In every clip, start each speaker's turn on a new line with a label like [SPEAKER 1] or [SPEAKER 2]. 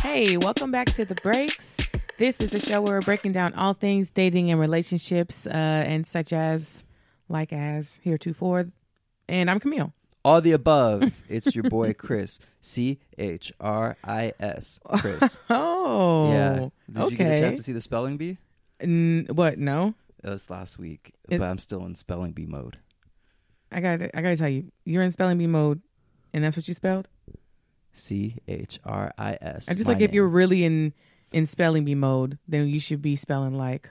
[SPEAKER 1] Hey, welcome back to the breaks. This is the show where we're breaking down all things dating and relationships, uh, and such as, like as, heretofore. And I'm Camille.
[SPEAKER 2] All the above. It's your boy Chris. C H R I S. Chris.
[SPEAKER 1] Oh,
[SPEAKER 2] yeah. Did
[SPEAKER 1] okay.
[SPEAKER 2] you get a chance to see the spelling bee?
[SPEAKER 1] N- what? No,
[SPEAKER 2] It was last week,
[SPEAKER 1] It-
[SPEAKER 2] but I'm still in spelling bee mode.
[SPEAKER 1] I got. to I got to tell you, you're in spelling bee mode, and that's what you spelled.
[SPEAKER 2] C H R I S.
[SPEAKER 1] I just like if you're really in in spelling bee mode, then you should be spelling like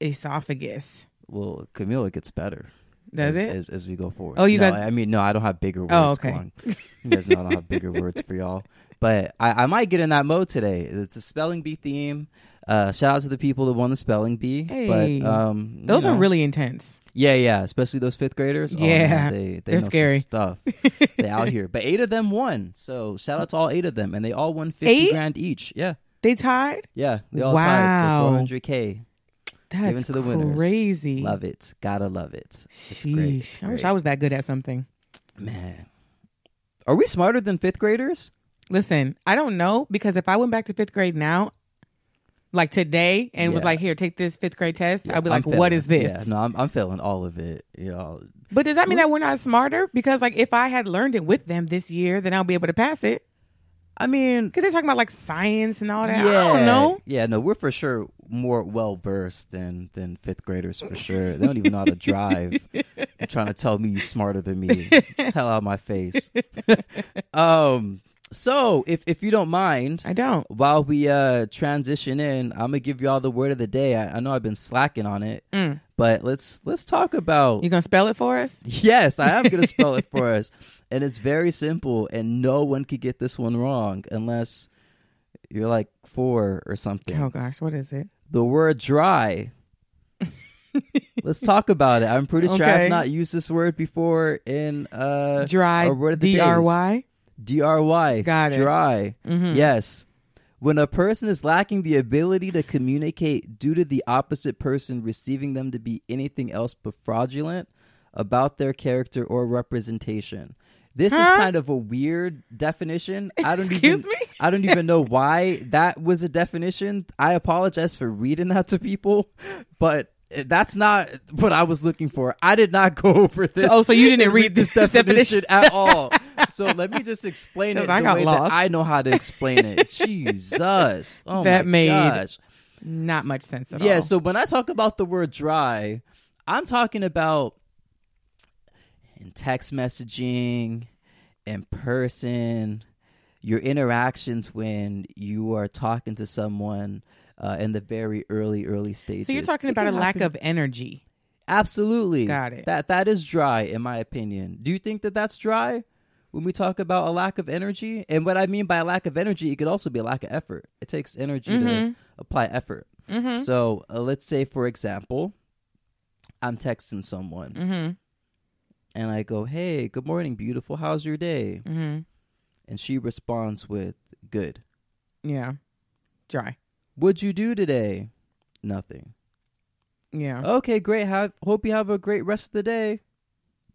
[SPEAKER 1] esophagus.
[SPEAKER 2] well, Camille, it gets better.
[SPEAKER 1] Does
[SPEAKER 2] as,
[SPEAKER 1] it?
[SPEAKER 2] As, as we go forward.
[SPEAKER 1] Oh, you
[SPEAKER 2] No,
[SPEAKER 1] guys-
[SPEAKER 2] I mean, no, I don't have bigger words.
[SPEAKER 1] Oh, okay.
[SPEAKER 2] Come on. You guys know I don't have bigger words for y'all. But I, I might get in that mode today. It's a spelling bee theme. Uh, shout out to the people that won the spelling bee.
[SPEAKER 1] Hey.
[SPEAKER 2] but um, you
[SPEAKER 1] Those are
[SPEAKER 2] know.
[SPEAKER 1] really intense.
[SPEAKER 2] Yeah, yeah, especially those fifth graders. Oh,
[SPEAKER 1] Yeah,
[SPEAKER 2] man, they, they
[SPEAKER 1] they're
[SPEAKER 2] know some
[SPEAKER 1] scary.
[SPEAKER 2] stuff. they out here, but eight of them won. So shout out to all eight of them, and they all won fifty
[SPEAKER 1] Eight?
[SPEAKER 2] grand each. Yeah,
[SPEAKER 1] They tied.
[SPEAKER 2] yeah, they all tied. So
[SPEAKER 1] Wow.
[SPEAKER 2] four hundred k given
[SPEAKER 1] That's
[SPEAKER 2] to the winners.
[SPEAKER 1] crazy.
[SPEAKER 2] Love it. Gotta love it. It's
[SPEAKER 1] Sheesh.
[SPEAKER 2] great. It's
[SPEAKER 1] I wish
[SPEAKER 2] great.
[SPEAKER 1] I was that good at something.
[SPEAKER 2] man. Are we smarter than fifth graders?
[SPEAKER 1] Listen, I don't know because if I went back to fifth grade now, like today, and was
[SPEAKER 2] Yeah.
[SPEAKER 1] like, here, take this fifth grade test, I'd be
[SPEAKER 2] I'm
[SPEAKER 1] like, what
[SPEAKER 2] failing.
[SPEAKER 1] is this?
[SPEAKER 2] Yeah, no, I'm, I'm failing all of it. You know,
[SPEAKER 1] But does that mean that we're not smarter? Because, like, if I had learned it with them this year, then I'll be able to pass it.
[SPEAKER 2] I mean,
[SPEAKER 1] Because they're talking about like science and all that. I don't know.
[SPEAKER 2] Yeah, no, we're for sure more well versed than than fifth graders for sure. They don't even know how to drive. You're trying to tell me you're smarter than me. Hell out of my face. um so if if you don't mind
[SPEAKER 1] I don't.
[SPEAKER 2] while we uh transition in, I'm gonna give y'all the word of the day. I, I know I've been slacking on it,
[SPEAKER 1] Mm.
[SPEAKER 2] but let's let's talk about
[SPEAKER 1] You gonna spell it for us?
[SPEAKER 2] Yes, I am going to spell it for us. And it's very simple, and no one could get this one wrong unless you're like four or something.
[SPEAKER 1] Oh gosh, what is it?
[SPEAKER 2] The word dry. Let's talk about it. I'm pretty sure
[SPEAKER 1] Okay.
[SPEAKER 2] I've not used this word before in uh,
[SPEAKER 1] Dry.
[SPEAKER 2] our word of
[SPEAKER 1] D
[SPEAKER 2] the days.
[SPEAKER 1] R Y.
[SPEAKER 2] DRY.
[SPEAKER 1] Got it. Mm-hmm.
[SPEAKER 2] Dry. Yes. When a person is lacking the ability to communicate due to the opposite person receiving them to be anything else but fraudulent about their character or representation. This is
[SPEAKER 1] Huh?
[SPEAKER 2] kind of a weird definition. I don't
[SPEAKER 1] Excuse
[SPEAKER 2] even
[SPEAKER 1] me?
[SPEAKER 2] I don't even know why that was a definition. I apologize for reading that to people, but that's not what I was looking for. I did not go over this.
[SPEAKER 1] oh, so you didn't read
[SPEAKER 2] this
[SPEAKER 1] this
[SPEAKER 2] definition at all. So let me just explain it
[SPEAKER 1] 'Cause
[SPEAKER 2] the
[SPEAKER 1] I got
[SPEAKER 2] way
[SPEAKER 1] lost.
[SPEAKER 2] that I know how to explain it. Jesus, oh
[SPEAKER 1] That
[SPEAKER 2] my
[SPEAKER 1] made
[SPEAKER 2] gosh.
[SPEAKER 1] Not much sense at all.
[SPEAKER 2] yeah. So when I talk about the word dry, I'm talking about in text messaging, in person, your interactions when you are talking to someone uh, in the very early early stages.
[SPEAKER 1] So you're talking
[SPEAKER 2] It
[SPEAKER 1] about a
[SPEAKER 2] can
[SPEAKER 1] lack
[SPEAKER 2] happen
[SPEAKER 1] of energy.
[SPEAKER 2] Absolutely.
[SPEAKER 1] Got it.
[SPEAKER 2] That that is dry in my opinion. Do you think that that's dry when we talk about a lack of energy? And what I mean by a lack of energy, it could also be a lack of effort. It takes energy
[SPEAKER 1] Mm-hmm.
[SPEAKER 2] to apply effort. So, uh, let's say for example, I'm texting someone
[SPEAKER 1] Mm. Mm-hmm.
[SPEAKER 2] and I go, "Hey, good morning, beautiful. How's your day?"
[SPEAKER 1] Mhm.
[SPEAKER 2] And she responds with, "Good."
[SPEAKER 1] Yeah. Dry.
[SPEAKER 2] What'd you do today? Nothing.
[SPEAKER 1] Yeah.
[SPEAKER 2] Okay, great. Have hope you have a great rest of the day.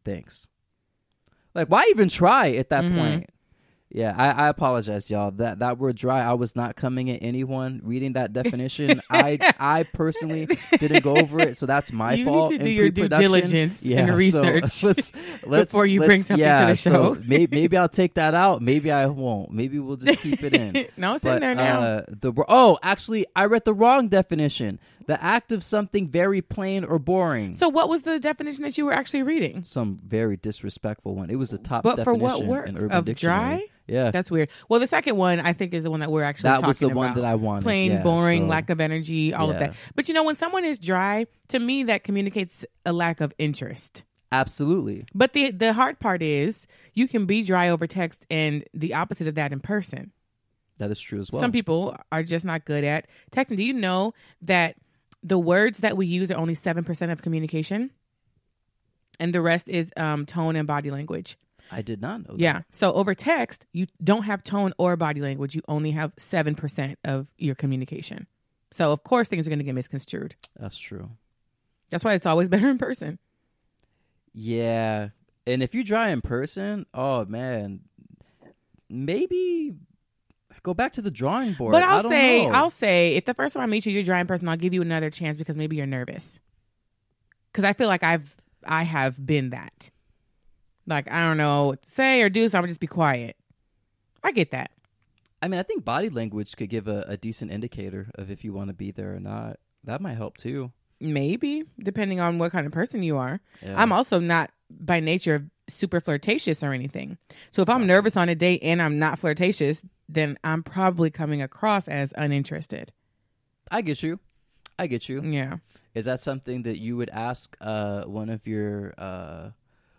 [SPEAKER 2] Thanks. Like, why even try at that
[SPEAKER 1] Mhm.
[SPEAKER 2] point? Yeah, I, I apologize, y'all. That that word dry, I was not coming at anyone reading that definition. I I personally didn't go over it, so that's my
[SPEAKER 1] You need
[SPEAKER 2] fault.
[SPEAKER 1] to do
[SPEAKER 2] in
[SPEAKER 1] your due
[SPEAKER 2] pre-production.
[SPEAKER 1] diligence and
[SPEAKER 2] yeah, so
[SPEAKER 1] research
[SPEAKER 2] let's, let's,
[SPEAKER 1] before you
[SPEAKER 2] let's-
[SPEAKER 1] bring something to
[SPEAKER 2] yeah,
[SPEAKER 1] the
[SPEAKER 2] so
[SPEAKER 1] show.
[SPEAKER 2] may, maybe I'll take that out. Maybe I won't. Maybe we'll just keep it in.
[SPEAKER 1] no, it's
[SPEAKER 2] But,
[SPEAKER 1] in there now.
[SPEAKER 2] Uh, the wor- oh, actually, I read the wrong definition. The act of something very plain or boring.
[SPEAKER 1] so what was the definition that you were actually reading?
[SPEAKER 2] Some very disrespectful one. It was a top
[SPEAKER 1] But for
[SPEAKER 2] definition
[SPEAKER 1] what work?
[SPEAKER 2] in Urban
[SPEAKER 1] Of
[SPEAKER 2] Dictionary.
[SPEAKER 1] dry?
[SPEAKER 2] Yeah,
[SPEAKER 1] That's weird. Well, the second one I think is the one that we're actually
[SPEAKER 2] that
[SPEAKER 1] talking
[SPEAKER 2] was the one
[SPEAKER 1] about.
[SPEAKER 2] that I wanted.
[SPEAKER 1] Plain,
[SPEAKER 2] yeah,
[SPEAKER 1] boring,
[SPEAKER 2] so-
[SPEAKER 1] lack of energy, all of
[SPEAKER 2] Yeah.
[SPEAKER 1] that. But you know, when someone is dry, to me that communicates a lack of interest.
[SPEAKER 2] Absolutely.
[SPEAKER 1] But the the hard part is you can be dry over text and the opposite of that in person.
[SPEAKER 2] That is true as well.
[SPEAKER 1] Some people are just not good at texting. Do you know that the words that we use are only 7% of communication? And the rest is um, tone and body language.
[SPEAKER 2] I did not know.
[SPEAKER 1] Yeah. So over text, you don't have tone or body language. You only have 7% of your communication. So, of course, things are going to get misconstrued.
[SPEAKER 2] that. that's true.
[SPEAKER 1] That's why it's always better in person.
[SPEAKER 2] Yeah, and if you dry in person, oh man, maybe Go back to the drawing board.
[SPEAKER 1] But I'll
[SPEAKER 2] I will
[SPEAKER 1] say, I'll say, if the first time I meet you, you're a dry in person, I'll give you another chance because maybe you're nervous. Because I feel like I've, I have been that. Like I don't know what to say or do, so I'm just be quiet. I get that.
[SPEAKER 2] I mean, I think body language could give a, a decent indicator of if you want to be there or not. That might help too.
[SPEAKER 1] Maybe depending on what kind of person you are.
[SPEAKER 2] Yeah.
[SPEAKER 1] I'm also not by nature super flirtatious or anything. So if I'm nervous on a date and I'm not flirtatious, then I'm probably coming across as uninterested.
[SPEAKER 2] I get you. I get you.
[SPEAKER 1] Yeah.
[SPEAKER 2] Is that something that you would ask uh, one of your uh,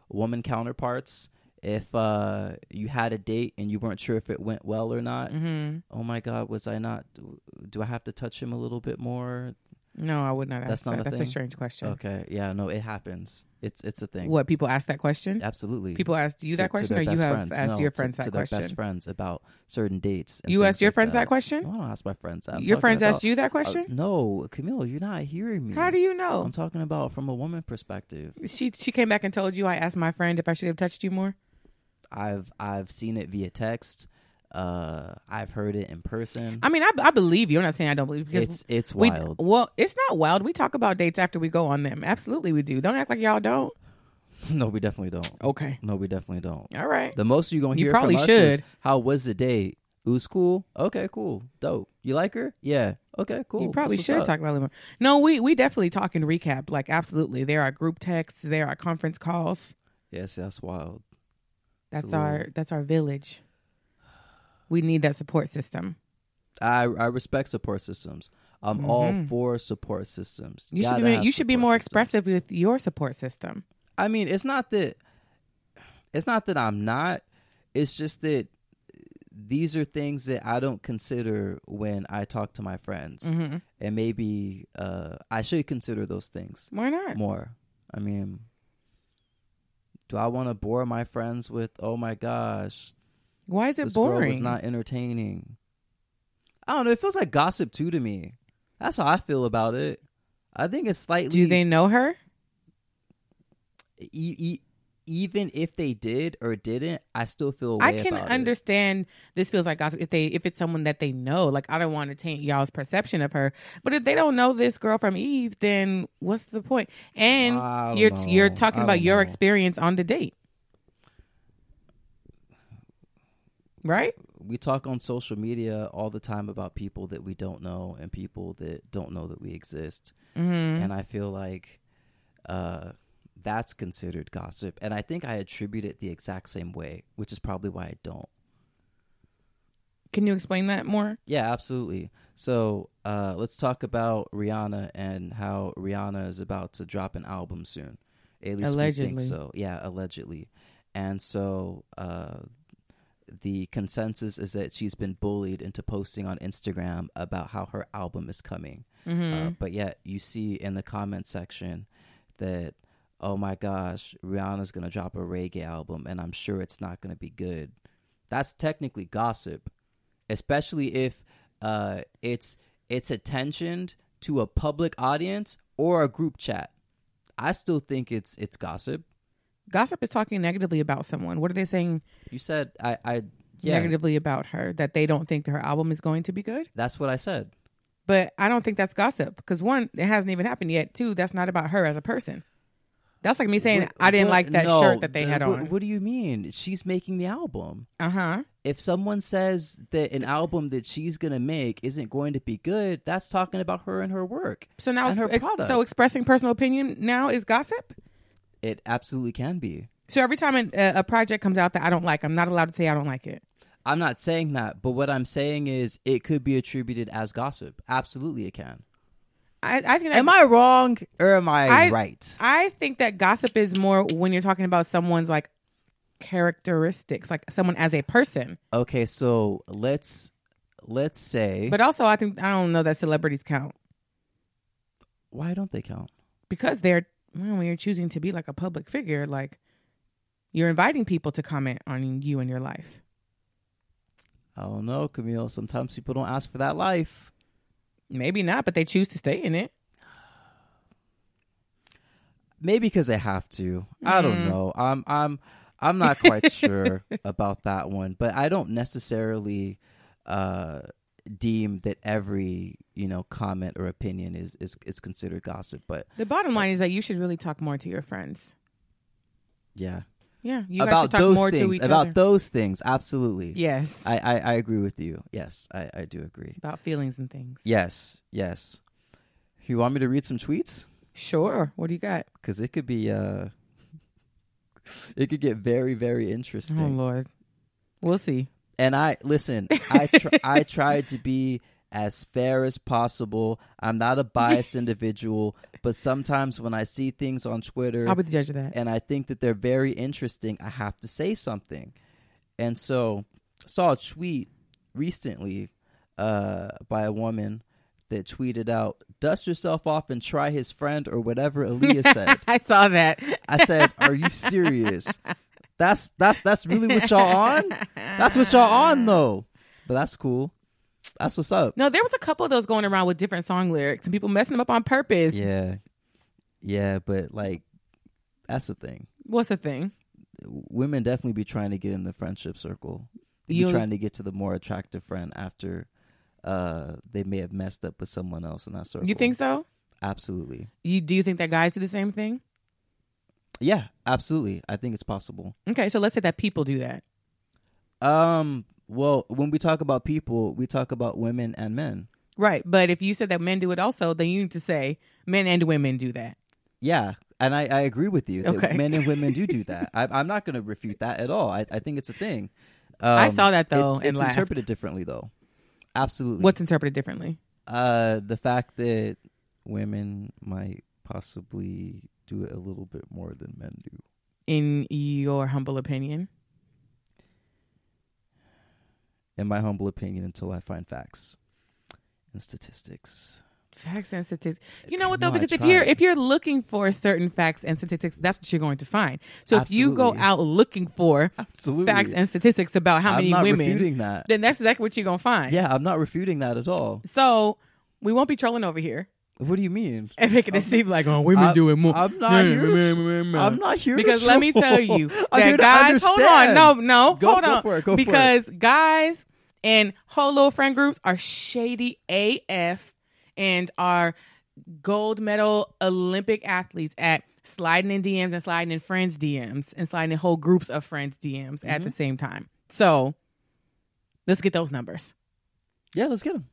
[SPEAKER 2] woman counterparts if uh, you had a date and you weren't sure if it went well or not?
[SPEAKER 1] hmm
[SPEAKER 2] Oh my God, was I not? Do I have to touch him a little bit more?
[SPEAKER 1] No, I would not ask
[SPEAKER 2] That's not
[SPEAKER 1] that.
[SPEAKER 2] a
[SPEAKER 1] That's a
[SPEAKER 2] thing?
[SPEAKER 1] strange question.
[SPEAKER 2] Okay, yeah, no, it happens. It's it's a thing.
[SPEAKER 1] What people ask that question?
[SPEAKER 2] Absolutely.
[SPEAKER 1] People asked you
[SPEAKER 2] To-
[SPEAKER 1] that
[SPEAKER 2] to
[SPEAKER 1] question,
[SPEAKER 2] their
[SPEAKER 1] or you
[SPEAKER 2] best
[SPEAKER 1] have
[SPEAKER 2] friends.
[SPEAKER 1] asked
[SPEAKER 2] No,
[SPEAKER 1] your
[SPEAKER 2] to-
[SPEAKER 1] friends
[SPEAKER 2] to
[SPEAKER 1] that
[SPEAKER 2] their
[SPEAKER 1] question.
[SPEAKER 2] best friends about certain dates. and
[SPEAKER 1] You
[SPEAKER 2] things
[SPEAKER 1] asked your
[SPEAKER 2] like
[SPEAKER 1] friends that,
[SPEAKER 2] that
[SPEAKER 1] question.
[SPEAKER 2] No, I don't ask my friends. that. I'm
[SPEAKER 1] your
[SPEAKER 2] talking
[SPEAKER 1] friends asked
[SPEAKER 2] about-
[SPEAKER 1] you that
[SPEAKER 2] uh, hmm.
[SPEAKER 1] question.
[SPEAKER 2] no, Camille, you're not hearing me.
[SPEAKER 1] How do you know?
[SPEAKER 2] I'm talking about from a woman perspective.
[SPEAKER 1] she she came back and told you I asked my friend if I should have touched you more.
[SPEAKER 2] I've I've seen it via text. Uh, I've heard it in person.
[SPEAKER 1] I mean, I, I believe you. I'm not saying I don't believe you, because
[SPEAKER 2] it's it's
[SPEAKER 1] we
[SPEAKER 2] wild.
[SPEAKER 1] well, it's not wild. We talk about dates after we go on them. Absolutely, we do. Don't act like y'all don't.
[SPEAKER 2] no, we definitely don't.
[SPEAKER 1] Okay,
[SPEAKER 2] No, we definitely don't.
[SPEAKER 1] all right.
[SPEAKER 2] The most you're gonna
[SPEAKER 1] Oh. You
[SPEAKER 2] hear
[SPEAKER 1] probably
[SPEAKER 2] from us is,
[SPEAKER 1] should.
[SPEAKER 2] how was the date? It was cool. Okay, cool, dope. You like her? Yeah. Okay, cool.
[SPEAKER 1] You probably
[SPEAKER 2] That's what's
[SPEAKER 1] should
[SPEAKER 2] up.
[SPEAKER 1] talk about it more. No, we we definitely talk and recap. Like absolutely, there are group texts, there are conference calls.
[SPEAKER 2] Yes, that's wild.
[SPEAKER 1] That's
[SPEAKER 2] Absolutely.
[SPEAKER 1] our that's our village. We need that support system.
[SPEAKER 2] I I respect support systems. I'm all for support systems.
[SPEAKER 1] Mm-hmm. You should
[SPEAKER 2] Gotta
[SPEAKER 1] be
[SPEAKER 2] have
[SPEAKER 1] you should be
[SPEAKER 2] support
[SPEAKER 1] more
[SPEAKER 2] systems.
[SPEAKER 1] expressive with your support system.
[SPEAKER 2] I mean, it's not that it's not that I'm not. It's just that these are things that I don't consider when I talk to my friends,
[SPEAKER 1] Mm-hmm.
[SPEAKER 2] and maybe uh, I should consider those things
[SPEAKER 1] Why not?
[SPEAKER 2] more. I mean, do I want to bore my friends with? Oh my gosh,
[SPEAKER 1] Why is it
[SPEAKER 2] this girl was
[SPEAKER 1] boring?
[SPEAKER 2] not entertaining. I don't know. It feels like gossip too to me. That's how I feel about it. I think it's slightly.
[SPEAKER 1] Do they know her?
[SPEAKER 2] e- e- even if they did or didn't, I still feel. a
[SPEAKER 1] I
[SPEAKER 2] way
[SPEAKER 1] can
[SPEAKER 2] about it.
[SPEAKER 1] understand this feels like gossip if they if it's someone that they know. Like I don't want to taint y'all's perception of her, but if they don't know this girl from Eve, then what's the point? And
[SPEAKER 2] I don't
[SPEAKER 1] you're you're
[SPEAKER 2] know.
[SPEAKER 1] talking
[SPEAKER 2] I
[SPEAKER 1] about
[SPEAKER 2] don't
[SPEAKER 1] your
[SPEAKER 2] know.
[SPEAKER 1] experience on the date, right?
[SPEAKER 2] We talk on social media all the time about people that we don't know and people that don't know that we exist,
[SPEAKER 1] Mm-hmm.
[SPEAKER 2] and I feel like uh, that's considered gossip. And I think I attribute it the exact same way, which is probably why I don't.
[SPEAKER 1] Can you explain that more?
[SPEAKER 2] Yeah, absolutely. So uh, let's talk about Rihanna and how Rihanna is about to drop an album soon. At least we think
[SPEAKER 1] Allegedly.
[SPEAKER 2] so. Yeah, allegedly. And so uh, the consensus is that she's been bullied into posting on Instagram about how her album is coming. Uh, but yet you see in the comment section that, oh my gosh, Rihanna's going to drop a reggae album and I'm sure it's not going to be good. That's technically gossip especially if uh, it's it's attentioned to a public audience or a group chat. I still think it's it's gossip.
[SPEAKER 1] Gossip is talking negatively about someone. What are they saying
[SPEAKER 2] You said I, I yeah,
[SPEAKER 1] negatively about her that they don't think that her album is going to be good?
[SPEAKER 2] that's what I said.
[SPEAKER 1] But I don't think that's gossip because one, it hasn't even happened yet. Two, that's not about her as a person. That's like me saying
[SPEAKER 2] What-
[SPEAKER 1] I didn't
[SPEAKER 2] what-
[SPEAKER 1] like that
[SPEAKER 2] no,
[SPEAKER 1] shirt that they
[SPEAKER 2] the-
[SPEAKER 1] had
[SPEAKER 2] what-
[SPEAKER 1] on.
[SPEAKER 2] What do you mean? She's making the album.
[SPEAKER 1] Uh huh.
[SPEAKER 2] If someone says that an album that she's gonna make isn't going to be good, that's talking about her and her work.
[SPEAKER 1] So now,
[SPEAKER 2] and
[SPEAKER 1] it's,
[SPEAKER 2] her
[SPEAKER 1] ex-
[SPEAKER 2] product.
[SPEAKER 1] so expressing personal opinion now is gossip.
[SPEAKER 2] it absolutely can be.
[SPEAKER 1] So every time an, a, a project comes out that I don't like, I'm not allowed to say I don't like it.
[SPEAKER 2] I'm not saying that, but what I'm saying is it could be attributed as gossip. Absolutely, it can.
[SPEAKER 1] I, I think that,
[SPEAKER 2] Am I wrong or am I,
[SPEAKER 1] I-
[SPEAKER 2] right?
[SPEAKER 1] I think that gossip is more when you're talking about someone's like characteristics, like someone as a person.
[SPEAKER 2] Okay, so let's let's say
[SPEAKER 1] But also, I think I don't know that celebrities count
[SPEAKER 2] why don't they count?
[SPEAKER 1] because they're well, when you're choosing to be like a public figure, like you're inviting people to comment on you and your life.
[SPEAKER 2] I don't know, Camille. Sometimes people don't ask for that life.
[SPEAKER 1] Maybe not, but they choose to stay in it.
[SPEAKER 2] Maybe because they have to. I don't know. I'm I'm I'm not quite sure about that one, but I don't necessarily uh, deem that every you know comment or opinion is is is considered gossip. But
[SPEAKER 1] The bottom line is that you should really talk more to your friends.
[SPEAKER 2] yeah,
[SPEAKER 1] Yeah, you guys
[SPEAKER 2] about
[SPEAKER 1] should talk
[SPEAKER 2] those
[SPEAKER 1] more
[SPEAKER 2] things,
[SPEAKER 1] to each
[SPEAKER 2] about
[SPEAKER 1] other.
[SPEAKER 2] those things, absolutely.
[SPEAKER 1] yes,
[SPEAKER 2] I, I I agree with you. Yes, I I do agree.
[SPEAKER 1] about feelings and things.
[SPEAKER 2] Yes, yes. You want me to read some tweets?
[SPEAKER 1] Sure. What do you got?
[SPEAKER 2] Because it could be uh, it could get very very interesting.
[SPEAKER 1] Oh Lord, we'll see.
[SPEAKER 2] and I listen. I tr- I tried to be as fair as possible. I'm not a biased individual, but sometimes when I see things on Twitter
[SPEAKER 1] I'll be the judge of that.
[SPEAKER 2] and I think that they're very interesting, I have to say something. And so, I saw a tweet recently uh, by a woman that tweeted out, "Dust yourself off and try his friend or whatever Aaliyah said."
[SPEAKER 1] I saw that.
[SPEAKER 2] I said, "Are you serious? That's that's that's really what y'all on? That's what y'all on though. But that's cool. That's what's up.
[SPEAKER 1] No, there was a couple of those going around with different song lyrics and people messing them up on purpose.
[SPEAKER 2] Yeah, yeah. But like, that's the thing.
[SPEAKER 1] What's the thing?
[SPEAKER 2] Women definitely be trying to get in the friendship circle. They
[SPEAKER 1] You-
[SPEAKER 2] be trying to get to the more attractive friend after uh they may have messed up with someone else in that circle.
[SPEAKER 1] You think so?
[SPEAKER 2] Absolutely.
[SPEAKER 1] You do you think that guys do the same thing?
[SPEAKER 2] Yeah, absolutely. I think it's possible.
[SPEAKER 1] Okay, so let's say that people do that.
[SPEAKER 2] Um. Well, when we talk about people, we talk about women and men.
[SPEAKER 1] Right. But if you said that men do it also, then you need to say men and women do that.
[SPEAKER 2] Yeah, and I, I agree with you. that
[SPEAKER 1] Okay.
[SPEAKER 2] men and women do do that. I, I'm not going to refute that at all. I, I think it's a thing. Um,
[SPEAKER 1] I saw that, though,
[SPEAKER 2] It's,
[SPEAKER 1] and
[SPEAKER 2] it's
[SPEAKER 1] laughed.
[SPEAKER 2] interpreted differently though. Absolutely.
[SPEAKER 1] What's interpreted differently?
[SPEAKER 2] uh, the fact that women might possibly do it a little bit more than men do?
[SPEAKER 1] In your humble opinion.
[SPEAKER 2] In my humble opinion, until I find facts and statistics.
[SPEAKER 1] Facts and statistics. You know what though?
[SPEAKER 2] No, I
[SPEAKER 1] Because if
[SPEAKER 2] tried.
[SPEAKER 1] you're if you're looking for certain facts and statistics, that's what you're going to find. So if you go
[SPEAKER 2] Absolutely.
[SPEAKER 1] out looking for
[SPEAKER 2] Absolutely.
[SPEAKER 1] facts and statistics about how
[SPEAKER 2] I'm
[SPEAKER 1] many
[SPEAKER 2] not
[SPEAKER 1] women
[SPEAKER 2] refuting that.
[SPEAKER 1] then that's exactly what you're gonna find.
[SPEAKER 2] Yeah, I'm not refuting that at all.
[SPEAKER 1] So we won't be trolling over here
[SPEAKER 2] What do you mean?
[SPEAKER 1] and making it seem like oh women
[SPEAKER 2] I-
[SPEAKER 1] do it more.
[SPEAKER 2] I'm not here to- I'm not here to
[SPEAKER 1] because let me
[SPEAKER 2] troll.
[SPEAKER 1] tell you
[SPEAKER 2] I'm here
[SPEAKER 1] that
[SPEAKER 2] to
[SPEAKER 1] guys hold on
[SPEAKER 2] understand.
[SPEAKER 1] no no
[SPEAKER 2] Go-
[SPEAKER 1] hold
[SPEAKER 2] go
[SPEAKER 1] on
[SPEAKER 2] for it, go for it.
[SPEAKER 1] because guys and whole little friend groups are shady AF and are gold medal Olympic athletes at sliding in DMs and sliding in friends DMs and sliding in whole groups of friends DMs
[SPEAKER 2] Mm-hmm.
[SPEAKER 1] at the same time. So let's get those numbers.
[SPEAKER 2] Yeah, let's get him.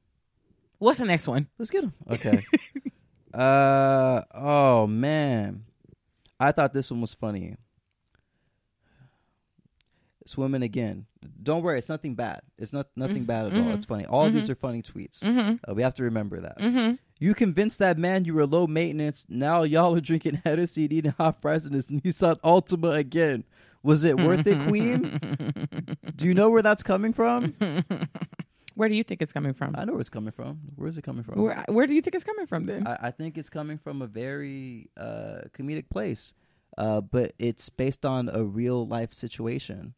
[SPEAKER 1] What's the next one?
[SPEAKER 2] Let's get him. Okay. uh oh man, I thought this one was funny. It's women again. Don't worry, it's nothing bad. It's not nothing bad at all. It's funny. All these are funny tweets. Uh, we have to remember that. You convinced that man you were low maintenance. Now y'all are drinking Hennessy and eating hot fries in his Nissan Altima again. Was it worth it, Queen? Do you know where that's coming from?
[SPEAKER 1] Where do you think it's coming from?
[SPEAKER 2] I know where it's coming from. Where is it coming from?
[SPEAKER 1] Where, where do you think it's coming from then?
[SPEAKER 2] I, I think it's coming from a very uh, comedic place, uh, but it's based on a real life situation.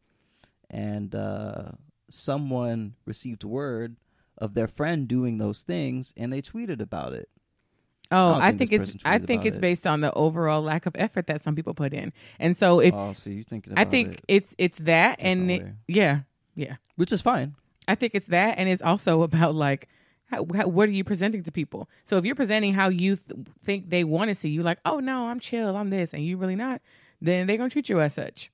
[SPEAKER 2] And uh, someone received word of their friend doing those things, and they tweeted about it.
[SPEAKER 1] Oh,
[SPEAKER 2] I don't
[SPEAKER 1] I
[SPEAKER 2] think
[SPEAKER 1] think,
[SPEAKER 2] this
[SPEAKER 1] it's
[SPEAKER 2] person
[SPEAKER 1] I
[SPEAKER 2] tweeted
[SPEAKER 1] think
[SPEAKER 2] about
[SPEAKER 1] it's
[SPEAKER 2] it.
[SPEAKER 1] based on the overall lack of effort that some people put in, and so if
[SPEAKER 2] Oh, so you're thinking
[SPEAKER 1] I
[SPEAKER 2] about
[SPEAKER 1] think
[SPEAKER 2] it,
[SPEAKER 1] it's it's that and it-
[SPEAKER 2] Definitely.
[SPEAKER 1] yeah yeah
[SPEAKER 2] which is fine.
[SPEAKER 1] I think it's that and it's also about like how, how, what are you presenting to people? So if you're presenting how you th- think they want to see you, like oh no I'm chill I'm this and you really not, then they're gonna treat you as such.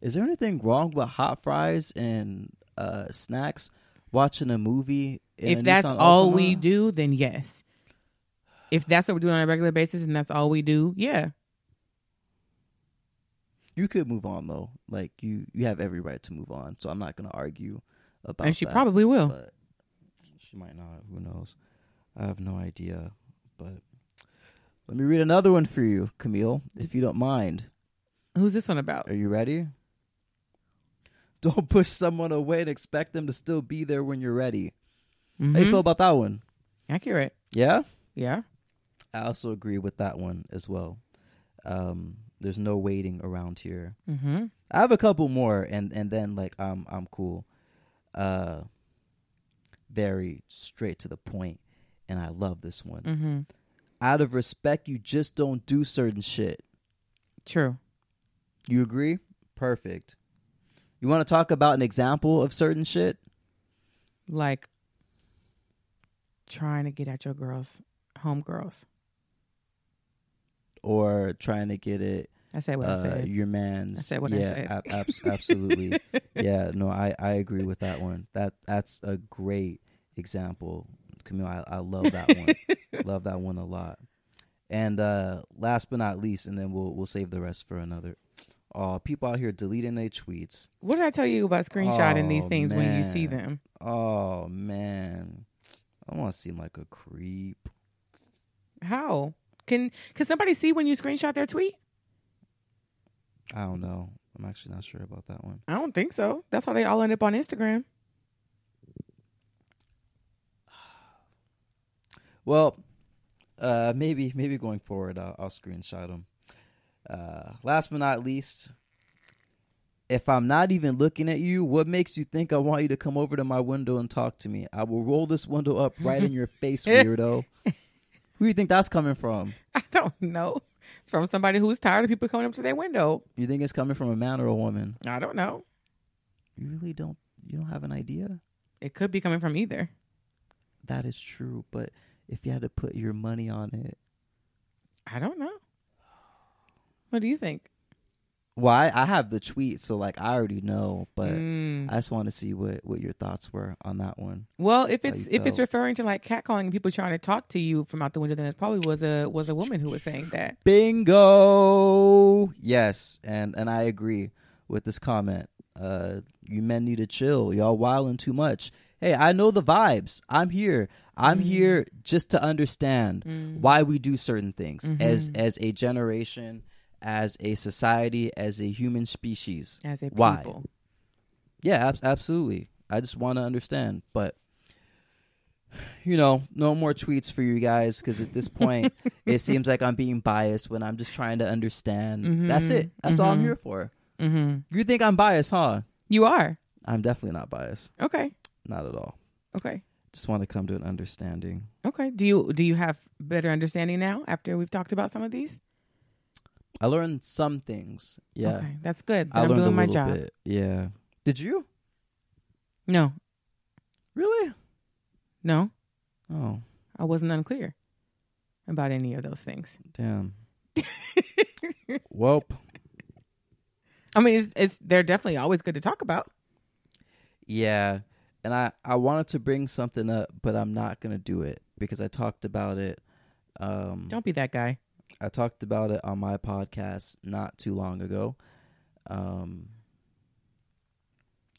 [SPEAKER 2] Is there anything wrong with hot fries and uh, snacks? Watching a movie. In a
[SPEAKER 1] if that's
[SPEAKER 2] Nissan
[SPEAKER 1] all we
[SPEAKER 2] Altima?
[SPEAKER 1] do, then yes. If that's what we're doing on a regular basis and that's all we do, yeah.
[SPEAKER 2] you could move on though. Like you, you have every right to move on. So I'm not going to argue about.
[SPEAKER 1] And she
[SPEAKER 2] that.
[SPEAKER 1] probably will.
[SPEAKER 2] but she might not. Who knows? I have no idea. But let me read another one for you, Camille, if you don't mind.
[SPEAKER 1] Who's this one about?
[SPEAKER 2] Are you ready? Don't push someone away and expect them to still be there when you're ready. How you
[SPEAKER 1] Mhm.
[SPEAKER 2] feel about that one?
[SPEAKER 1] Accurate,
[SPEAKER 2] Yeah,
[SPEAKER 1] yeah.
[SPEAKER 2] I also agree with that one as well. Um, there's no waiting around here.
[SPEAKER 1] Mm-hmm.
[SPEAKER 2] I have a couple more, and and then like I'm I'm cool. Uh, very straight to the point, and I love this one.
[SPEAKER 1] Mm-hmm.
[SPEAKER 2] out of respect, you just don't do certain shit.
[SPEAKER 1] True.
[SPEAKER 2] You agree? Perfect. You want to talk about an example of certain shit?
[SPEAKER 1] like trying to get at your girls, homegirls.
[SPEAKER 2] or trying to get it
[SPEAKER 1] I said what I
[SPEAKER 2] uh,
[SPEAKER 1] said.
[SPEAKER 2] your man's.
[SPEAKER 1] I said what I
[SPEAKER 2] yeah,
[SPEAKER 1] said.
[SPEAKER 2] ab- abs- absolutely. yeah, no, I, I agree with that one. That that's a great example, Camille. I, I love that one. love that one a lot. And uh, last but not least, and then we'll we'll save the rest for another. Oh, people out here deleting their tweets.
[SPEAKER 1] What did I tell you about screenshotting these
[SPEAKER 2] Oh,
[SPEAKER 1] things when you see
[SPEAKER 2] man.
[SPEAKER 1] them?
[SPEAKER 2] Oh man, I want to seem like a creep.
[SPEAKER 1] How can can somebody see when you screenshot their tweet?
[SPEAKER 2] I don't know. I'm actually not sure about that one.
[SPEAKER 1] I don't think so. That's how they all end up on Instagram.
[SPEAKER 2] Well, uh, maybe maybe going forward, I'll, I'll screenshot them. Uh, last but not least, if I'm not even looking at you, what makes you think I want you to come over to my window and talk to me? I will roll this window up right in your face, weirdo. Who you think that's coming from?
[SPEAKER 1] I don't know. It's from somebody who's tired of people coming up to their window.
[SPEAKER 2] You think it's coming from a man or a woman?
[SPEAKER 1] I don't know.
[SPEAKER 2] You really don't. You don't have an idea.
[SPEAKER 1] It could be coming from either.
[SPEAKER 2] That is true, but if you had to put your money on it,
[SPEAKER 1] I don't know. What do you think?
[SPEAKER 2] well, I, I have the tweet, so like I already know, but.
[SPEAKER 1] Mm.
[SPEAKER 2] I just want to see what, what your thoughts were on that one.
[SPEAKER 1] Well, if it's
[SPEAKER 2] you
[SPEAKER 1] if it's
[SPEAKER 2] felt.
[SPEAKER 1] referring to like catcalling and people trying to talk to you from out the window, then it probably was a was a woman who was saying that.
[SPEAKER 2] Bingo. Yes, and and I agree with this comment. Uh, you men need to chill. Y'all wilding too much. Hey, I know the vibes. I'm here. I'm here just to understand why we do certain things as as a generation, as a society, as a human species.
[SPEAKER 1] As a
[SPEAKER 2] why?
[SPEAKER 1] people,
[SPEAKER 2] Yeah, ab- absolutely. I just want to understand, but you know, no more tweets for you guys because at this point, it seems like I'm being biased when I'm just trying to understand. That's it. That's all I'm here for.
[SPEAKER 1] mm-hmm.
[SPEAKER 2] You think I'm biased, huh?
[SPEAKER 1] you are
[SPEAKER 2] I'm definitely not biased.
[SPEAKER 1] okay.
[SPEAKER 2] Not at all.
[SPEAKER 1] Okay,
[SPEAKER 2] Just want to come to an understanding.
[SPEAKER 1] okay. Do you do you have better understanding now after we've talked about some of these?
[SPEAKER 2] I learned some things. Yeah,
[SPEAKER 1] Okay, that's good.
[SPEAKER 2] I
[SPEAKER 1] Then I'm
[SPEAKER 2] learned a
[SPEAKER 1] doing my
[SPEAKER 2] little
[SPEAKER 1] job.
[SPEAKER 2] bit. Yeah. Did you
[SPEAKER 1] No,
[SPEAKER 2] really?
[SPEAKER 1] no,
[SPEAKER 2] Oh,
[SPEAKER 1] I wasn't unclear about any of those things.
[SPEAKER 2] damn. Welp.
[SPEAKER 1] I mean, it's, it's they're definitely always good to talk about.
[SPEAKER 2] Yeah. And I, I wanted to bring something up, but I'm not going to do it because I talked about it. Um,
[SPEAKER 1] Don't be that guy.
[SPEAKER 2] I talked about it on my podcast not too long ago. Um,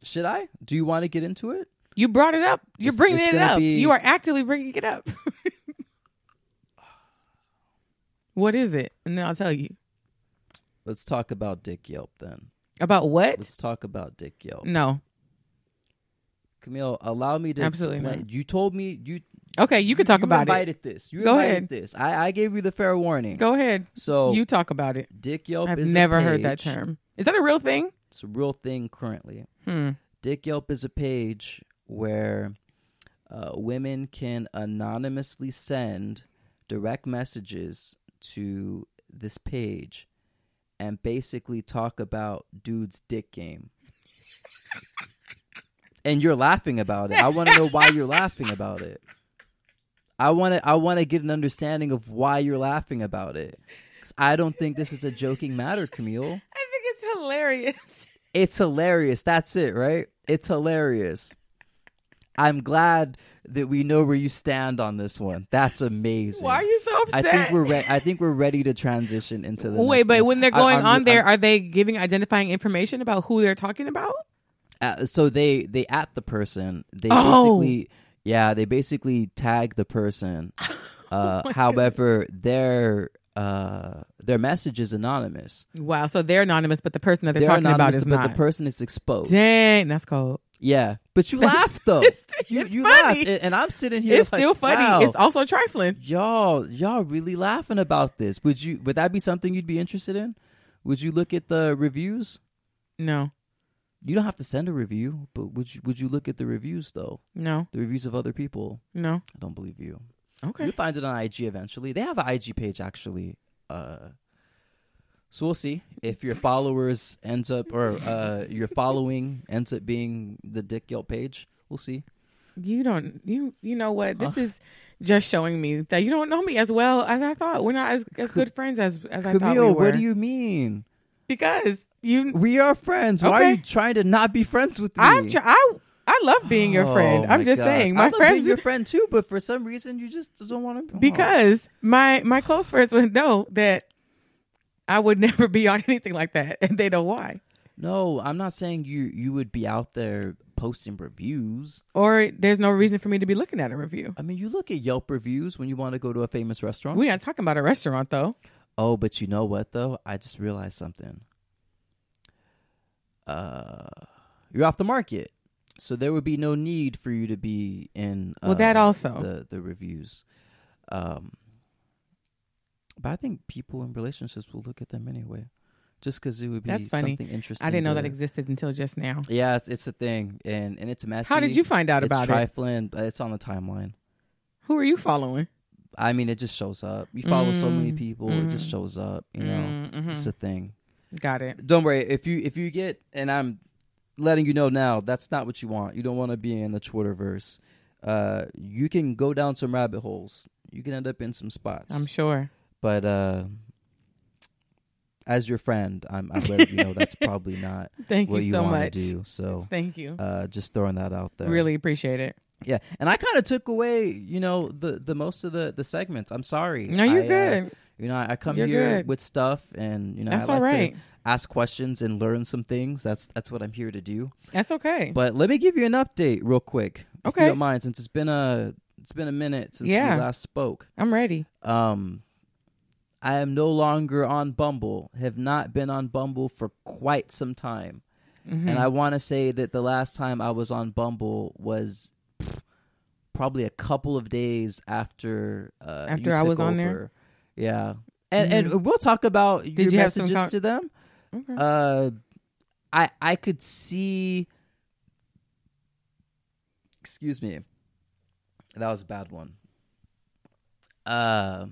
[SPEAKER 2] should I? Do you want to get into it?
[SPEAKER 1] You brought it up. You're
[SPEAKER 2] It's-
[SPEAKER 1] bringing
[SPEAKER 2] it's
[SPEAKER 1] it
[SPEAKER 2] gonna
[SPEAKER 1] up.
[SPEAKER 2] be-
[SPEAKER 1] You are actively bringing it up. what is it? And then I'll tell you
[SPEAKER 2] Let's talk about Dick Yelp then.
[SPEAKER 1] about what.
[SPEAKER 2] Let's talk about Dick Yelp.
[SPEAKER 1] No.
[SPEAKER 2] Camille, allow me to
[SPEAKER 1] Absolutely
[SPEAKER 2] explain-
[SPEAKER 1] not.
[SPEAKER 2] You told me you
[SPEAKER 1] Okay, you can talk about
[SPEAKER 2] invited this. You
[SPEAKER 1] Go
[SPEAKER 2] invited
[SPEAKER 1] ahead.
[SPEAKER 2] this. I, I gave you the fair warning.
[SPEAKER 1] it. Go ahead.
[SPEAKER 2] So
[SPEAKER 1] you talk about it.
[SPEAKER 2] Dick Yelp
[SPEAKER 1] I've
[SPEAKER 2] is a
[SPEAKER 1] never heard that
[SPEAKER 2] page-
[SPEAKER 1] term. Is that a real thing?
[SPEAKER 2] It's a real thing currently.
[SPEAKER 1] Hmm.
[SPEAKER 2] Dick Yelp is a page where uh, women can anonymously send direct messages to this page and basically talk about dude's dick game. and you're laughing about it. I want to know why you're laughing about it. I want to I want to get an understanding of why you're laughing about it. 'Cause I don't think this is a joking matter, Camille.
[SPEAKER 1] I think it's hilarious.
[SPEAKER 2] It's hilarious. That's it, right? It's hilarious. I'm glad that we know where you stand on this one. That's amazing.
[SPEAKER 1] Why are you so
[SPEAKER 2] I
[SPEAKER 1] upset?
[SPEAKER 2] think we're re- I think we're ready to transition into the
[SPEAKER 1] Wait,
[SPEAKER 2] next
[SPEAKER 1] but
[SPEAKER 2] thing.
[SPEAKER 1] when they're
[SPEAKER 2] I-
[SPEAKER 1] going
[SPEAKER 2] I'm-
[SPEAKER 1] on there,
[SPEAKER 2] I'm-
[SPEAKER 1] are they giving identifying information about who they're talking about?
[SPEAKER 2] uh, so they they at the person. They
[SPEAKER 1] Oh.
[SPEAKER 2] basically yeah, they basically tag the person.
[SPEAKER 1] Oh
[SPEAKER 2] Uh, however, their uh, their message is anonymous.
[SPEAKER 1] Wow, so they're anonymous, but the person that they're,
[SPEAKER 2] They're
[SPEAKER 1] talking
[SPEAKER 2] anonymous,
[SPEAKER 1] about is
[SPEAKER 2] but
[SPEAKER 1] not.
[SPEAKER 2] the person is exposed.
[SPEAKER 1] Dang, that's cold.
[SPEAKER 2] Yeah, but you laughed though.
[SPEAKER 1] it's-
[SPEAKER 2] you
[SPEAKER 1] it's
[SPEAKER 2] you
[SPEAKER 1] funny.
[SPEAKER 2] laughed, and, and I'm sitting here.
[SPEAKER 1] It's
[SPEAKER 2] like,
[SPEAKER 1] still funny.
[SPEAKER 2] wow,
[SPEAKER 1] It's also trifling.
[SPEAKER 2] y'all, y'all really laughing about this. Would you? Would that be something you'd be interested in? Would you look at the reviews?
[SPEAKER 1] No,
[SPEAKER 2] You don't have to send a review, but would you? Would you look at the reviews though?
[SPEAKER 1] no,
[SPEAKER 2] The reviews of other people.
[SPEAKER 1] no.
[SPEAKER 2] I don't believe you.
[SPEAKER 1] Okay.
[SPEAKER 2] You'll find it on IG eventually. They have an IG page actually. Uh, so we'll see if your followers ends up or uh, your following ends up being the Dick Yelp page. We'll see.
[SPEAKER 1] You don't you you know what? This is just showing me that you don't know me as well as I thought. We're not as, as good friends as as I thought we
[SPEAKER 2] Camille,
[SPEAKER 1] were.
[SPEAKER 2] what do you mean?
[SPEAKER 1] because you
[SPEAKER 2] We are friends. Why are you
[SPEAKER 1] Okay.
[SPEAKER 2] trying to not be friends with me?
[SPEAKER 1] I'm tr- I I love being your
[SPEAKER 2] Oh,
[SPEAKER 1] friend. I'm
[SPEAKER 2] my
[SPEAKER 1] just
[SPEAKER 2] gosh.
[SPEAKER 1] saying
[SPEAKER 2] I
[SPEAKER 1] my
[SPEAKER 2] love being
[SPEAKER 1] friends
[SPEAKER 2] your friend too, but for some reason you just don't want to.
[SPEAKER 1] because my my close friends would know that I would never be on anything like that, and they know why.
[SPEAKER 2] no, I'm not saying you you would be out there posting reviews.
[SPEAKER 1] Or there's no reason for me to be looking at a review.
[SPEAKER 2] I mean, you look at Yelp reviews when you want to go to a famous restaurant.
[SPEAKER 1] We're not talking about a restaurant though.
[SPEAKER 2] oh, but you know what though? I just realized something. Uh, you're off the market, so there would be no need for you to be in. Uh,
[SPEAKER 1] Well, that also.
[SPEAKER 2] the the reviews. Um, but I think people in relationships will look at them anyway, just because it would be
[SPEAKER 1] That's funny.
[SPEAKER 2] something interesting.
[SPEAKER 1] I didn't know that
[SPEAKER 2] to-
[SPEAKER 1] existed until just now.
[SPEAKER 2] Yeah, it's it's a thing, and and it's messy.
[SPEAKER 1] How did you find out
[SPEAKER 2] it's
[SPEAKER 1] about it?
[SPEAKER 2] trifling, but It's on the timeline.
[SPEAKER 1] Who are you following?
[SPEAKER 2] I mean, it just shows up. You follow so many
[SPEAKER 1] Mm,
[SPEAKER 2] people, it just
[SPEAKER 1] mhm.
[SPEAKER 2] shows up. You know,
[SPEAKER 1] Mm,
[SPEAKER 2] it's
[SPEAKER 1] mhm.
[SPEAKER 2] a thing.
[SPEAKER 1] Got it.
[SPEAKER 2] Don't worry if you if you get and I'm letting you know now that's not what you want. You don't want to be in the Twitterverse. Uh, you can go down some rabbit holes. You can end up in some spots.
[SPEAKER 1] I'm sure.
[SPEAKER 2] but uh, as your friend, I'm I'm letting you know that's probably not
[SPEAKER 1] Thank
[SPEAKER 2] what
[SPEAKER 1] you,
[SPEAKER 2] you
[SPEAKER 1] so
[SPEAKER 2] want
[SPEAKER 1] much.
[SPEAKER 2] to do. So.
[SPEAKER 1] Thank you.
[SPEAKER 2] Uh, just throwing that out there.
[SPEAKER 1] Really appreciate it.
[SPEAKER 2] Yeah, and I kind of took away, you know, the the most of the the segments. I'm sorry.
[SPEAKER 1] No, you're
[SPEAKER 2] I, uh,
[SPEAKER 1] good.
[SPEAKER 2] you know, I I come
[SPEAKER 1] You're
[SPEAKER 2] here
[SPEAKER 1] good.
[SPEAKER 2] with stuff, and you know,
[SPEAKER 1] That's
[SPEAKER 2] I
[SPEAKER 1] all
[SPEAKER 2] like
[SPEAKER 1] right.
[SPEAKER 2] to ask questions and learn some things. That's that's what I'm here to do.
[SPEAKER 1] That's okay.
[SPEAKER 2] But let me give you an update real quick, if you
[SPEAKER 1] Okay.
[SPEAKER 2] don't mind, since it's been a it's been a minute since
[SPEAKER 1] Yeah.
[SPEAKER 2] we last spoke.
[SPEAKER 1] I'm ready.
[SPEAKER 2] Um, I am no longer on Bumble. Have not been on Bumble for quite some time,
[SPEAKER 1] Mm-hmm.
[SPEAKER 2] and I want to say that the last time I was on Bumble was. pff, Probably a couple of days after uh,
[SPEAKER 1] After
[SPEAKER 2] you
[SPEAKER 1] I
[SPEAKER 2] took
[SPEAKER 1] was on there? Mm-hmm.
[SPEAKER 2] over. yeah, and and we'll talk about your
[SPEAKER 1] you have some
[SPEAKER 2] messages
[SPEAKER 1] con-
[SPEAKER 2] to them.
[SPEAKER 1] Okay.
[SPEAKER 2] Uh, I I could see. Excuse me, that was a bad one. Uh,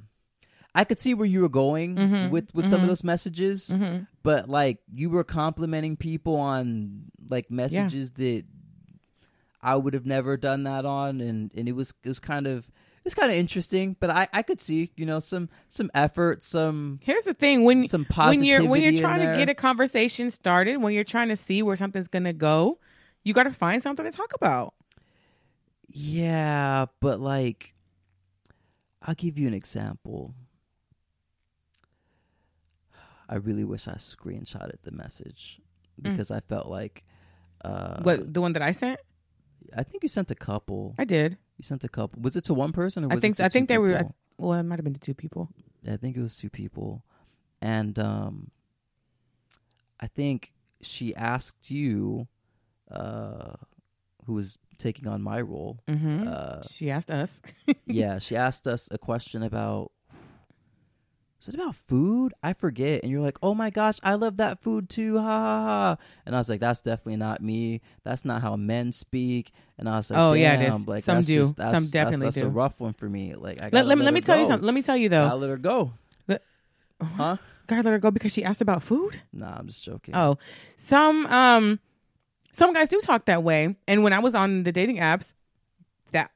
[SPEAKER 2] I could see where you were going
[SPEAKER 1] Mm-hmm.
[SPEAKER 2] with with some of those messages, but like you were complimenting people on like messages that I would have never done that on, and and it was it was kind of. It's kind of interesting, but I, I could see you know some some effort, some
[SPEAKER 1] Here's the thing when
[SPEAKER 2] Some
[SPEAKER 1] when you're when
[SPEAKER 2] positivity in
[SPEAKER 1] you're trying to
[SPEAKER 2] there.
[SPEAKER 1] get a conversation started, when you're trying to see where something's gonna go, you got to find something to talk about.
[SPEAKER 2] Yeah, but like, I'll give you an example. I really wish I screenshotted the message because I felt like, uh,
[SPEAKER 1] Mm. what the one that I sent?
[SPEAKER 2] I think you sent a couple.
[SPEAKER 1] I did.
[SPEAKER 2] You sent a couple. Was it to one person? Or was
[SPEAKER 1] I think
[SPEAKER 2] It to
[SPEAKER 1] I
[SPEAKER 2] two
[SPEAKER 1] think they were. I,
[SPEAKER 2] people?
[SPEAKER 1] well, it might have been to two people.
[SPEAKER 2] I think it was two people, and um, I think she asked you, uh, who was taking on my role,
[SPEAKER 1] Mm-hmm.
[SPEAKER 2] uh,
[SPEAKER 1] she asked us.
[SPEAKER 2] yeah, she asked us a question about was it about food? I forget. And you're like, oh my gosh, I love that food too. Ha ha ha. And I was like, that's definitely not me. That's not how men speak. And I was like,
[SPEAKER 1] Oh,
[SPEAKER 2] Damn,
[SPEAKER 1] yeah, it is.
[SPEAKER 2] Like,
[SPEAKER 1] Some
[SPEAKER 2] that's
[SPEAKER 1] do.
[SPEAKER 2] Just, that's,
[SPEAKER 1] Some definitely
[SPEAKER 2] that's, that's
[SPEAKER 1] do.
[SPEAKER 2] a rough one for me. Like, I
[SPEAKER 1] let,
[SPEAKER 2] gotta
[SPEAKER 1] let, me- let
[SPEAKER 2] her
[SPEAKER 1] me tell you
[SPEAKER 2] go.
[SPEAKER 1] something. Let me tell you though.
[SPEAKER 2] I let her go.
[SPEAKER 1] Let-
[SPEAKER 2] huh?
[SPEAKER 1] Gotta let her go because she asked about food.
[SPEAKER 2] Nah, I'm just joking.
[SPEAKER 1] Oh, some um, some guys do talk that way. And when I was on the dating apps, that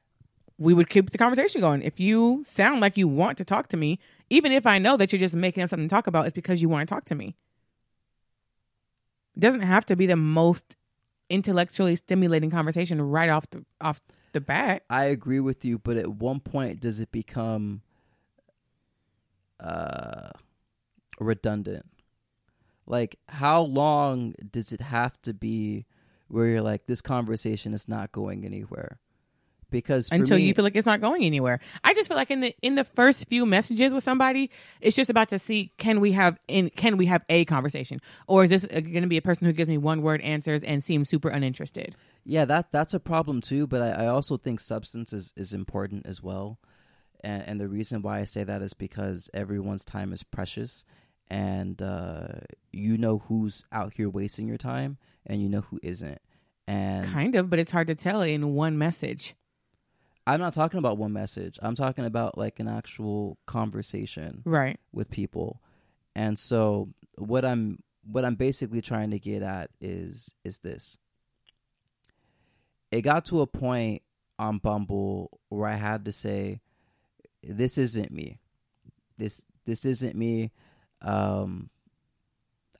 [SPEAKER 1] we would keep the conversation going. If you sound like you want to talk to me, even if I know that you're just making up something to talk about, it's because you want to talk to me. It doesn't have to be the most intellectually stimulating conversation right off the off the bat.
[SPEAKER 2] I agree with you, but at one point does it become uh redundant? Like how long does it have to be where you're like this conversation is not going anywhere? Because for
[SPEAKER 1] until
[SPEAKER 2] me,
[SPEAKER 1] you feel like it's not going anywhere. I just feel like in the in the first few messages with somebody, it's just about to see can we have in can we have a conversation or is this going to be a person who gives me one word answers and seems super uninterested?
[SPEAKER 2] yeah, that that's a problem too. But I, I also think substance is is important as well, and, and the reason why I say that is because everyone's time is precious, and uh, you know who's out here wasting your time, and you know who isn't. And
[SPEAKER 1] Kind of, but it's hard to tell in one message.
[SPEAKER 2] I'm not talking about one message. I'm talking about like an actual conversation
[SPEAKER 1] Right.
[SPEAKER 2] with people. And so what I'm what I'm basically trying to get at is is this. It got to a point on Bumble where I had to say, "This isn't me. This this isn't me." Um,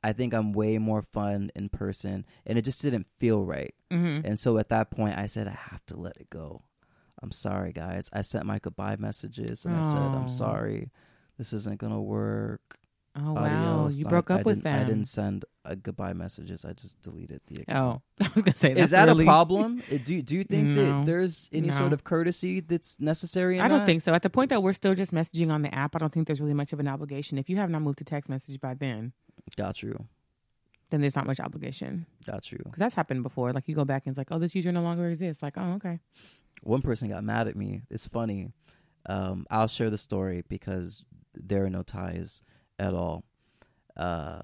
[SPEAKER 2] I think I'm way more fun in person, and it just didn't feel right.
[SPEAKER 1] Mm-hmm.
[SPEAKER 2] And so at that point, I said, I have to let it go. I'm sorry, guys. I sent my goodbye messages and I said,
[SPEAKER 1] Aw.
[SPEAKER 2] I'm sorry. This isn't going to work.
[SPEAKER 1] Oh wow,
[SPEAKER 2] Adios.
[SPEAKER 1] you
[SPEAKER 2] Like,
[SPEAKER 1] broke up
[SPEAKER 2] I
[SPEAKER 1] with
[SPEAKER 2] didn't- I
[SPEAKER 1] them.
[SPEAKER 2] didn't send uh goodbye messages. I just deleted the account.
[SPEAKER 1] Oh, I was gonna say, that's
[SPEAKER 2] Is that
[SPEAKER 1] really-
[SPEAKER 2] a problem? Uh, Do, do you think
[SPEAKER 1] No.
[SPEAKER 2] that there's any
[SPEAKER 1] No.
[SPEAKER 2] sort of courtesy that's necessary? In
[SPEAKER 1] I don't
[SPEAKER 2] that?
[SPEAKER 1] think so. At the point that we're still just messaging on the app, I don't think there's really much of an obligation. If you have not moved to text message by then,
[SPEAKER 2] Got you.
[SPEAKER 1] then there's not much obligation
[SPEAKER 2] Got you.
[SPEAKER 1] because that's happened before. Like you go back and it's like, oh, this user no longer exists. Like, oh, okay.
[SPEAKER 2] one person got mad at me. It's funny. Um, I'll share the story because there are no ties at all. Uh,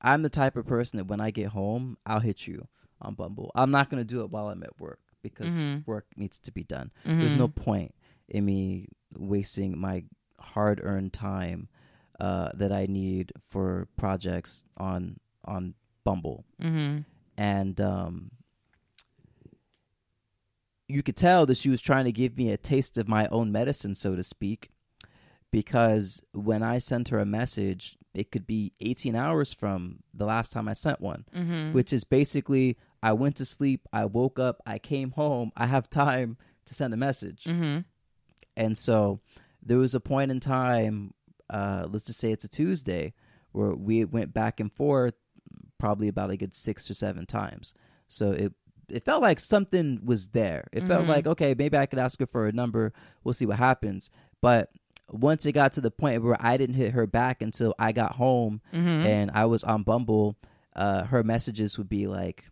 [SPEAKER 2] I'm the type of person that when I get home, I'll hit you on Bumble. I'm not going to do it while I'm at work because
[SPEAKER 1] Mhm.
[SPEAKER 2] work needs to be done. There's no point in me wasting my hard earned time uh, that I need for projects on on Bumble
[SPEAKER 1] Mm-hmm.
[SPEAKER 2] and um, you could tell that she was trying to give me a taste of my own medicine, so to speak, because when I sent her a message, it could be 18 hours from the last time I sent one,
[SPEAKER 1] Mm-hmm.
[SPEAKER 2] which is basically I went to sleep, I woke up, I came home, I have time to send a message.
[SPEAKER 1] Mm-hmm.
[SPEAKER 2] And so there was a point in time, uh, let's just say it's a Tuesday, where we went back and forth probably about a good six or seven times. So it it felt like something was there. It felt
[SPEAKER 1] Mhm.
[SPEAKER 2] like, okay, maybe I could ask her for a number. We'll see what happens. But once it got to the point where I didn't hit her back until I got home
[SPEAKER 1] Mm-hmm.
[SPEAKER 2] and I was on Bumble, uh, her messages would be like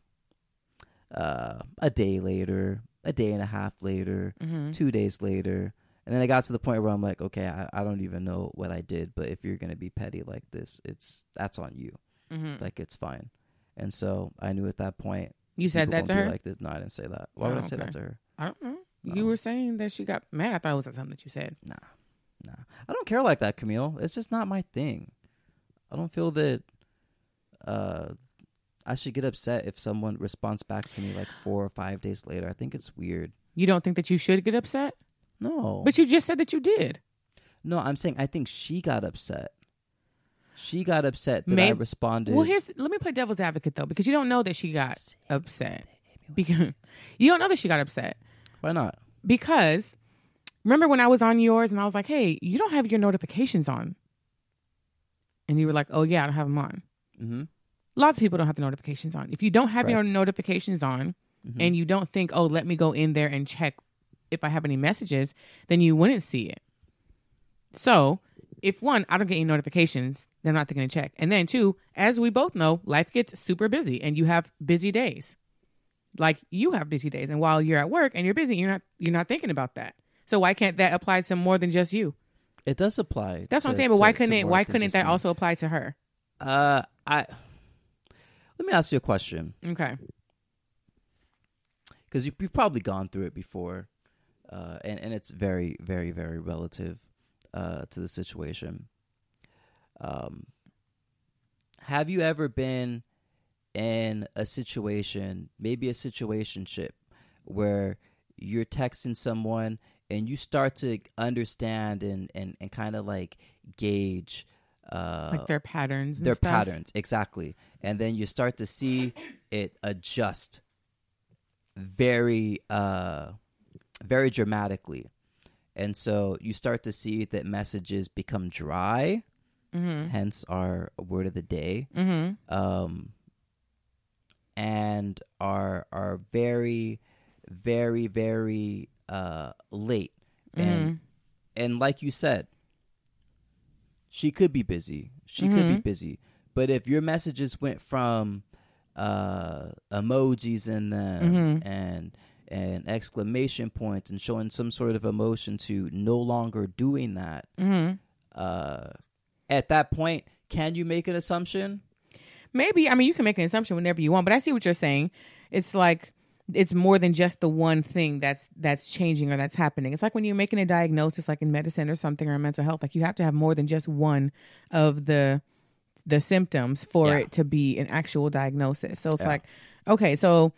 [SPEAKER 2] uh, a day later, a day and a half later,
[SPEAKER 1] Mm-hmm.
[SPEAKER 2] two days later and then i got to the point where i'm like okay i, I don't even know what i did but if you're going to be petty like this it's that's on you
[SPEAKER 1] Mm-hmm.
[SPEAKER 2] like it's fine and so i knew at that point
[SPEAKER 1] You said
[SPEAKER 2] people
[SPEAKER 1] that to
[SPEAKER 2] won't be
[SPEAKER 1] her.
[SPEAKER 2] like um, this no i didn't say that why would
[SPEAKER 1] Oh,
[SPEAKER 2] i say
[SPEAKER 1] okay.
[SPEAKER 2] that to her
[SPEAKER 1] I don't know. You
[SPEAKER 2] No.
[SPEAKER 1] were saying that she got mad. I thought it was something that you said.
[SPEAKER 2] i don't care like that camille it's just not my thing i don't feel that uh i should get upset if someone responds back to me like four or five days later i think it's weird
[SPEAKER 1] You don't think that you should get upset,
[SPEAKER 2] no
[SPEAKER 1] but you just said that you did.
[SPEAKER 2] no i'm saying i think she got upset she got upset that i
[SPEAKER 1] Mayb-
[SPEAKER 2] responded
[SPEAKER 1] Well, here's let me play devil's advocate though, because you don't know that she got upset. Because you don't know that she got upset
[SPEAKER 2] Why not?
[SPEAKER 1] because remember when I was on yours and I was like, "Hey, you don't have your notifications on," and you were like, "Oh yeah, I don't have them on."
[SPEAKER 2] Mm-hmm.
[SPEAKER 1] Lots of people don't have the notifications on. If you don't have your
[SPEAKER 2] Correct.
[SPEAKER 1] notifications on
[SPEAKER 2] Mhm.
[SPEAKER 1] and you don't think, "Oh, let me go in there and check if I have any messages," then you wouldn't see it. So, if one, I don't get any notifications, then I'm not going to check. And then two, as we both know, life gets super busy and you have busy days. Like you have busy days and while you're at work and you're busy, you're not you're not thinking about that. So why can't that apply to more than just you?
[SPEAKER 2] It does apply.
[SPEAKER 1] That's
[SPEAKER 2] to-
[SPEAKER 1] what I'm saying, but why
[SPEAKER 2] to- to
[SPEAKER 1] couldn't it
[SPEAKER 2] work
[SPEAKER 1] why
[SPEAKER 2] and
[SPEAKER 1] couldn't
[SPEAKER 2] just
[SPEAKER 1] that
[SPEAKER 2] me.
[SPEAKER 1] also apply to her?
[SPEAKER 2] Uh, I let me ask you a question
[SPEAKER 1] Okay.
[SPEAKER 2] because you, you've probably gone through it before, uh, and and it's very very very relative uh, to the situation. Um, have you ever been in a situation, maybe a situationship, where you're texting someone and you start to understand and and and kind of like gauge uh
[SPEAKER 1] Like their patterns and
[SPEAKER 2] their
[SPEAKER 1] stuff.
[SPEAKER 2] patterns exactly and then you start to see it adjust very uh very dramatically and so you start to see that messages become dry
[SPEAKER 1] Mm-hmm.
[SPEAKER 2] hence our word of the day
[SPEAKER 1] Mhm.
[SPEAKER 2] um and are are very very very uh late and and like you said she could be busy she could be busy but if your messages went from uh emojis in them and and exclamation points and showing some sort of emotion to no longer doing that
[SPEAKER 1] Mhm.
[SPEAKER 2] uh at that point can you make an assumption
[SPEAKER 1] Maybe. I mean, you can make an assumption whenever you want, but I see what you're saying. It's like it's more than just the one thing that's that's changing or that's happening. It's like when you're making a diagnosis like in medicine or something or in mental health, like you have to have more than just one of the the symptoms for
[SPEAKER 2] Yeah.
[SPEAKER 1] it to be an actual diagnosis. So it's
[SPEAKER 2] Yeah.
[SPEAKER 1] like okay, so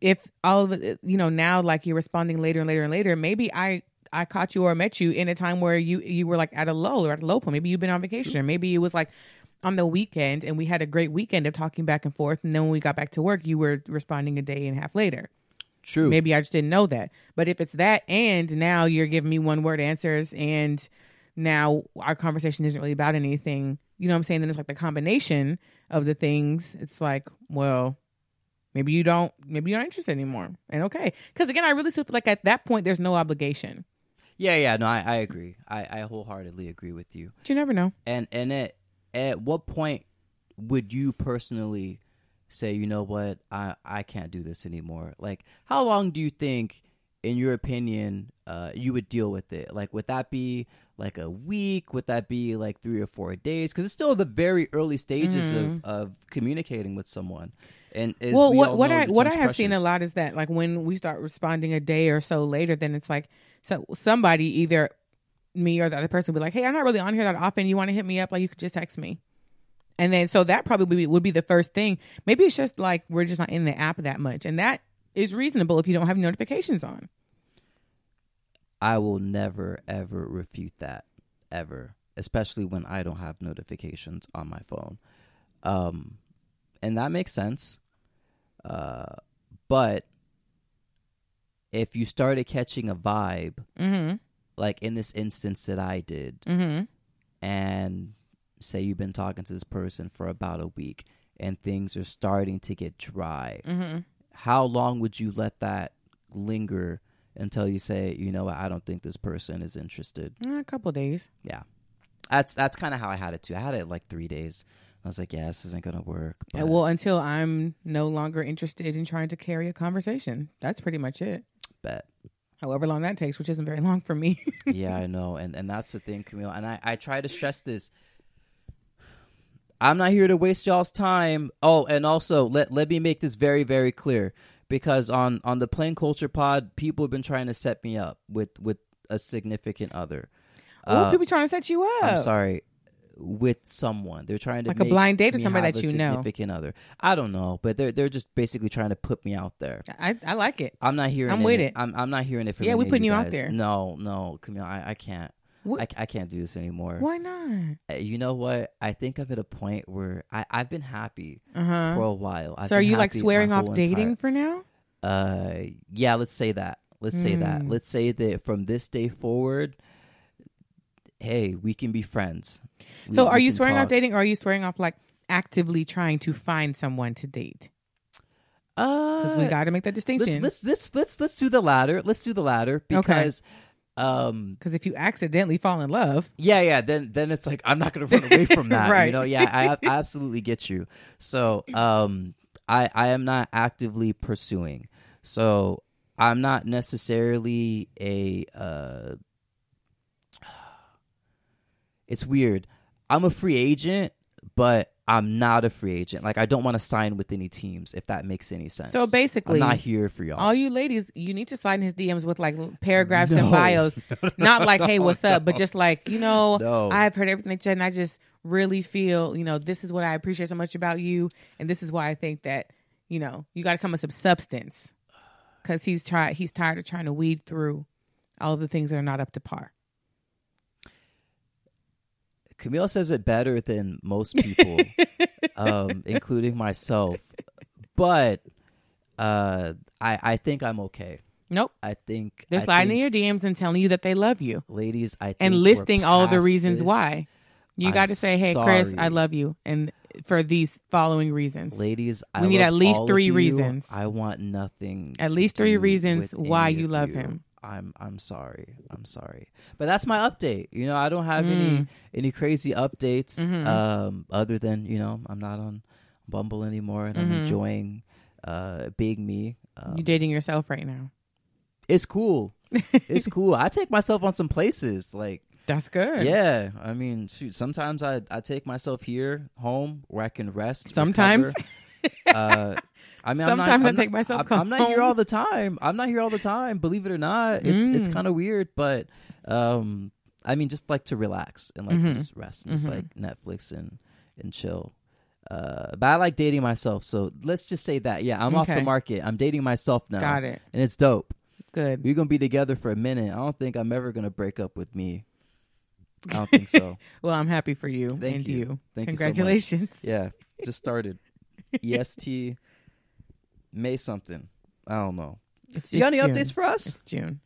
[SPEAKER 1] if all of it, you know now like you're responding later and later and later maybe i i caught you or met you in a time where you you were like at a low or at a low point maybe you've been on vacation or maybe it was like on the weekend and we had a great weekend of talking back and forth and then when we got back to work you were responding a day and a half later
[SPEAKER 2] True.
[SPEAKER 1] maybe i just didn't know that but if it's that and now you're giving me one word answers and now our conversation isn't really about anything you know what i'm saying then it's like the combination of the things it's like well maybe you don't maybe you're not interested anymore and okay because again i really feel like at that point there's no obligation
[SPEAKER 2] Yeah, yeah. No, I, I agree. I, I wholeheartedly agree with you.
[SPEAKER 1] but you never know
[SPEAKER 2] And and at at what point would you personally say, you know what, I I can't do this anymore? Like, how long do you think, in your opinion, uh, you would deal with it? Like, would that be like a week? Would that be like three or four days? Because it's still the very early stages of of communicating with someone. And as
[SPEAKER 1] Mm. well
[SPEAKER 2] we
[SPEAKER 1] what,
[SPEAKER 2] all
[SPEAKER 1] what
[SPEAKER 2] know,
[SPEAKER 1] i what i have
[SPEAKER 2] time's
[SPEAKER 1] seen a
[SPEAKER 2] precious.
[SPEAKER 1] lot is that like when we start responding a day or so later then it's like so somebody either me or the other person will be like hey i'm not really on here that often you want to hit me up like you could just text me and then so that probably would be, would be the first thing maybe it's just like we're just not in the app that much and that is reasonable if you don't have notifications on
[SPEAKER 2] I will never ever refute that ever, especially when I don't have notifications on my phone. Um, and that makes sense. Uh, but if you started catching a vibe,
[SPEAKER 1] mm-hmm
[SPEAKER 2] like in this instance that I did,
[SPEAKER 1] mm-hmm
[SPEAKER 2] and say you've been talking to this person for about a week and things are starting to get dry,
[SPEAKER 1] mm-hmm
[SPEAKER 2] how long would you let that linger until you say, you know what, I don't think this person is interested?
[SPEAKER 1] Mm, A couple days.
[SPEAKER 2] yeah that's that's kind of how i had it too i had it like three days i was like yeah this isn't gonna work
[SPEAKER 1] Uh, Well, until I'm no longer interested in trying to carry a conversation. That's pretty much it.
[SPEAKER 2] bet
[SPEAKER 1] However long that takes, which isn't very long for me.
[SPEAKER 2] yeah i know and and that's the thing camille and i i try to stress this i'm not here to waste y'all's time oh and also let let me make this very very clear because on on the plain culture pod people have been trying to set me up with with a significant other
[SPEAKER 1] oh,
[SPEAKER 2] Uh,
[SPEAKER 1] people trying to set you up.
[SPEAKER 2] I'm sorry, with someone. They're trying to
[SPEAKER 1] Oh. Like a
[SPEAKER 2] make
[SPEAKER 1] blind date or
[SPEAKER 2] me
[SPEAKER 1] somebody
[SPEAKER 2] have
[SPEAKER 1] that
[SPEAKER 2] a
[SPEAKER 1] you know.
[SPEAKER 2] significant other. I don't know, but they're they're just basically trying to put me out there.
[SPEAKER 1] I, I like it.
[SPEAKER 2] I'm not hearing.
[SPEAKER 1] I'm with it.
[SPEAKER 2] I'm, I'm not hearing it from.
[SPEAKER 1] Yeah, we
[SPEAKER 2] any of
[SPEAKER 1] putting you out
[SPEAKER 2] guys.
[SPEAKER 1] there.
[SPEAKER 2] No, no, Camille, I, I can't.
[SPEAKER 1] What-
[SPEAKER 2] I, I can't do this anymore.
[SPEAKER 1] Why not?
[SPEAKER 2] Uh, You know what? I think I'm at a point where I, I've been happy
[SPEAKER 1] Uh huh.
[SPEAKER 2] for a while. I've
[SPEAKER 1] So are
[SPEAKER 2] been
[SPEAKER 1] you like
[SPEAKER 2] happy my
[SPEAKER 1] swearing off
[SPEAKER 2] whole
[SPEAKER 1] dating
[SPEAKER 2] entire-
[SPEAKER 1] for now?
[SPEAKER 2] uh yeah let's say that let's say that
[SPEAKER 1] Hmm.
[SPEAKER 2] let's say that from this day forward hey we can be friends We-
[SPEAKER 1] so are
[SPEAKER 2] we
[SPEAKER 1] you
[SPEAKER 2] can
[SPEAKER 1] swearing off
[SPEAKER 2] talk.
[SPEAKER 1] dating or are you swearing off like actively trying to find someone to date? Because
[SPEAKER 2] uh
[SPEAKER 1] we got to make that
[SPEAKER 2] let's,
[SPEAKER 1] distinction.
[SPEAKER 2] let's let's let's let's do the latter let's do the latter because um
[SPEAKER 1] Because if you accidentally fall in love,
[SPEAKER 2] yeah yeah then then it's like i'm not gonna run away from that you
[SPEAKER 1] Right.
[SPEAKER 2] know yeah I, I absolutely get you so um i i am not actively pursuing so i'm not necessarily a uh it's weird i'm a free agent but i'm not a free agent like i don't want to sign with any teams if that makes any sense
[SPEAKER 1] So basically,
[SPEAKER 2] i'm not here for y'all
[SPEAKER 1] all you ladies, you need to slide in his DMs with like little paragraphs
[SPEAKER 2] No.
[SPEAKER 1] and bios. Not like, hey, what's up? But just like, you know,
[SPEAKER 2] No.
[SPEAKER 1] I've heard everything that you said, and I just really feel, you know, this is what I appreciate so much about you. And this is why I think that, you know, you got to come with some substance. Because he's, try- he's tired of trying to weed through all the things that are not up to par.
[SPEAKER 2] Camille says it better than most people, um, including myself. But uh, I, I think I'm okay.
[SPEAKER 1] Nope.
[SPEAKER 2] I think
[SPEAKER 1] They're
[SPEAKER 2] I
[SPEAKER 1] sliding
[SPEAKER 2] think,
[SPEAKER 1] in your DMs and telling you that they love you
[SPEAKER 2] ladies. I think
[SPEAKER 1] and
[SPEAKER 2] we're
[SPEAKER 1] listing all the
[SPEAKER 2] past
[SPEAKER 1] reasons
[SPEAKER 2] this.
[SPEAKER 1] why. You
[SPEAKER 2] I'm
[SPEAKER 1] got to say, hey, Chris,
[SPEAKER 2] sorry.
[SPEAKER 1] I love you. And for these following reasons.
[SPEAKER 2] Ladies, I
[SPEAKER 1] We need
[SPEAKER 2] love
[SPEAKER 1] at least
[SPEAKER 2] all of
[SPEAKER 1] three
[SPEAKER 2] you.
[SPEAKER 1] reasons.
[SPEAKER 2] I want nothing.
[SPEAKER 1] At
[SPEAKER 2] to
[SPEAKER 1] least three
[SPEAKER 2] do
[SPEAKER 1] reasons
[SPEAKER 2] with
[SPEAKER 1] why
[SPEAKER 2] any
[SPEAKER 1] you
[SPEAKER 2] of
[SPEAKER 1] love him.
[SPEAKER 2] I'm I'm sorry. I'm sorry. But that's my update. You know, I don't have
[SPEAKER 1] Mm.
[SPEAKER 2] any any crazy updates
[SPEAKER 1] Mm-hmm.
[SPEAKER 2] um other than, you know, I'm not on Bumble anymore and
[SPEAKER 1] Mm-hmm.
[SPEAKER 2] I'm enjoying uh being me. Um,
[SPEAKER 1] you dating yourself right now.
[SPEAKER 2] it's cool. it's cool. I take myself on some places like
[SPEAKER 1] That's good.
[SPEAKER 2] yeah, I mean, shoot. Sometimes I, I take myself here home where I can rest.
[SPEAKER 1] Sometimes.
[SPEAKER 2] recover. uh, I mean, I'm not-
[SPEAKER 1] Sometimes I
[SPEAKER 2] I'm not-
[SPEAKER 1] take myself
[SPEAKER 2] I'm,
[SPEAKER 1] home.
[SPEAKER 2] I'm not here all the time. I'm not here all the time. Believe it or not, it's it's
[SPEAKER 1] Mm.
[SPEAKER 2] kind of weird, but um, I mean, just like to relax and like
[SPEAKER 1] Mhm.
[SPEAKER 2] just rest and just
[SPEAKER 1] Mhm.
[SPEAKER 2] like Netflix and and chill. Uh, but I like dating myself, so let's just say that. Yeah, I'm off the
[SPEAKER 1] Okay.
[SPEAKER 2] market. I'm dating myself now.
[SPEAKER 1] Got it.
[SPEAKER 2] And it's dope.
[SPEAKER 1] Good.
[SPEAKER 2] We're gonna be together for a minute. I don't think I'm ever gonna break up with me. I don't think so.
[SPEAKER 1] Well, I'm happy for you
[SPEAKER 2] Thank
[SPEAKER 1] and
[SPEAKER 2] you.
[SPEAKER 1] you.
[SPEAKER 2] Thank you so much.
[SPEAKER 1] Congratulations.
[SPEAKER 2] Yeah, just started. EST May something. I don't know.
[SPEAKER 1] It's
[SPEAKER 2] You got any
[SPEAKER 1] just June.
[SPEAKER 2] updates for us?
[SPEAKER 1] It's June.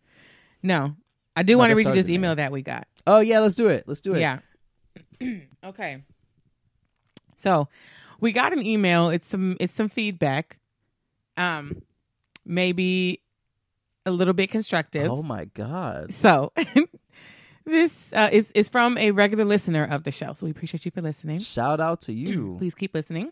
[SPEAKER 1] No, I do
[SPEAKER 2] No,
[SPEAKER 1] want to
[SPEAKER 2] that's
[SPEAKER 1] read you this
[SPEAKER 2] Sergeant,
[SPEAKER 1] email that we got.
[SPEAKER 2] Oh yeah, let's do it. Let's do it.
[SPEAKER 1] Yeah. okay. So, we got an email. It's some it's some feedback. Um, maybe a little bit constructive.
[SPEAKER 2] Oh my god.
[SPEAKER 1] So, this uh, is is from a regular listener of the show. So we appreciate you for listening.
[SPEAKER 2] Shout out to you.
[SPEAKER 1] Please keep listening.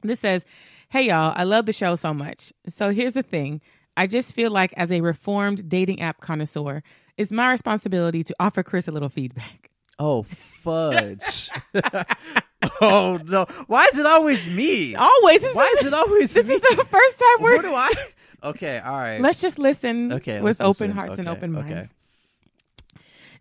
[SPEAKER 1] This says, Hey y'all, I love the show so much. So here's the thing I just feel like, as a reformed dating app connoisseur, it's my responsibility to offer Chris a little feedback.
[SPEAKER 2] Oh fudge. oh no. Why is it always me?
[SPEAKER 1] Always. This,
[SPEAKER 2] Why
[SPEAKER 1] is,
[SPEAKER 2] is it always
[SPEAKER 1] this
[SPEAKER 2] me?
[SPEAKER 1] is the first time
[SPEAKER 2] what
[SPEAKER 1] we're.
[SPEAKER 2] do I? Okay, all right.
[SPEAKER 1] Let's just listen
[SPEAKER 2] Okay,
[SPEAKER 1] with
[SPEAKER 2] let's
[SPEAKER 1] open
[SPEAKER 2] listen.
[SPEAKER 1] hearts and
[SPEAKER 2] Okay,
[SPEAKER 1] open
[SPEAKER 2] okay.
[SPEAKER 1] minds.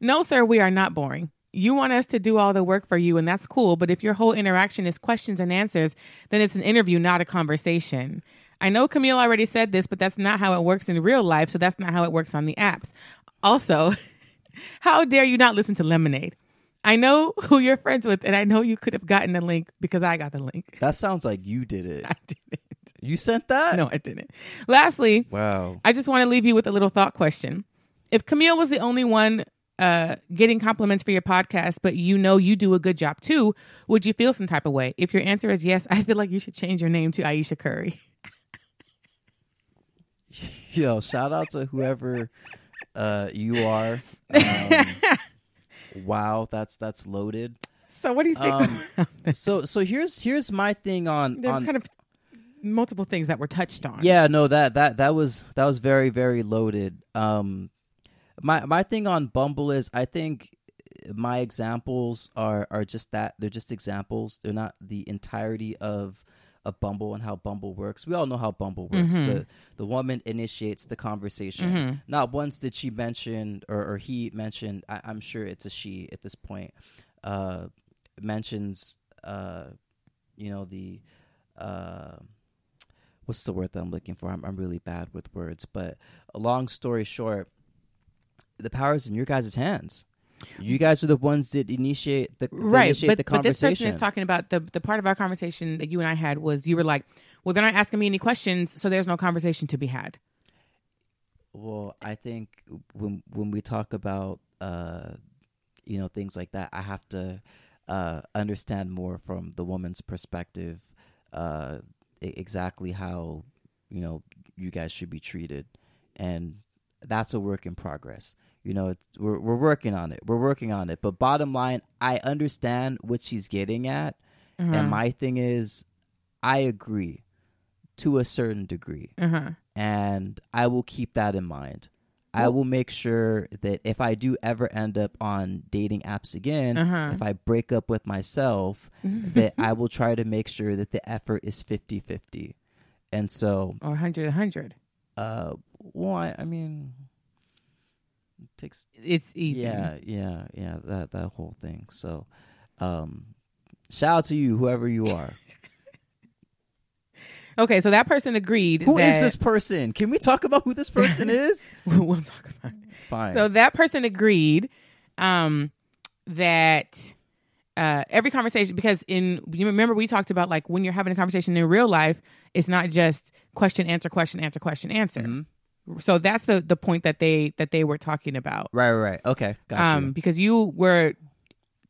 [SPEAKER 1] No, sir, we are not boring. You want us to do all the work for you, and that's cool, but if your whole interaction is questions and answers, then it's an interview, not a conversation. I know Camille already said this, but that's not how it works in real life, so that's not how it works on the apps. Also, how dare you not listen to Lemonade? I know who you're friends with, and I know you could have gotten the link because I got the link.
[SPEAKER 2] that sounds like you did it.
[SPEAKER 1] I didn't.
[SPEAKER 2] You sent that?
[SPEAKER 1] No, I didn't. Lastly,
[SPEAKER 2] Wow.
[SPEAKER 1] I just want to leave you with a little thought question. If Camille was the only one uh, getting compliments for your podcast, but you know you do a good job too, would you feel some type of way? If your answer is yes, I feel like you should change your name to Aisha Curry.
[SPEAKER 2] Yo, shout out to whoever uh you are. Um, wow, that's that's loaded.
[SPEAKER 1] So what do you think?
[SPEAKER 2] Um,
[SPEAKER 1] about this?
[SPEAKER 2] So so here's here's my thing on
[SPEAKER 1] There's
[SPEAKER 2] on
[SPEAKER 1] kind of multiple things that were touched on.
[SPEAKER 2] Yeah, no, that that that was that was very very loaded. Um, my my thing on Bumble is I think my examples are are just that they're just examples. They're not the entirety of a Bumble and how Bumble works. We all know how Bumble works. The the woman initiates the conversation. Not once did she mention or, or he mentioned. I, I'm sure it's a she at this point. Uh, mentions uh, you know the. Uh, what's the word that I'm looking for? I'm, I'm really bad with words, but long story short, the power is in your guys' hands. You guys are the ones that initiate the that
[SPEAKER 1] Right,
[SPEAKER 2] initiate
[SPEAKER 1] but,
[SPEAKER 2] the
[SPEAKER 1] but this
[SPEAKER 2] conversation.
[SPEAKER 1] person is talking about the the part of our conversation that you and I had was you were like, well, they're not asking me any questions, so there's no conversation to be had.
[SPEAKER 2] well, I think when when we talk about uh, you know things like that, I have to uh, understand more from the woman's perspective uh, e- exactly how you know you guys should be treated, and that's a work in progress. You know, it's, we're we're working on it. We're working on it. But bottom line, I understand what she's getting at, and my thing is, I agree to a certain degree
[SPEAKER 1] Uh huh.
[SPEAKER 2] and I will keep that in mind. I will make sure that if I do ever end up on dating apps again,
[SPEAKER 1] Uh-huh.
[SPEAKER 2] if I break up with myself, that I will try to make sure that the effort is 50 50. And so,
[SPEAKER 1] Or 100, 100.
[SPEAKER 2] uh, well, I, I mean, it takes
[SPEAKER 1] It's even.
[SPEAKER 2] yeah, yeah, yeah. That that whole thing. So, um, shout out to you, whoever you are.
[SPEAKER 1] Okay, so that person agreed.
[SPEAKER 2] Who is
[SPEAKER 1] that-
[SPEAKER 2] this person? Can we talk about who this person is?
[SPEAKER 1] we'll talk about it.
[SPEAKER 2] Fine.
[SPEAKER 1] So that person agreed um, that uh, every conversation, because in you remember we talked about like when you're having a conversation in real life, it's not just question answer question answer question answer.
[SPEAKER 2] Mm-hmm.
[SPEAKER 1] So that's the the point that they that they were talking about.
[SPEAKER 2] right, right, right. Okay, gotcha.
[SPEAKER 1] Um, because you were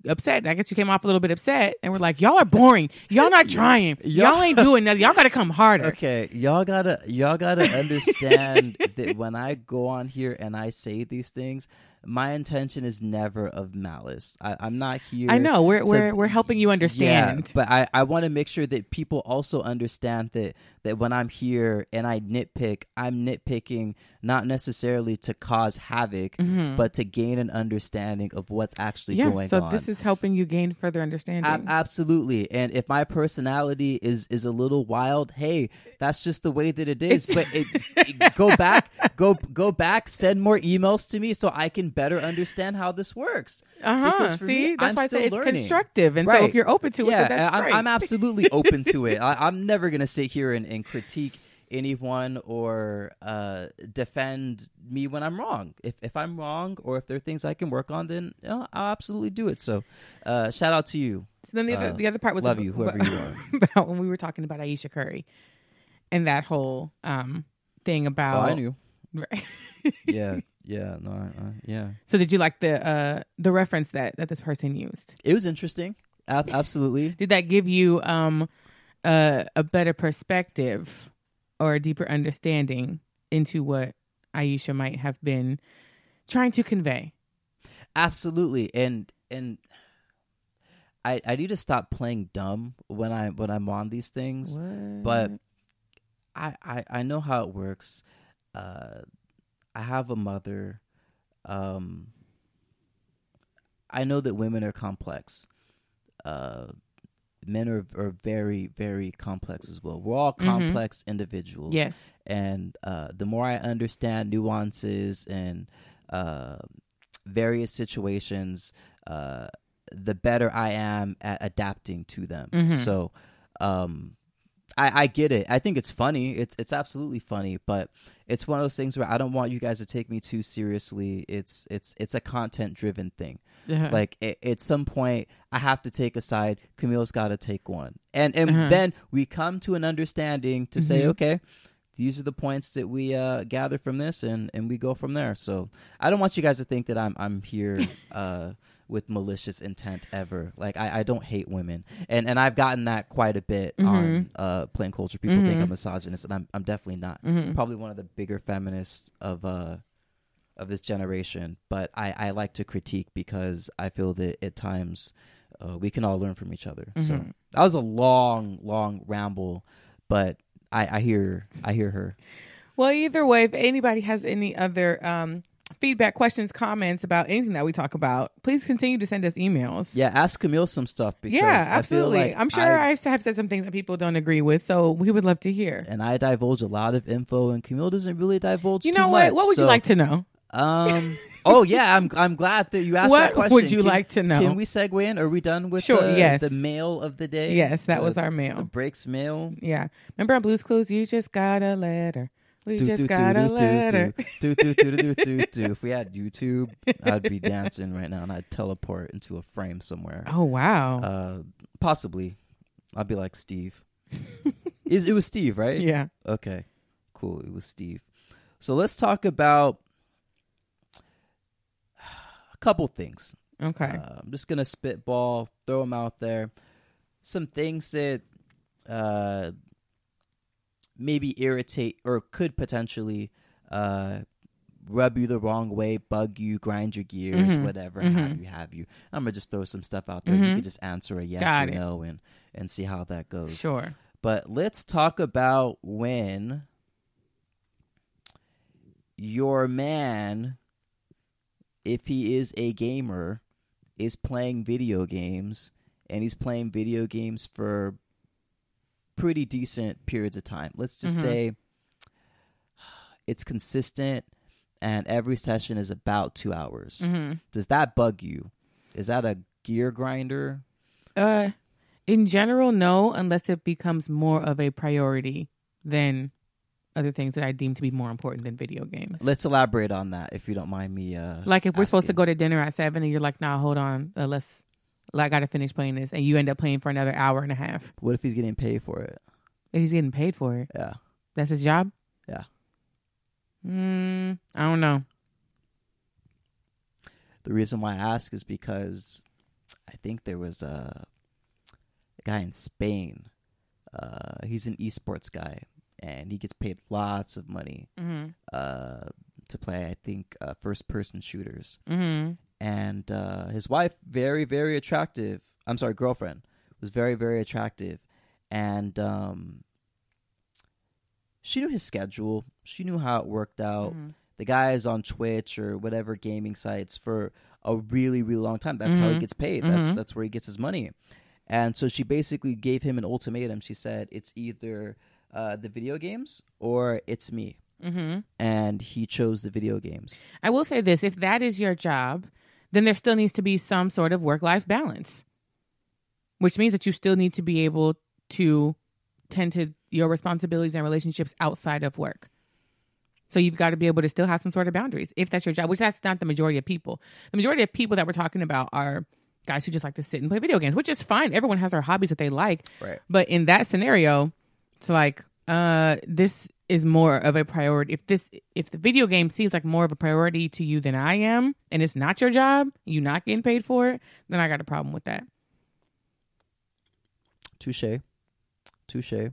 [SPEAKER 1] upset. I guess you came off a little bit upset, and we're like, y'all are boring. Y'all not trying.
[SPEAKER 2] Y'all-
[SPEAKER 1] Y'all ain't doing nothing. Y'all got to come harder.
[SPEAKER 2] Okay, y'all gotta y'all gotta understand that when I go on here and I say these things, my intention is never of malice. I, I'm not here.
[SPEAKER 1] I know we're
[SPEAKER 2] to-
[SPEAKER 1] we're we're helping you understand.
[SPEAKER 2] Yeah, but I, I want to make sure that people also understand that that when I'm here and I nitpick, I'm nitpicking not necessarily to cause havoc, but to gain an understanding of what's actually going
[SPEAKER 1] Mm-hmm. so
[SPEAKER 2] on.
[SPEAKER 1] this is helping you gain further understanding.
[SPEAKER 2] Ab- absolutely. And if my personality is is a little wild, hey, that's just the way that it is. But it, it- go back, go go back, send more emails to me so I can can better understand how this works.
[SPEAKER 1] Uh huh.
[SPEAKER 2] Because for
[SPEAKER 1] See,
[SPEAKER 2] me,
[SPEAKER 1] that's
[SPEAKER 2] I'm
[SPEAKER 1] why I
[SPEAKER 2] still
[SPEAKER 1] say it's
[SPEAKER 2] learning.
[SPEAKER 1] constructive, and so
[SPEAKER 2] Right.
[SPEAKER 1] if you're open to it,
[SPEAKER 2] yeah,
[SPEAKER 1] then that's
[SPEAKER 2] I'm,
[SPEAKER 1] great.
[SPEAKER 2] I'm absolutely open to it. I, I'm never gonna sit here and, and critique anyone or uh, defend me when I'm wrong. If if I'm wrong or if there are things I can work on, then you know, I'll absolutely do it. So, uh, shout out to you.
[SPEAKER 1] So then the
[SPEAKER 2] Uh,
[SPEAKER 1] other, the other part was
[SPEAKER 2] love
[SPEAKER 1] ab-
[SPEAKER 2] you, whoever you are.
[SPEAKER 1] about when we were talking about Aisha Curry and that whole um thing
[SPEAKER 2] Oh,
[SPEAKER 1] about.
[SPEAKER 2] I knew.
[SPEAKER 1] Right.
[SPEAKER 2] Yeah, yeah, no, I, I, yeah.
[SPEAKER 1] so did you like the uh the reference that that this person used?
[SPEAKER 2] It was interesting. Ab- absolutely.
[SPEAKER 1] Did that give you um a a better perspective or a deeper understanding into what Aisha might have been trying to convey?
[SPEAKER 2] absolutely and and i i need to stop playing dumb when i when i'm on these things but I, I i know how it works uh i have a mother um i know that women are complex uh men are are very very complex as well we're all complex individuals
[SPEAKER 1] yes.
[SPEAKER 2] and uh, the more I understand nuances and uh, various situations, uh, the better I am at adapting to them. So, um, I, I get it. I think it's funny. It's it's absolutely funny, but it's one of those things where I don't want you guys to take me too seriously. It's it's it's a content driven thing.
[SPEAKER 1] Uh-huh.
[SPEAKER 2] Like a- at some point, I have to take a side. Camille's got to take one, and and
[SPEAKER 1] Uh-huh.
[SPEAKER 2] then we come to an understanding to say,
[SPEAKER 1] Mhm.
[SPEAKER 2] okay, these are the points that we uh, gather from this, and and we go from there. So I don't want you guys to think that I'm I'm here. Uh, With malicious intent ever, like I, I don't hate women, and and I've gotten that quite a bit on uh, plain culture. People think
[SPEAKER 1] Mhm.
[SPEAKER 2] I'm misogynist, and I'm I'm definitely not.
[SPEAKER 1] Mhm.
[SPEAKER 2] Probably one of the bigger feminists of uh, of this generation, but I, I like to critique because I feel that at times uh, we can all learn from each other. So
[SPEAKER 1] Mhm.
[SPEAKER 2] that was a long, long ramble, but I, I hear I hear her.
[SPEAKER 1] Well, either way, if anybody has any other um, feedback, questions, comments about anything that we talk about, please continue to send us emails.
[SPEAKER 2] Yeah, ask Camille some stuff because
[SPEAKER 1] Yeah,
[SPEAKER 2] I feel
[SPEAKER 1] absolutely.
[SPEAKER 2] like
[SPEAKER 1] I'm sure I, have said some things that people don't agree with, so we would love to hear.
[SPEAKER 2] and I divulge a lot of info, and Camille doesn't really divulge.
[SPEAKER 1] You
[SPEAKER 2] too
[SPEAKER 1] know what?
[SPEAKER 2] much,
[SPEAKER 1] what would you
[SPEAKER 2] so,
[SPEAKER 1] like to know?
[SPEAKER 2] Um. oh yeah, I'm I'm glad that you asked
[SPEAKER 1] What
[SPEAKER 2] that question.
[SPEAKER 1] would you
[SPEAKER 2] Can-
[SPEAKER 1] like to know?
[SPEAKER 2] Can we segue in? Are we done with
[SPEAKER 1] Sure,
[SPEAKER 2] the,
[SPEAKER 1] yes.
[SPEAKER 2] the mail of the day?
[SPEAKER 1] Yes, that
[SPEAKER 2] The-
[SPEAKER 1] was our
[SPEAKER 2] the
[SPEAKER 1] mail.
[SPEAKER 2] breaks mail.
[SPEAKER 1] Yeah. Remember on Blue's Clues, you just got a letter. We
[SPEAKER 2] Do,
[SPEAKER 1] just
[SPEAKER 2] do,
[SPEAKER 1] got
[SPEAKER 2] do,
[SPEAKER 1] a
[SPEAKER 2] do, do,
[SPEAKER 1] letter.
[SPEAKER 2] do, do, do, do, do, do, do. If we had YouTube, I'd be dancing right now and I'd teleport into a frame somewhere.
[SPEAKER 1] Oh, wow.
[SPEAKER 2] Uh, possibly. I'd be like Steve. Is it was Steve, right?
[SPEAKER 1] yeah.
[SPEAKER 2] Okay. Cool. It was Steve. So let's talk about a couple things.
[SPEAKER 1] Okay.
[SPEAKER 2] Uh, I'm just gonna spitball, throw them out there. Some things that uh, maybe irritate or could potentially uh, rub you the wrong way, bug you, grind your gears,
[SPEAKER 1] Mhm.
[SPEAKER 2] whatever have you have you. I'm gonna just throw some stuff out there. You
[SPEAKER 1] Mhm.
[SPEAKER 2] can just answer a yes
[SPEAKER 1] Got
[SPEAKER 2] or
[SPEAKER 1] it.
[SPEAKER 2] no and and see how that goes.
[SPEAKER 1] sure.
[SPEAKER 2] But let's talk about when your man, if he is a gamer, is playing video games and he's playing video games for pretty decent periods of time. Let's just
[SPEAKER 1] Mhm.
[SPEAKER 2] say it's consistent and every session is about two hours.
[SPEAKER 1] hmm
[SPEAKER 2] Does that bug you? Is that a gear grinder?
[SPEAKER 1] Uh, in general, no, unless it becomes more of a priority than other things that I deem to be more important than video games.
[SPEAKER 2] Let's elaborate on that if you don't mind me. Uh,
[SPEAKER 1] like if we're supposed to
[SPEAKER 2] asking.
[SPEAKER 1] go to dinner at seven, and you're like, "Nah, hold on, uh, let's, like, I gotta finish playing this," and you end up playing for another hour and a half.
[SPEAKER 2] What if he's getting paid for it?
[SPEAKER 1] And he's getting paid for it.
[SPEAKER 2] Yeah.
[SPEAKER 1] That's his job.
[SPEAKER 2] Yeah.
[SPEAKER 1] Mm, I don't know.
[SPEAKER 2] The reason why I ask is because I think there was a, a guy in Spain. Uh, he's an esports guy, and he gets paid lots of money
[SPEAKER 1] Mm-hmm.
[SPEAKER 2] uh, to play. I think uh, first-person shooters,
[SPEAKER 1] Mm-hmm.
[SPEAKER 2] and uh, his wife, very, very attractive. I'm sorry, girlfriend was very, very attractive, and um, she knew his schedule. She knew how it worked out. the guy is on Twitch or whatever gaming sites for a really really long time. That's how he
[SPEAKER 1] Mhm.
[SPEAKER 2] gets paid. That's
[SPEAKER 1] Mhm.
[SPEAKER 2] that's where he gets his money. And so she basically gave him an ultimatum. She said, "It's either uh, the video games or it's me."
[SPEAKER 1] Mm-hmm.
[SPEAKER 2] and he chose the video games.
[SPEAKER 1] I will say this: if that is your job, then there still needs to be some sort of work-life balance, which means that you still need to be able to tend to your responsibilities and relationships outside of work. So you've got to be able to still have some sort of boundaries if that's your job, which that's not the majority of people. The majority of people that we're talking about are guys who just like to sit and play video games, which is fine. Everyone has their hobbies that they like.
[SPEAKER 2] Right.
[SPEAKER 1] But in that scenario, it's like uh this is more of a priority. If this if the video game seems like more of a priority to you than I am and it's not your job, you not getting paid for it, then I got a problem with that.
[SPEAKER 2] Touche. Touche. I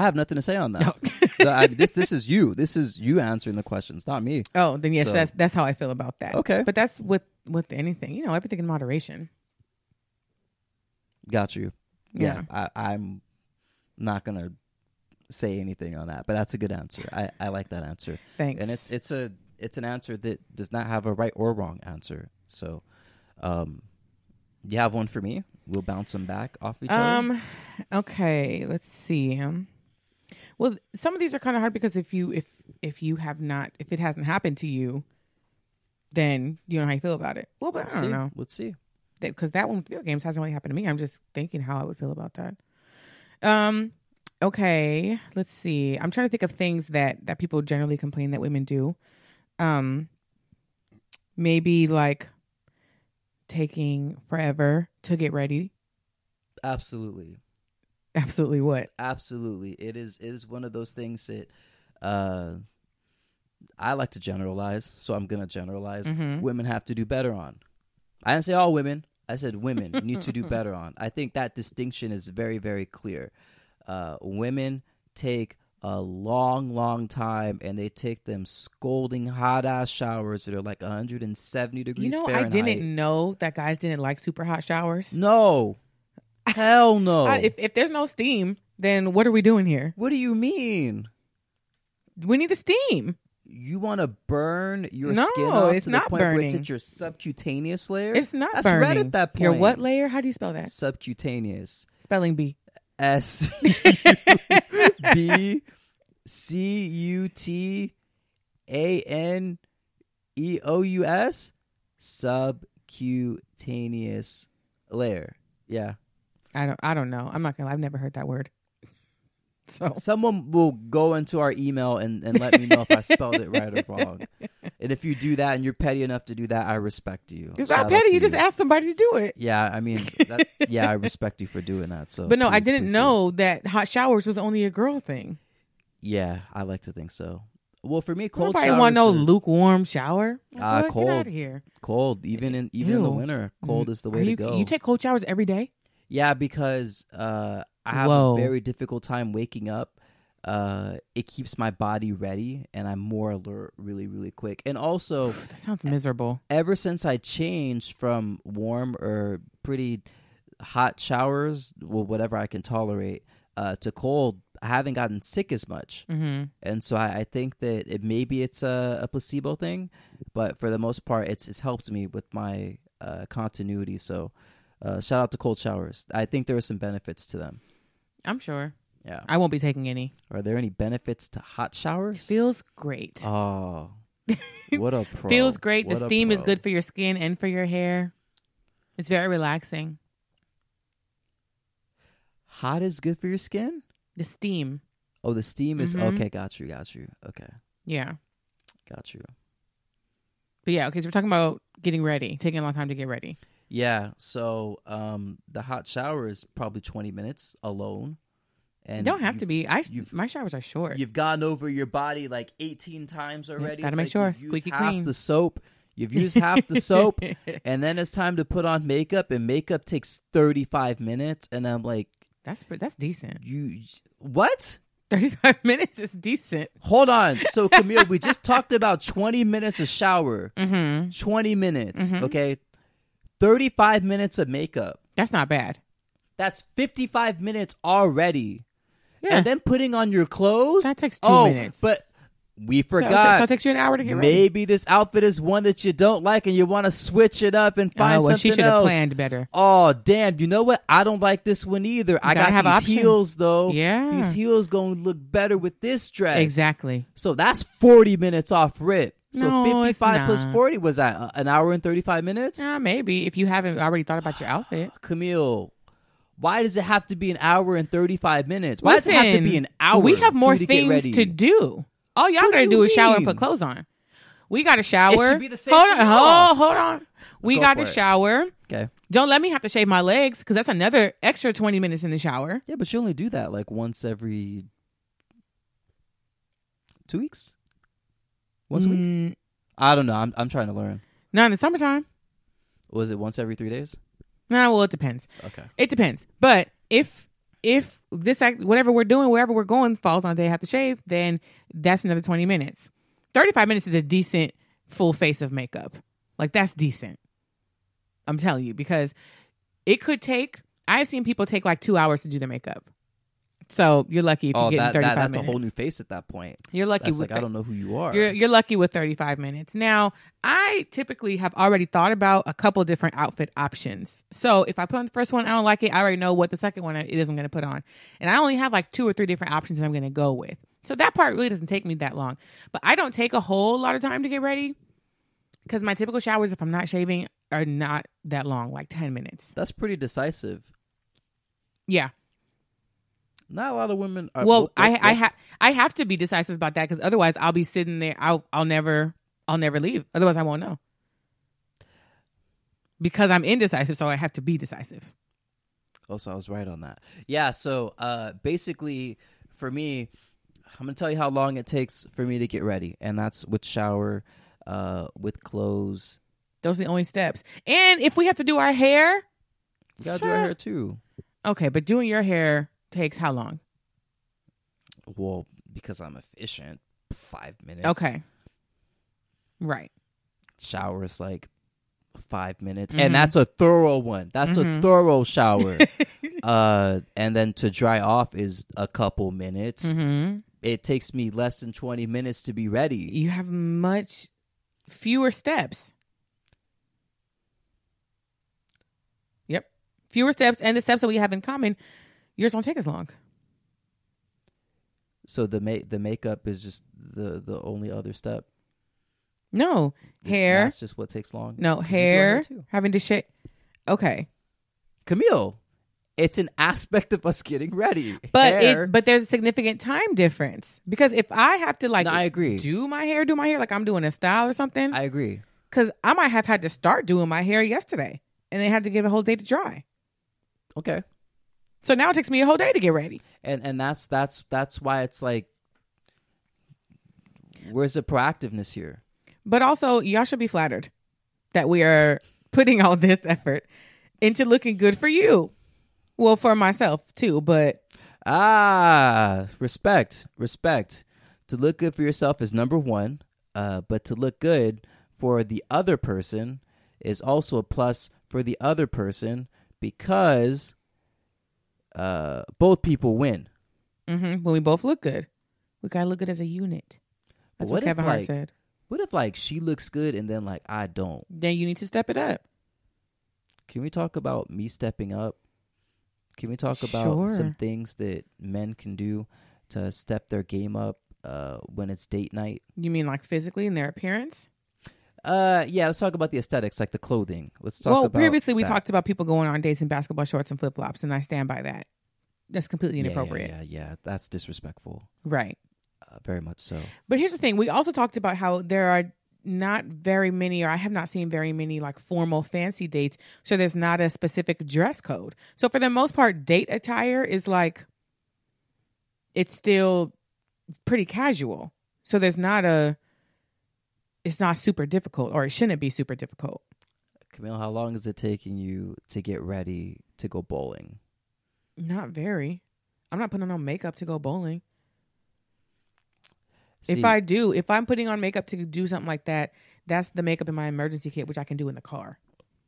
[SPEAKER 2] have nothing to say on that. No, I- this this is you. This is you answering the questions, not me.
[SPEAKER 1] Oh, then yes,
[SPEAKER 2] So-
[SPEAKER 1] that's that's how I feel about that.
[SPEAKER 2] Okay.
[SPEAKER 1] But that's with with anything, you know, everything in moderation.
[SPEAKER 2] Got you.
[SPEAKER 1] Yeah.
[SPEAKER 2] I, I'm not gonna say anything on that, but that's a good answer. I, I like that answer,
[SPEAKER 1] Thanks.
[SPEAKER 2] and it's it's a it's an answer that does not have a right or wrong answer. So, um, you have one for me. We'll bounce them back off each other.
[SPEAKER 1] Um, okay, let's see. Um, well, th- some of these are kind of hard because if you if if you have not if it hasn't happened to you, then you know how you feel about it. Well, but I
[SPEAKER 2] Let's
[SPEAKER 1] don't
[SPEAKER 2] see.
[SPEAKER 1] know
[SPEAKER 2] Let's see.
[SPEAKER 1] because that one with video games hasn't really happened to me. I'm just thinking how I would feel about that. Um, okay, let's see. I'm trying to think of things that that people generally complain that women do. Um, maybe like taking forever to get ready.
[SPEAKER 2] Absolutely.
[SPEAKER 1] Absolutely, what?
[SPEAKER 2] absolutely it is it is one of those things that uh i like to generalize so i'm gonna generalize
[SPEAKER 1] Mm-hmm.
[SPEAKER 2] women have to do better on i didn't say all women i said women need to do better on i think that distinction is very very clear uh women take a long long time and they take them scolding hot ass showers that are like 170 degrees
[SPEAKER 1] You know,
[SPEAKER 2] fahrenheit
[SPEAKER 1] I didn't know that guys didn't like super hot showers.
[SPEAKER 2] no hell no
[SPEAKER 1] I- if, if there's no steam, then what are we doing here?
[SPEAKER 2] what do you mean
[SPEAKER 1] We need the steam.
[SPEAKER 2] You want to burn your
[SPEAKER 1] No,
[SPEAKER 2] skin off
[SPEAKER 1] it's
[SPEAKER 2] to
[SPEAKER 1] not
[SPEAKER 2] the point where it's
[SPEAKER 1] burning.
[SPEAKER 2] at your subcutaneous layer?
[SPEAKER 1] It's not
[SPEAKER 2] That's
[SPEAKER 1] burning.
[SPEAKER 2] red at that point.
[SPEAKER 1] Your what layer? How do you spell that?
[SPEAKER 2] Subcutaneous.
[SPEAKER 1] Spelling bee.
[SPEAKER 2] S B C U T A N E O U S. Subcutaneous layer. Yeah.
[SPEAKER 1] I don't. I don't know. I'm not gonna. lie. I've never heard that word. So
[SPEAKER 2] Someone will go into our email and, and let me know if I spelled it right or wrong. And if you do that and you're petty enough to do that, I respect you.
[SPEAKER 1] it's
[SPEAKER 2] Shout
[SPEAKER 1] not
[SPEAKER 2] out
[SPEAKER 1] petty.
[SPEAKER 2] to
[SPEAKER 1] You just ask somebody to do it.
[SPEAKER 2] Yeah, I mean, that, yeah, I respect you for doing that. So,
[SPEAKER 1] But no, I
[SPEAKER 2] please,
[SPEAKER 1] didn't
[SPEAKER 2] please do.
[SPEAKER 1] know that hot showers was only a girl thing.
[SPEAKER 2] Yeah, I like to think so. Well, for me, cold
[SPEAKER 1] Nobody
[SPEAKER 2] showers
[SPEAKER 1] want no
[SPEAKER 2] are
[SPEAKER 1] lukewarm shower. Like,
[SPEAKER 2] Ah,
[SPEAKER 1] what?
[SPEAKER 2] cold.
[SPEAKER 1] Get out of here.
[SPEAKER 2] cold, even in even in the
[SPEAKER 1] Ew.
[SPEAKER 2] winter, cold is the
[SPEAKER 1] Are
[SPEAKER 2] way
[SPEAKER 1] you,
[SPEAKER 2] to go.
[SPEAKER 1] You take cold showers every day.
[SPEAKER 2] yeah, because uh, I have
[SPEAKER 1] Whoa.
[SPEAKER 2] a very difficult time waking up. Uh, it keeps my body ready, and I'm more alert really, really quick. And also,
[SPEAKER 1] That sounds miserable.
[SPEAKER 2] ever since I changed from warm or pretty hot showers, well, whatever I can tolerate, uh, to cold, I haven't gotten sick as much.
[SPEAKER 1] Mm-hmm.
[SPEAKER 2] and so I, I think that it maybe it's a, a placebo thing, but for the most part, it's it's helped me with my uh, continuity. So, uh, shout out to cold showers. I think there are some benefits to them.
[SPEAKER 1] I'm sure.
[SPEAKER 2] Yeah.
[SPEAKER 1] I won't be taking any.
[SPEAKER 2] Are there any benefits to hot showers?
[SPEAKER 1] Feels great.
[SPEAKER 2] oh, what a pro!
[SPEAKER 1] Feels great. The
[SPEAKER 2] What a
[SPEAKER 1] steam is
[SPEAKER 2] pro.
[SPEAKER 1] good for your skin and for your hair. It's very relaxing.
[SPEAKER 2] Hot is good for your skin.
[SPEAKER 1] The steam.
[SPEAKER 2] Oh, the steam is
[SPEAKER 1] Mhm.
[SPEAKER 2] okay. Got you. Got you. Okay.
[SPEAKER 1] Yeah.
[SPEAKER 2] Got you.
[SPEAKER 1] But yeah, okay, so we're talking about getting ready, taking a long time to get ready.
[SPEAKER 2] Yeah. So, um, the hot shower is probably twenty minutes alone. And
[SPEAKER 1] you don't have
[SPEAKER 2] you
[SPEAKER 1] to be. I
[SPEAKER 2] you've-
[SPEAKER 1] my showers are short.
[SPEAKER 2] You've gone over your body like 18 times already.
[SPEAKER 1] gotta
[SPEAKER 2] It's
[SPEAKER 1] make
[SPEAKER 2] like
[SPEAKER 1] sure.
[SPEAKER 2] You've used
[SPEAKER 1] Squeaky
[SPEAKER 2] half
[SPEAKER 1] clean.
[SPEAKER 2] the soap. You've used half the soap, and then it's time to put on makeup, and makeup takes 35 minutes. And I'm like,
[SPEAKER 1] That's pre- that's decent.
[SPEAKER 2] you what?
[SPEAKER 1] Thirty five minutes is decent.
[SPEAKER 2] Hold on. So Camille, we just talked about 20 minutes of shower,
[SPEAKER 1] Mm-hmm.
[SPEAKER 2] 20 minutes, okay, 35 minutes of makeup.
[SPEAKER 1] That's not bad.
[SPEAKER 2] That's 55 minutes already.
[SPEAKER 1] Yeah.
[SPEAKER 2] and then putting on your clothes
[SPEAKER 1] That takes two
[SPEAKER 2] two
[SPEAKER 1] minutes.
[SPEAKER 2] But we
[SPEAKER 1] So, it ta-
[SPEAKER 2] forgot.
[SPEAKER 1] so it takes you an hour to get ready.
[SPEAKER 2] Maybe this outfit is one that you don't like and you want to switch it up and find
[SPEAKER 1] oh, well, she
[SPEAKER 2] something
[SPEAKER 1] should have
[SPEAKER 2] else.
[SPEAKER 1] planned better.
[SPEAKER 2] Oh damn! You know what? I don't like this one either. I
[SPEAKER 1] gotta
[SPEAKER 2] got
[SPEAKER 1] have
[SPEAKER 2] these
[SPEAKER 1] options.
[SPEAKER 2] heels though.
[SPEAKER 1] Yeah.
[SPEAKER 2] these heels gonna look better with this dress.
[SPEAKER 1] Exactly.
[SPEAKER 2] So that's forty minutes off rip. So
[SPEAKER 1] No, it's
[SPEAKER 2] fifty-five plus
[SPEAKER 1] not.
[SPEAKER 2] forty was that uh, an hour and thirty-five minutes?
[SPEAKER 1] Yeah, maybe if you haven't already thought about your outfit.
[SPEAKER 2] Camille, why does it have to be an hour and thirty-five minutes? Why does it have to be an hour?
[SPEAKER 1] We have
[SPEAKER 2] for
[SPEAKER 1] more
[SPEAKER 2] you to get
[SPEAKER 1] things
[SPEAKER 2] ready?
[SPEAKER 1] to do. All y'all gotta
[SPEAKER 2] do
[SPEAKER 1] do,
[SPEAKER 2] you
[SPEAKER 1] is shower and
[SPEAKER 2] mean?
[SPEAKER 1] put clothes on. We gotta shower.
[SPEAKER 2] be the same
[SPEAKER 1] hold on,
[SPEAKER 2] thing all.
[SPEAKER 1] hold, hold on. We
[SPEAKER 2] Go
[SPEAKER 1] gotta
[SPEAKER 2] for it.
[SPEAKER 1] shower.
[SPEAKER 2] Okay.
[SPEAKER 1] Don't let me have to shave my legs because that's another extra twenty minutes in the shower.
[SPEAKER 2] Yeah, but you only do that like once every two weeks. Once a week?
[SPEAKER 1] Mm,
[SPEAKER 2] I don't know. I'm I'm trying to learn.
[SPEAKER 1] not in the summertime.
[SPEAKER 2] Was it once every three days?
[SPEAKER 1] Nah, well, it depends.
[SPEAKER 2] Okay.
[SPEAKER 1] It depends. But if if this act, whatever we're doing, wherever we're going, falls on day I have to shave, then that's another twenty minutes. Thirty five minutes is a decent full face of makeup. Like that's decent. I'm telling you because it could take. I've seen people take like two hours to do their makeup. So you're lucky if you
[SPEAKER 2] Oh,
[SPEAKER 1] get
[SPEAKER 2] that, that
[SPEAKER 1] thirty five
[SPEAKER 2] that's
[SPEAKER 1] minutes.
[SPEAKER 2] a whole new face at that point.
[SPEAKER 1] You're lucky
[SPEAKER 2] That's
[SPEAKER 1] with
[SPEAKER 2] like
[SPEAKER 1] that.
[SPEAKER 2] I don't know who you are.
[SPEAKER 1] You're you're lucky with 35 minutes. Now, I typically have already thought about a couple different outfit options. So if I put on the first one, I don't like it. I already know what the second one it is I'm going to put on, and I only have like two or three different options that I'm going to go with. So that part really doesn't take me that long. But I don't take a whole lot of time to get ready because my typical showers, if I'm not shaving, are not that long, like 10 minutes.
[SPEAKER 2] that's pretty decisive.
[SPEAKER 1] Yeah.
[SPEAKER 2] Not a lot of women. Are,
[SPEAKER 1] well,
[SPEAKER 2] whoop,
[SPEAKER 1] I
[SPEAKER 2] whoop,
[SPEAKER 1] I
[SPEAKER 2] whoop.
[SPEAKER 1] have I have to be decisive about that because otherwise I'll be sitting there. I'll I'll never I'll never leave. Otherwise I won't know. Because I'm indecisive, so I have to be decisive.
[SPEAKER 2] Oh, so I was right on that. Yeah. So uh, basically, for me, I'm gonna tell you how long it takes for me to get ready, and that's with shower, uh, with clothes.
[SPEAKER 1] Those are the only steps. And if we have to do our hair,
[SPEAKER 2] You gotta do our
[SPEAKER 1] Sir.
[SPEAKER 2] hair too.
[SPEAKER 1] okay. But doing your hair takes how long?
[SPEAKER 2] Well, because I'm efficient, five minutes.
[SPEAKER 1] Okay, right.
[SPEAKER 2] Shower is like five minutes,
[SPEAKER 1] Mhm.
[SPEAKER 2] and that's a thorough one. That's a
[SPEAKER 1] Mhm.
[SPEAKER 2] thorough shower. uh, and then to dry off is a couple minutes.
[SPEAKER 1] hmm
[SPEAKER 2] It takes me less than twenty minutes to be ready.
[SPEAKER 1] You have much fewer steps. Yep, fewer steps, and the steps that we have in common, yours don't take as long.
[SPEAKER 2] So the ma- the makeup is just the the only other step.
[SPEAKER 1] No hair.
[SPEAKER 2] That's just what takes long.
[SPEAKER 1] No
[SPEAKER 2] You do our hair
[SPEAKER 1] hair.
[SPEAKER 2] too.
[SPEAKER 1] Having to shave. Okay,
[SPEAKER 2] Camille, it's an aspect of us getting ready.
[SPEAKER 1] but
[SPEAKER 2] Hair.
[SPEAKER 1] it but there's a significant time difference because if I have to like
[SPEAKER 2] No, I agree.
[SPEAKER 1] do my hair, do my hair like I'm doing a style or something,
[SPEAKER 2] I agree.
[SPEAKER 1] because I, might have had to start doing my hair yesterday and it had to give a whole day to dry.
[SPEAKER 2] Okay.
[SPEAKER 1] So now it takes me a whole day to get ready.
[SPEAKER 2] and and that's that's that's why it's like where's the proactiveness here
[SPEAKER 1] But also, y'all should be flattered that we are putting all this effort into looking good for you. Well, for myself too, but
[SPEAKER 2] ah respect respect to look good for yourself is number one uh, but to look good for the other person is also a plus for the other person because uh, both people win
[SPEAKER 1] mhm, when we both look good, we gotta look good as a unit.
[SPEAKER 2] But
[SPEAKER 1] That's
[SPEAKER 2] what
[SPEAKER 1] what
[SPEAKER 2] if,
[SPEAKER 1] Kevin Hart
[SPEAKER 2] like,
[SPEAKER 1] said.
[SPEAKER 2] what if like she looks good and then like i don't
[SPEAKER 1] then you need to step it up.
[SPEAKER 2] can we talk about me stepping up? Can we talk about some
[SPEAKER 1] Sure.
[SPEAKER 2] things that men can do to step their game up uh, when it's date night?
[SPEAKER 1] You mean like physically in their appearance?
[SPEAKER 2] Uh, yeah, let's talk about the aesthetics, like the clothing. Let's talk
[SPEAKER 1] well,
[SPEAKER 2] about.
[SPEAKER 1] previously we
[SPEAKER 2] that.
[SPEAKER 1] talked about people going on dates in basketball shorts and flip flops, and I stand by that. That's completely
[SPEAKER 2] Yeah, yeah,
[SPEAKER 1] inappropriate.
[SPEAKER 2] Yeah, yeah, that's disrespectful.
[SPEAKER 1] Right.
[SPEAKER 2] Uh, very much so.
[SPEAKER 1] But here's the thing we also talked about how there are not very many, or I have not seen very many like formal fancy dates. So there's not a specific dress code. So for the most part, date attire is like, it's still pretty casual. So there's not a, it's not super difficult, or it shouldn't be super difficult.
[SPEAKER 2] Camille, how long is it taking you to get ready to go bowling?
[SPEAKER 1] Not very. I'm not putting on no makeup to go bowling.
[SPEAKER 2] See,
[SPEAKER 1] if I do, if I'm putting on makeup to do something like that, that's the makeup in my emergency kit, which I can do in the car.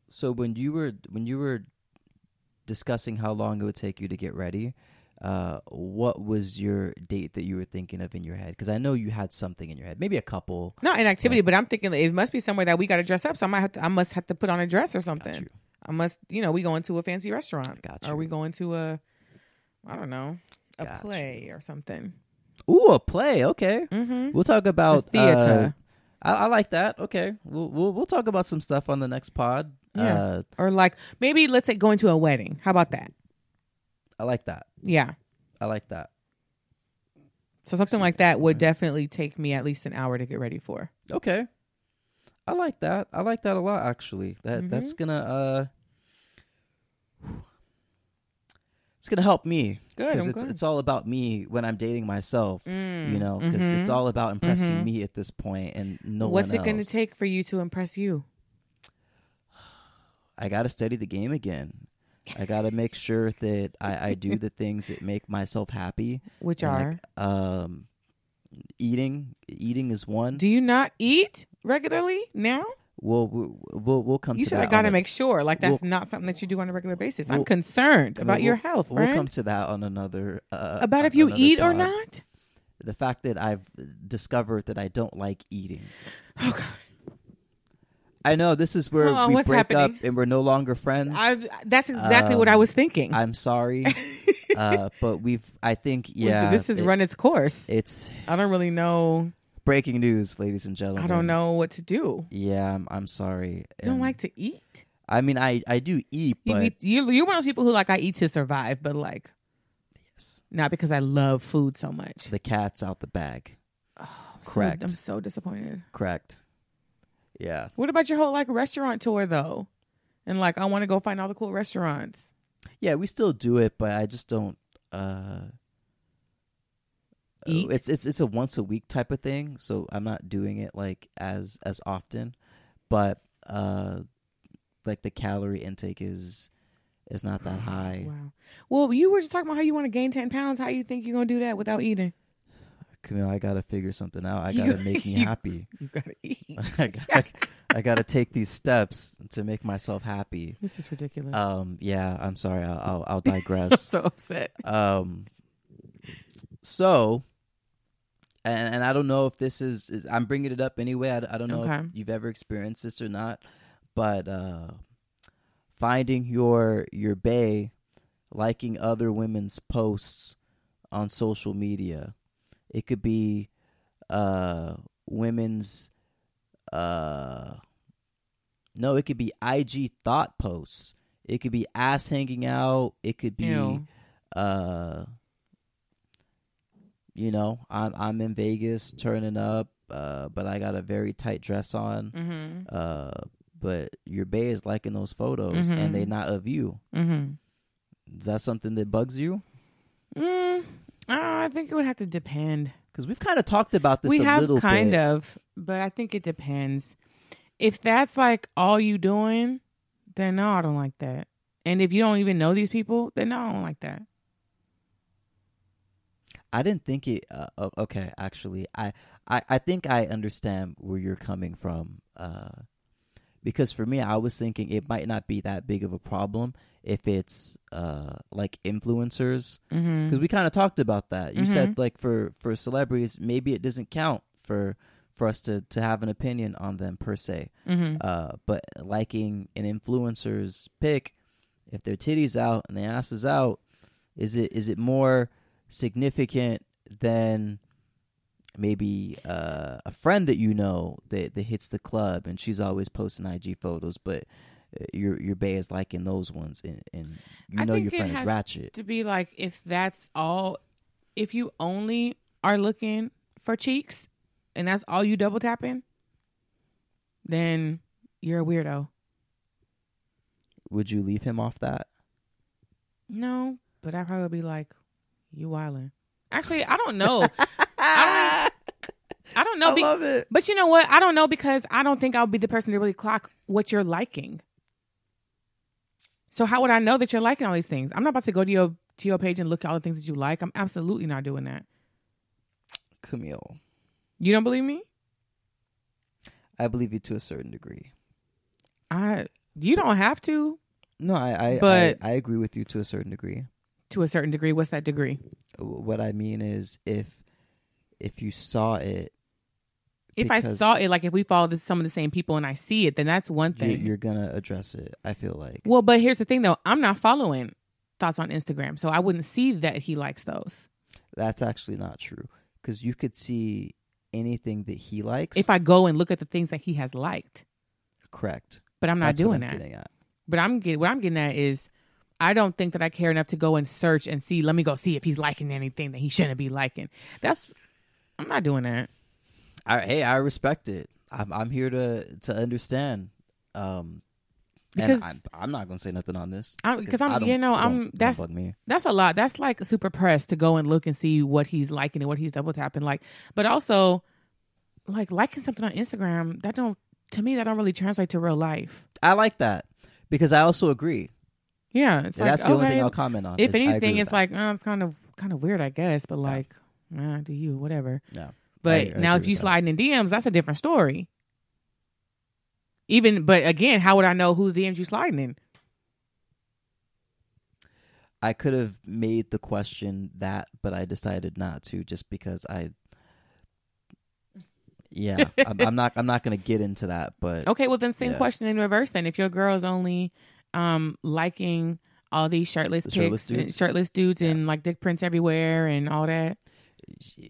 [SPEAKER 2] so when you were when you were discussing how long it would take you to get ready uh, what was your date that you were thinking of in your head? Because I know you had something in your head, maybe a couple.
[SPEAKER 1] Not an activity, but I'm thinking that it must be somewhere that we got to dress up. So I might have to, I must have to put on a dress or something.
[SPEAKER 2] you.
[SPEAKER 1] I must, you know, we going to a fancy restaurant.
[SPEAKER 2] Got
[SPEAKER 1] Or
[SPEAKER 2] you.
[SPEAKER 1] we going to a, I don't know, a
[SPEAKER 2] Got you.
[SPEAKER 1] play or something.
[SPEAKER 2] Ooh, a play. Okay,
[SPEAKER 1] Mm-hmm.
[SPEAKER 2] we'll talk about
[SPEAKER 1] theater.
[SPEAKER 2] uh, I, I like that. Okay, we'll, we'll we'll talk about some stuff on the next pod.
[SPEAKER 1] Yeah.
[SPEAKER 2] Uh,
[SPEAKER 1] Or like maybe let's say going to a wedding. How about that?
[SPEAKER 2] I like that.
[SPEAKER 1] Yeah.
[SPEAKER 2] I like that.
[SPEAKER 1] So something like that would definitely take me at least an hour to get ready for.
[SPEAKER 2] Okay. I like that. I like that a lot actually. That
[SPEAKER 1] Mm-hmm.
[SPEAKER 2] that's gonna uh it's gonna help me
[SPEAKER 1] Good. Mm.
[SPEAKER 2] because
[SPEAKER 1] I'm
[SPEAKER 2] it's
[SPEAKER 1] glad.
[SPEAKER 2] it's all about me when I'm dating myself, you know, because it's all about impressing me at this point and no
[SPEAKER 1] Mm-hmm. What's
[SPEAKER 2] one
[SPEAKER 1] it going to
[SPEAKER 2] else.
[SPEAKER 1] take for you to impress you?
[SPEAKER 2] I gotta study the game again. I gotta make sure that I, I do the things that make myself happy.
[SPEAKER 1] Which
[SPEAKER 2] And,
[SPEAKER 1] are?
[SPEAKER 2] like, um, eating. Eating is one.
[SPEAKER 1] Do you not eat regularly now?
[SPEAKER 2] we'll, we'll we'll we'll come
[SPEAKER 1] You
[SPEAKER 2] to
[SPEAKER 1] should
[SPEAKER 2] that.
[SPEAKER 1] have got
[SPEAKER 2] on
[SPEAKER 1] to
[SPEAKER 2] a-
[SPEAKER 1] make sure. Like that's
[SPEAKER 2] We'll-
[SPEAKER 1] not something that you do on a regular basis. I'm
[SPEAKER 2] We'll-
[SPEAKER 1] concerned about
[SPEAKER 2] We'll-
[SPEAKER 1] your health,
[SPEAKER 2] We'll
[SPEAKER 1] friend.
[SPEAKER 2] come to that on another. Uh,
[SPEAKER 1] about
[SPEAKER 2] on
[SPEAKER 1] if you
[SPEAKER 2] another
[SPEAKER 1] eat or
[SPEAKER 2] pod.
[SPEAKER 1] not.
[SPEAKER 2] The fact that I've discovered that I don't like eating.
[SPEAKER 1] Oh gosh,
[SPEAKER 2] I know this is where
[SPEAKER 1] Hold on,
[SPEAKER 2] we
[SPEAKER 1] what's
[SPEAKER 2] break
[SPEAKER 1] happening?
[SPEAKER 2] up and we're no longer friends.
[SPEAKER 1] I, that's exactly what
[SPEAKER 2] Um,
[SPEAKER 1] I was thinking.
[SPEAKER 2] am sorry, uh, but we've. I think
[SPEAKER 1] Like,
[SPEAKER 2] yeah.
[SPEAKER 1] this has
[SPEAKER 2] it-
[SPEAKER 1] run its course.
[SPEAKER 2] It's
[SPEAKER 1] I don't really know.
[SPEAKER 2] breaking news, ladies and gentlemen.
[SPEAKER 1] I don't know what to do.
[SPEAKER 2] Yeah, I'm, I'm sorry.
[SPEAKER 1] You don't
[SPEAKER 2] And-
[SPEAKER 1] like to eat.
[SPEAKER 2] I mean, I I do eat,
[SPEAKER 1] You,
[SPEAKER 2] but
[SPEAKER 1] eat- you you're one of those people who like I eat to survive, but like
[SPEAKER 2] Yes.
[SPEAKER 1] not because I love food so much.
[SPEAKER 2] the cat's out the bag.
[SPEAKER 1] I'm Oh, so-
[SPEAKER 2] correct.
[SPEAKER 1] I'm so disappointed.
[SPEAKER 2] Correct. Yeah.
[SPEAKER 1] What about your whole like restaurant tour though? And like I want to go find all the cool restaurants.
[SPEAKER 2] Yeah, we still do it, but I just don't uh
[SPEAKER 1] Eat?
[SPEAKER 2] Oh, It's it's it's a once a week type of thing, so I'm not doing it like as as often. But uh like the calorie intake is is not that high.
[SPEAKER 1] Wow. Well, you were just talking about how you want to gain ten pounds. How you think you're gonna do that without eating?
[SPEAKER 2] Camille, I gotta figure something out. I
[SPEAKER 1] You-
[SPEAKER 2] gotta make me
[SPEAKER 1] you-
[SPEAKER 2] happy.
[SPEAKER 1] You gotta eat.
[SPEAKER 2] I, gotta, I gotta take these steps to make myself happy.
[SPEAKER 1] This is ridiculous.
[SPEAKER 2] Um, yeah, I'm sorry. I'll I'll, I'll digress.
[SPEAKER 1] so upset.
[SPEAKER 2] Um, so, and, and I don't know if this is, is I'm bringing it up anyway. I, I don't know
[SPEAKER 1] Okay.
[SPEAKER 2] if you've ever experienced this or not, but uh, finding your your bay, liking other women's posts on social media, it could be uh, women's. Uh, no, it could be IG thought posts. It could be ass hanging out. It could be
[SPEAKER 1] Ew.
[SPEAKER 2] uh you know i'm i'm in vegas turning up uh but i got a very tight dress on
[SPEAKER 1] Mm-hmm.
[SPEAKER 2] uh but your bae is liking those photos
[SPEAKER 1] Mhm.
[SPEAKER 2] and they not of you
[SPEAKER 1] Mm-hmm.
[SPEAKER 2] is that something that bugs you
[SPEAKER 1] Mm, oh, I think it would have to depend.
[SPEAKER 2] because we've kind of talked about this
[SPEAKER 1] we
[SPEAKER 2] a
[SPEAKER 1] have
[SPEAKER 2] little
[SPEAKER 1] kind
[SPEAKER 2] bit
[SPEAKER 1] of, but I think it depends. If that's like all you doing, then no, I don't like that. And if you don't even know these people, then no, I don't like that.
[SPEAKER 2] i didn't think it uh, o- okay actually I, I i think i understand where you're coming from uh because for me i was thinking it might not be that big of a problem if it's uh like influencers
[SPEAKER 1] Mm-hmm.
[SPEAKER 2] because we kind of talked about that. You said like for for celebrities, maybe it doesn't count for for us to to have an opinion on them per se.
[SPEAKER 1] Mm-hmm.
[SPEAKER 2] Uh, but liking an influencer's pic, if their titties out and their ass is out, is it is it more significant than maybe uh, a friend that you know that that hits the club and she's always posting IG photos, but uh, your your bae is liking those ones and, and you
[SPEAKER 1] I
[SPEAKER 2] know
[SPEAKER 1] think
[SPEAKER 2] your
[SPEAKER 1] it
[SPEAKER 2] friend is
[SPEAKER 1] has
[SPEAKER 2] ratchet.
[SPEAKER 1] To be like, if that's all, if you only are looking for cheeks and that's all you double tapping, then you're a weirdo.
[SPEAKER 2] Would you leave him off that?
[SPEAKER 1] No, but I'd probably be like, you wildin'. Actually, I don't know. I, don't, I don't know. be-
[SPEAKER 2] Ah, love it.
[SPEAKER 1] but you know what? I don't know because I don't think I'll be the person to really clock what you're liking. So how would I know that you're liking all these things? I'm not about to go to your to your page and look at all the things that you like. I'm absolutely not doing that.
[SPEAKER 2] Camille,
[SPEAKER 1] You don't believe me?
[SPEAKER 2] I believe you to a certain degree.
[SPEAKER 1] I you don't have to
[SPEAKER 2] No, I I,
[SPEAKER 1] But-
[SPEAKER 2] I, I agree with you to a certain degree.
[SPEAKER 1] to a certain degree. What's that degree?
[SPEAKER 2] What I mean is if if you saw it,
[SPEAKER 1] If I
[SPEAKER 2] Because-
[SPEAKER 1] saw it, like if we follow this, some of the same people and I see it, then that's one
[SPEAKER 2] you,
[SPEAKER 1] thing.
[SPEAKER 2] you're gonna address it. I feel like
[SPEAKER 1] well, but here's the thing though. I'm not following thoughts on Instagram, so I wouldn't see that he likes those.
[SPEAKER 2] that's actually not true because you could see anything that he likes.
[SPEAKER 1] If I go and look at the things that he has liked,
[SPEAKER 2] correct,
[SPEAKER 1] but I'm not
[SPEAKER 2] That's what
[SPEAKER 1] doing
[SPEAKER 2] I'm
[SPEAKER 1] that.
[SPEAKER 2] getting at.
[SPEAKER 1] But I'm get, what I'm getting at is I don't think that I care enough to go and search and see. Let me go see if he's liking anything that he shouldn't be liking. That's I'm not doing that.
[SPEAKER 2] I, hey, I respect it. I'm I'm here to to understand. Um,
[SPEAKER 1] Because-
[SPEAKER 2] and I'm, I'm not gonna say nothing on this
[SPEAKER 1] I'm- 'cause I'm-
[SPEAKER 2] I don't-
[SPEAKER 1] you know,
[SPEAKER 2] don't-
[SPEAKER 1] I'm-
[SPEAKER 2] don't
[SPEAKER 1] that's-
[SPEAKER 2] bug me.
[SPEAKER 1] That's a lot. That's like super pressed to go and look and see what he's liking and what he's double tapping like. But also, like liking something on Instagram, that don't to me that don't really translate to real life.
[SPEAKER 2] I like that because I also agree.
[SPEAKER 1] Yeah, it's like
[SPEAKER 2] that's the only
[SPEAKER 1] okay,
[SPEAKER 2] thing I'll comment on.
[SPEAKER 1] if
[SPEAKER 2] is I agree
[SPEAKER 1] anything,
[SPEAKER 2] with
[SPEAKER 1] it's
[SPEAKER 2] that.
[SPEAKER 1] like oh, it's kind of kind of weird, I guess. But like, nah, do you whatever.
[SPEAKER 2] no.
[SPEAKER 1] But
[SPEAKER 2] I- I
[SPEAKER 1] now,
[SPEAKER 2] agree
[SPEAKER 1] if you
[SPEAKER 2] with that.
[SPEAKER 1] sliding in DMs, that's a different story. Even, but again, how would I know whose DMs you sliding in?
[SPEAKER 2] I could have made the question that, but I decided not to just because I. Yeah, I'm, I'm not. I'm not going to get into that. But
[SPEAKER 1] Okay, well then, same
[SPEAKER 2] Yeah.
[SPEAKER 1] question in reverse. Then, if your girl is only um liking all these shirtless
[SPEAKER 2] The
[SPEAKER 1] pics,
[SPEAKER 2] shirtless
[SPEAKER 1] and
[SPEAKER 2] dudes?
[SPEAKER 1] shirtless dudes, and like dick prints everywhere and all that,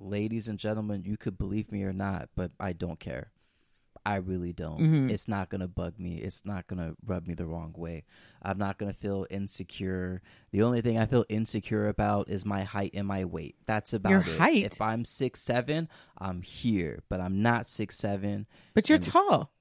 [SPEAKER 2] ladies and gentlemen, you could believe me or not, but I don't care. I really don't.
[SPEAKER 1] Mhm.
[SPEAKER 2] It's not going to bug me. It's not going to rub me the wrong way. I'm not going to feel insecure. The only thing I feel insecure about is my height and my weight. That's about
[SPEAKER 1] Your
[SPEAKER 2] it.
[SPEAKER 1] height?
[SPEAKER 2] If I'm six seven, I'm here, but I'm not six seven.
[SPEAKER 1] but you're
[SPEAKER 2] And-
[SPEAKER 1] tall.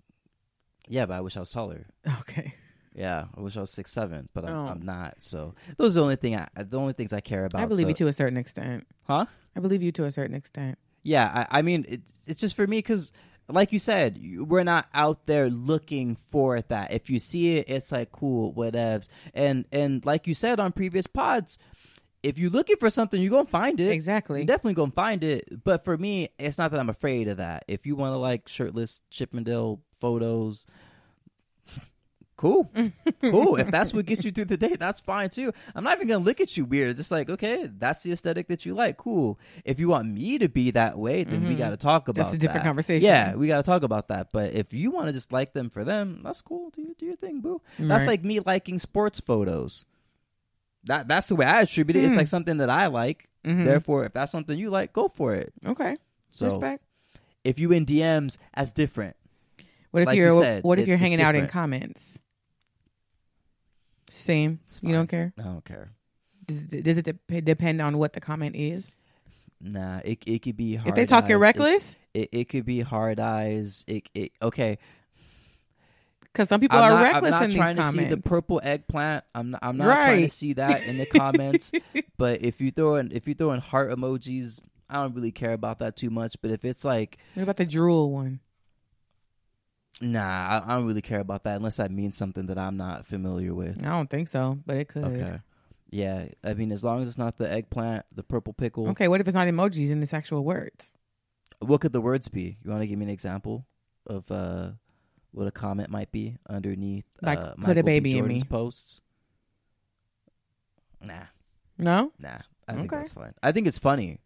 [SPEAKER 2] Yeah, but I wish I was taller.
[SPEAKER 1] Okay,
[SPEAKER 2] Yeah, I wish I was six seven, but I'm,
[SPEAKER 1] Oh.
[SPEAKER 2] I'm not. So those are the only thing I the only things I care about.
[SPEAKER 1] I believe
[SPEAKER 2] so-
[SPEAKER 1] you to a certain extent.
[SPEAKER 2] huh?
[SPEAKER 1] I believe you to a certain extent.
[SPEAKER 2] Yeah, I, I mean it, it's just for me because, like you said, you- we're not out there looking for that. If you see it, it's like cool, whatevs. And and like you said on previous pods, if you're looking for something, you're gonna find it.
[SPEAKER 1] Exactly.
[SPEAKER 2] You're definitely gonna find it. But for me, it's not that I'm afraid of that. If you want to like shirtless Chippendale photos, cool, cool. If that's what gets you through the day, that's fine too. I'm not even gonna look at you weird. It's just like, okay, that's the aesthetic that you like. Cool. If you want me to be that way, then we got to talk about.
[SPEAKER 1] Mm-hmm. That's a different
[SPEAKER 2] that.
[SPEAKER 1] conversation.
[SPEAKER 2] Yeah, we got to talk about that. But if you want to just like them for them, that's cool. Do your, do your thing, boo. That's
[SPEAKER 1] Right.
[SPEAKER 2] like me liking sports photos. That that's the way I attribute it.
[SPEAKER 1] Hmm.
[SPEAKER 2] It's like something that I like.
[SPEAKER 1] Mm-hmm.
[SPEAKER 2] Therefore, if that's something you like, go for it.
[SPEAKER 1] Okay,
[SPEAKER 2] So
[SPEAKER 1] respect.
[SPEAKER 2] if you in DMs, that's different.
[SPEAKER 1] What if
[SPEAKER 2] like you
[SPEAKER 1] you're
[SPEAKER 2] said,
[SPEAKER 1] what if
[SPEAKER 2] it's-
[SPEAKER 1] you're
[SPEAKER 2] it's
[SPEAKER 1] hanging out in
[SPEAKER 2] different.
[SPEAKER 1] comments? Same.
[SPEAKER 2] It's
[SPEAKER 1] You don't
[SPEAKER 2] fine.
[SPEAKER 1] care.
[SPEAKER 2] I don't care.
[SPEAKER 1] Does, does it dep depend on what the comment is?
[SPEAKER 2] Nah, it it could be hard.
[SPEAKER 1] if they talk
[SPEAKER 2] eyes.
[SPEAKER 1] you
[SPEAKER 2] It-
[SPEAKER 1] reckless,
[SPEAKER 2] it, it could be hard eyes. It, it okay.
[SPEAKER 1] because some people
[SPEAKER 2] I'm
[SPEAKER 1] are
[SPEAKER 2] not,
[SPEAKER 1] reckless
[SPEAKER 2] I'm not
[SPEAKER 1] in these
[SPEAKER 2] trying to
[SPEAKER 1] comments.
[SPEAKER 2] see the purple eggplant. I'm not, I'm not trying to
[SPEAKER 1] Right.
[SPEAKER 2] see that in the comments. but if you throw in if you throw in heart emojis, I don't really care about that too much. But if it's like
[SPEAKER 1] what about the drool one?
[SPEAKER 2] nah, I, I don't really care about that unless that means something that I'm not familiar with.
[SPEAKER 1] I don't think so, but it could.
[SPEAKER 2] Okay. Yeah, I mean, as long as it's not the eggplant, the purple pickle.
[SPEAKER 1] Okay, what if it's not emojis and it's actual words?
[SPEAKER 2] What could the words be? You want to give me an example of uh, what a comment might be underneath
[SPEAKER 1] Like, put
[SPEAKER 2] uh,
[SPEAKER 1] a
[SPEAKER 2] Michael B.
[SPEAKER 1] baby in
[SPEAKER 2] Jordan's
[SPEAKER 1] me.
[SPEAKER 2] posts? Nah,
[SPEAKER 1] No?
[SPEAKER 2] nah. I think
[SPEAKER 1] Okay.
[SPEAKER 2] that's fine. I think it's funny.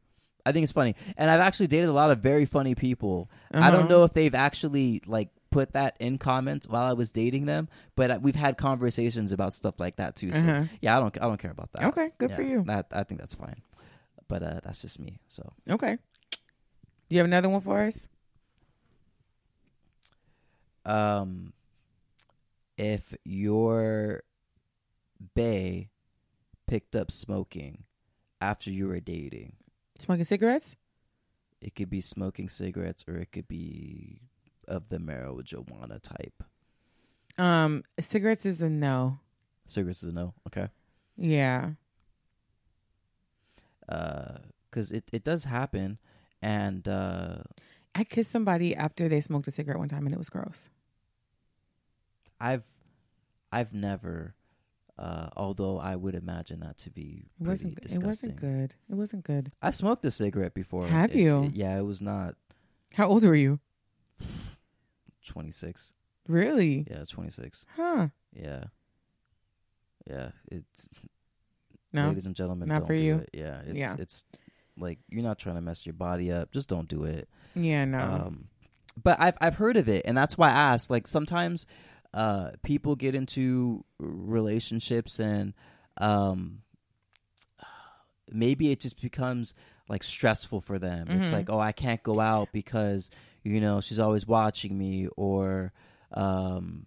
[SPEAKER 2] I think it's funny, and I've actually dated a lot of very funny people. I
[SPEAKER 1] Uh-huh.
[SPEAKER 2] don't know if they've actually like put that in comments while I was dating them, but uh, we've had conversations about stuff like that too. So
[SPEAKER 1] Uh-huh.
[SPEAKER 2] yeah, I don't, I don't care about that.
[SPEAKER 1] Okay, good for
[SPEAKER 2] Yeah,
[SPEAKER 1] you.
[SPEAKER 2] That I think that's fine, but uh, that's just me. So
[SPEAKER 1] Okay. Do you have another one for us?
[SPEAKER 2] um if your bae picked up smoking after you were dating
[SPEAKER 1] Smoking cigarettes?
[SPEAKER 2] it could be smoking cigarettes or it could be of the marijuana type
[SPEAKER 1] Um, cigarettes is a no.
[SPEAKER 2] cigarettes is a no okay
[SPEAKER 1] Yeah.
[SPEAKER 2] because Uh, it, it does happen and uh
[SPEAKER 1] I kissed somebody after they smoked a cigarette one time and it was gross.
[SPEAKER 2] i've i've never uh although i would imagine that to be
[SPEAKER 1] It
[SPEAKER 2] pretty
[SPEAKER 1] wasn't
[SPEAKER 2] disgusting
[SPEAKER 1] it wasn't good. It wasn't good.
[SPEAKER 2] i smoked a cigarette before
[SPEAKER 1] Have
[SPEAKER 2] It-
[SPEAKER 1] you?
[SPEAKER 2] it- yeah it was not
[SPEAKER 1] How old were you?
[SPEAKER 2] 26
[SPEAKER 1] Really?
[SPEAKER 2] yeah 26
[SPEAKER 1] Huh.
[SPEAKER 2] Yeah. Yeah, it's
[SPEAKER 1] No.
[SPEAKER 2] ladies and gentlemen,
[SPEAKER 1] Not
[SPEAKER 2] don't
[SPEAKER 1] for
[SPEAKER 2] do
[SPEAKER 1] you.
[SPEAKER 2] it. Yeah, it's,
[SPEAKER 1] Yeah.
[SPEAKER 2] it's like you're not trying to mess your body up. Just don't do it.
[SPEAKER 1] Yeah, no.
[SPEAKER 2] Um, but I've I've heard of it, and that's why I asked. Like sometimes, uh, people get into relationships, and um, maybe it just becomes like stressful for them. It's like, oh, I can't go out because you know she's always watching me, or um.